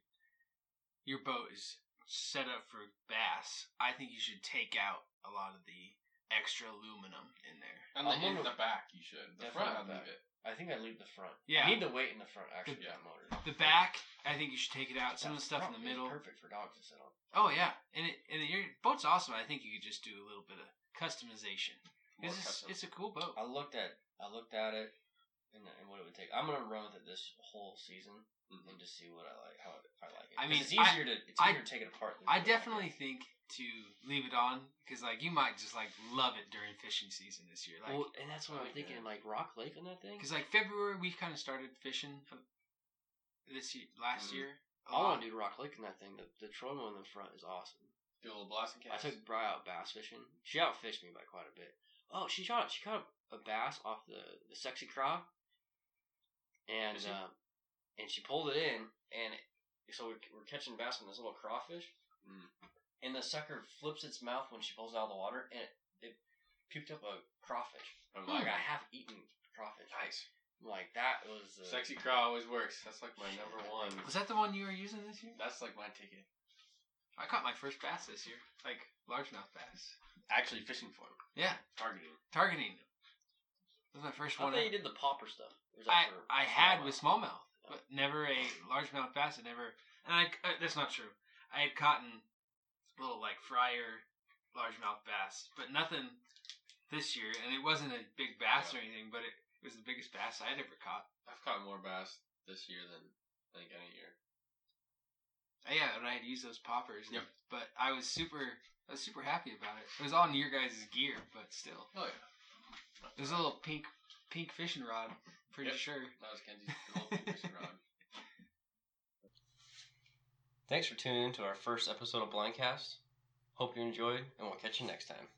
[SPEAKER 2] Your boat is set up for bass. I think you should take out a lot of the extra aluminum in there.
[SPEAKER 1] And
[SPEAKER 3] I'm
[SPEAKER 1] the, in
[SPEAKER 3] gonna-
[SPEAKER 1] the back, you should. The
[SPEAKER 3] Definitely
[SPEAKER 1] front, I
[SPEAKER 3] the
[SPEAKER 1] leave it.
[SPEAKER 3] back. I think I leave the front.
[SPEAKER 2] Yeah.
[SPEAKER 3] I need the weight in the front actually.
[SPEAKER 1] Yeah.
[SPEAKER 3] Yeah. That motor.
[SPEAKER 2] The back, I think you should take it out. Some of
[SPEAKER 3] That
[SPEAKER 2] the stuff in the
[SPEAKER 3] front is
[SPEAKER 2] middle.
[SPEAKER 3] Perfect for dogs to sit on.
[SPEAKER 2] Oh yeah, and it, and your boat's awesome. I think you could just do a little bit of customization.
[SPEAKER 1] More
[SPEAKER 2] This is,
[SPEAKER 1] custom.
[SPEAKER 2] it's a cool boat.
[SPEAKER 3] I looked at I looked at it and, and what it would take. I'm gonna run with it this whole season
[SPEAKER 1] Mhm.
[SPEAKER 3] and just see what I like how if I like it.
[SPEAKER 2] I
[SPEAKER 3] 'Cause
[SPEAKER 2] mean,
[SPEAKER 3] it's
[SPEAKER 2] I-
[SPEAKER 3] easier to it's
[SPEAKER 2] I-
[SPEAKER 3] easier to take it apart. Than
[SPEAKER 2] I
[SPEAKER 3] put it back
[SPEAKER 2] definitely
[SPEAKER 3] in.
[SPEAKER 2] think to leave it on because like you might just like love it during fishing season this year. Like
[SPEAKER 3] well, and that's what
[SPEAKER 1] I
[SPEAKER 3] I'm
[SPEAKER 1] like
[SPEAKER 3] thinking.
[SPEAKER 1] that.
[SPEAKER 3] Like Rock Lake on that thing.
[SPEAKER 2] because like February we kind of started fishing uh, this year, last
[SPEAKER 1] Mhm.
[SPEAKER 2] year. a
[SPEAKER 3] I want
[SPEAKER 2] lot.
[SPEAKER 3] to do Rock Lake on that thing. The the Trona one in the front is awesome.
[SPEAKER 1] Do a little blasting
[SPEAKER 3] I
[SPEAKER 1] cast.
[SPEAKER 3] took Bri out bass fishing. She outfished me by quite a bit. Oh, she shot she caught a, a bass off the, the sexy craw, and
[SPEAKER 1] Is she?
[SPEAKER 3] uh, and she pulled it in, and it, so we're, we're catching bass on this little crawfish,
[SPEAKER 1] Mm.
[SPEAKER 3] and the sucker flips its mouth when she pulls it out of the water, and it, it puked up a crawfish,
[SPEAKER 1] I'm
[SPEAKER 3] like
[SPEAKER 1] like,
[SPEAKER 3] a half eaten profit.
[SPEAKER 1] Hmm. Nice.
[SPEAKER 3] Like that was uh,
[SPEAKER 1] Sexy crawl always works. That's like my number one.
[SPEAKER 2] Was that the one you were using this year?
[SPEAKER 1] That's like my ticket.
[SPEAKER 2] I caught my first bass this year, like largemouth bass.
[SPEAKER 1] Actually, fishing for him.
[SPEAKER 2] Yeah,
[SPEAKER 1] Targeting.
[SPEAKER 2] targeting. That was my first
[SPEAKER 3] I
[SPEAKER 2] one.
[SPEAKER 3] thought you did the popper stuff. Or is
[SPEAKER 2] I,
[SPEAKER 3] that for
[SPEAKER 2] I had
[SPEAKER 3] smallmouth?
[SPEAKER 2] with smallmouth, but never a largemouth bass. I never, and I uh, that's not true. I had caught in little like fryer largemouth bass, but nothing this year. And it wasn't a big bass or anything, but it, it was the biggest bass I'd ever caught.
[SPEAKER 1] I've caught more bass this year than I think any year.
[SPEAKER 2] Uh, Yeah, and I had used those poppers. But I was super, I was super happy about it. It was on your guys' gear, but still,
[SPEAKER 1] Oh yeah,
[SPEAKER 2] it was a little pink, pink fishing rod. Pretty
[SPEAKER 1] Yep.
[SPEAKER 2] sure.
[SPEAKER 1] that was Kenzie's little fishing rod.
[SPEAKER 3] Thanks for tuning in to our first episode of Blindcast. Hope you enjoyed, and we'll catch you next time.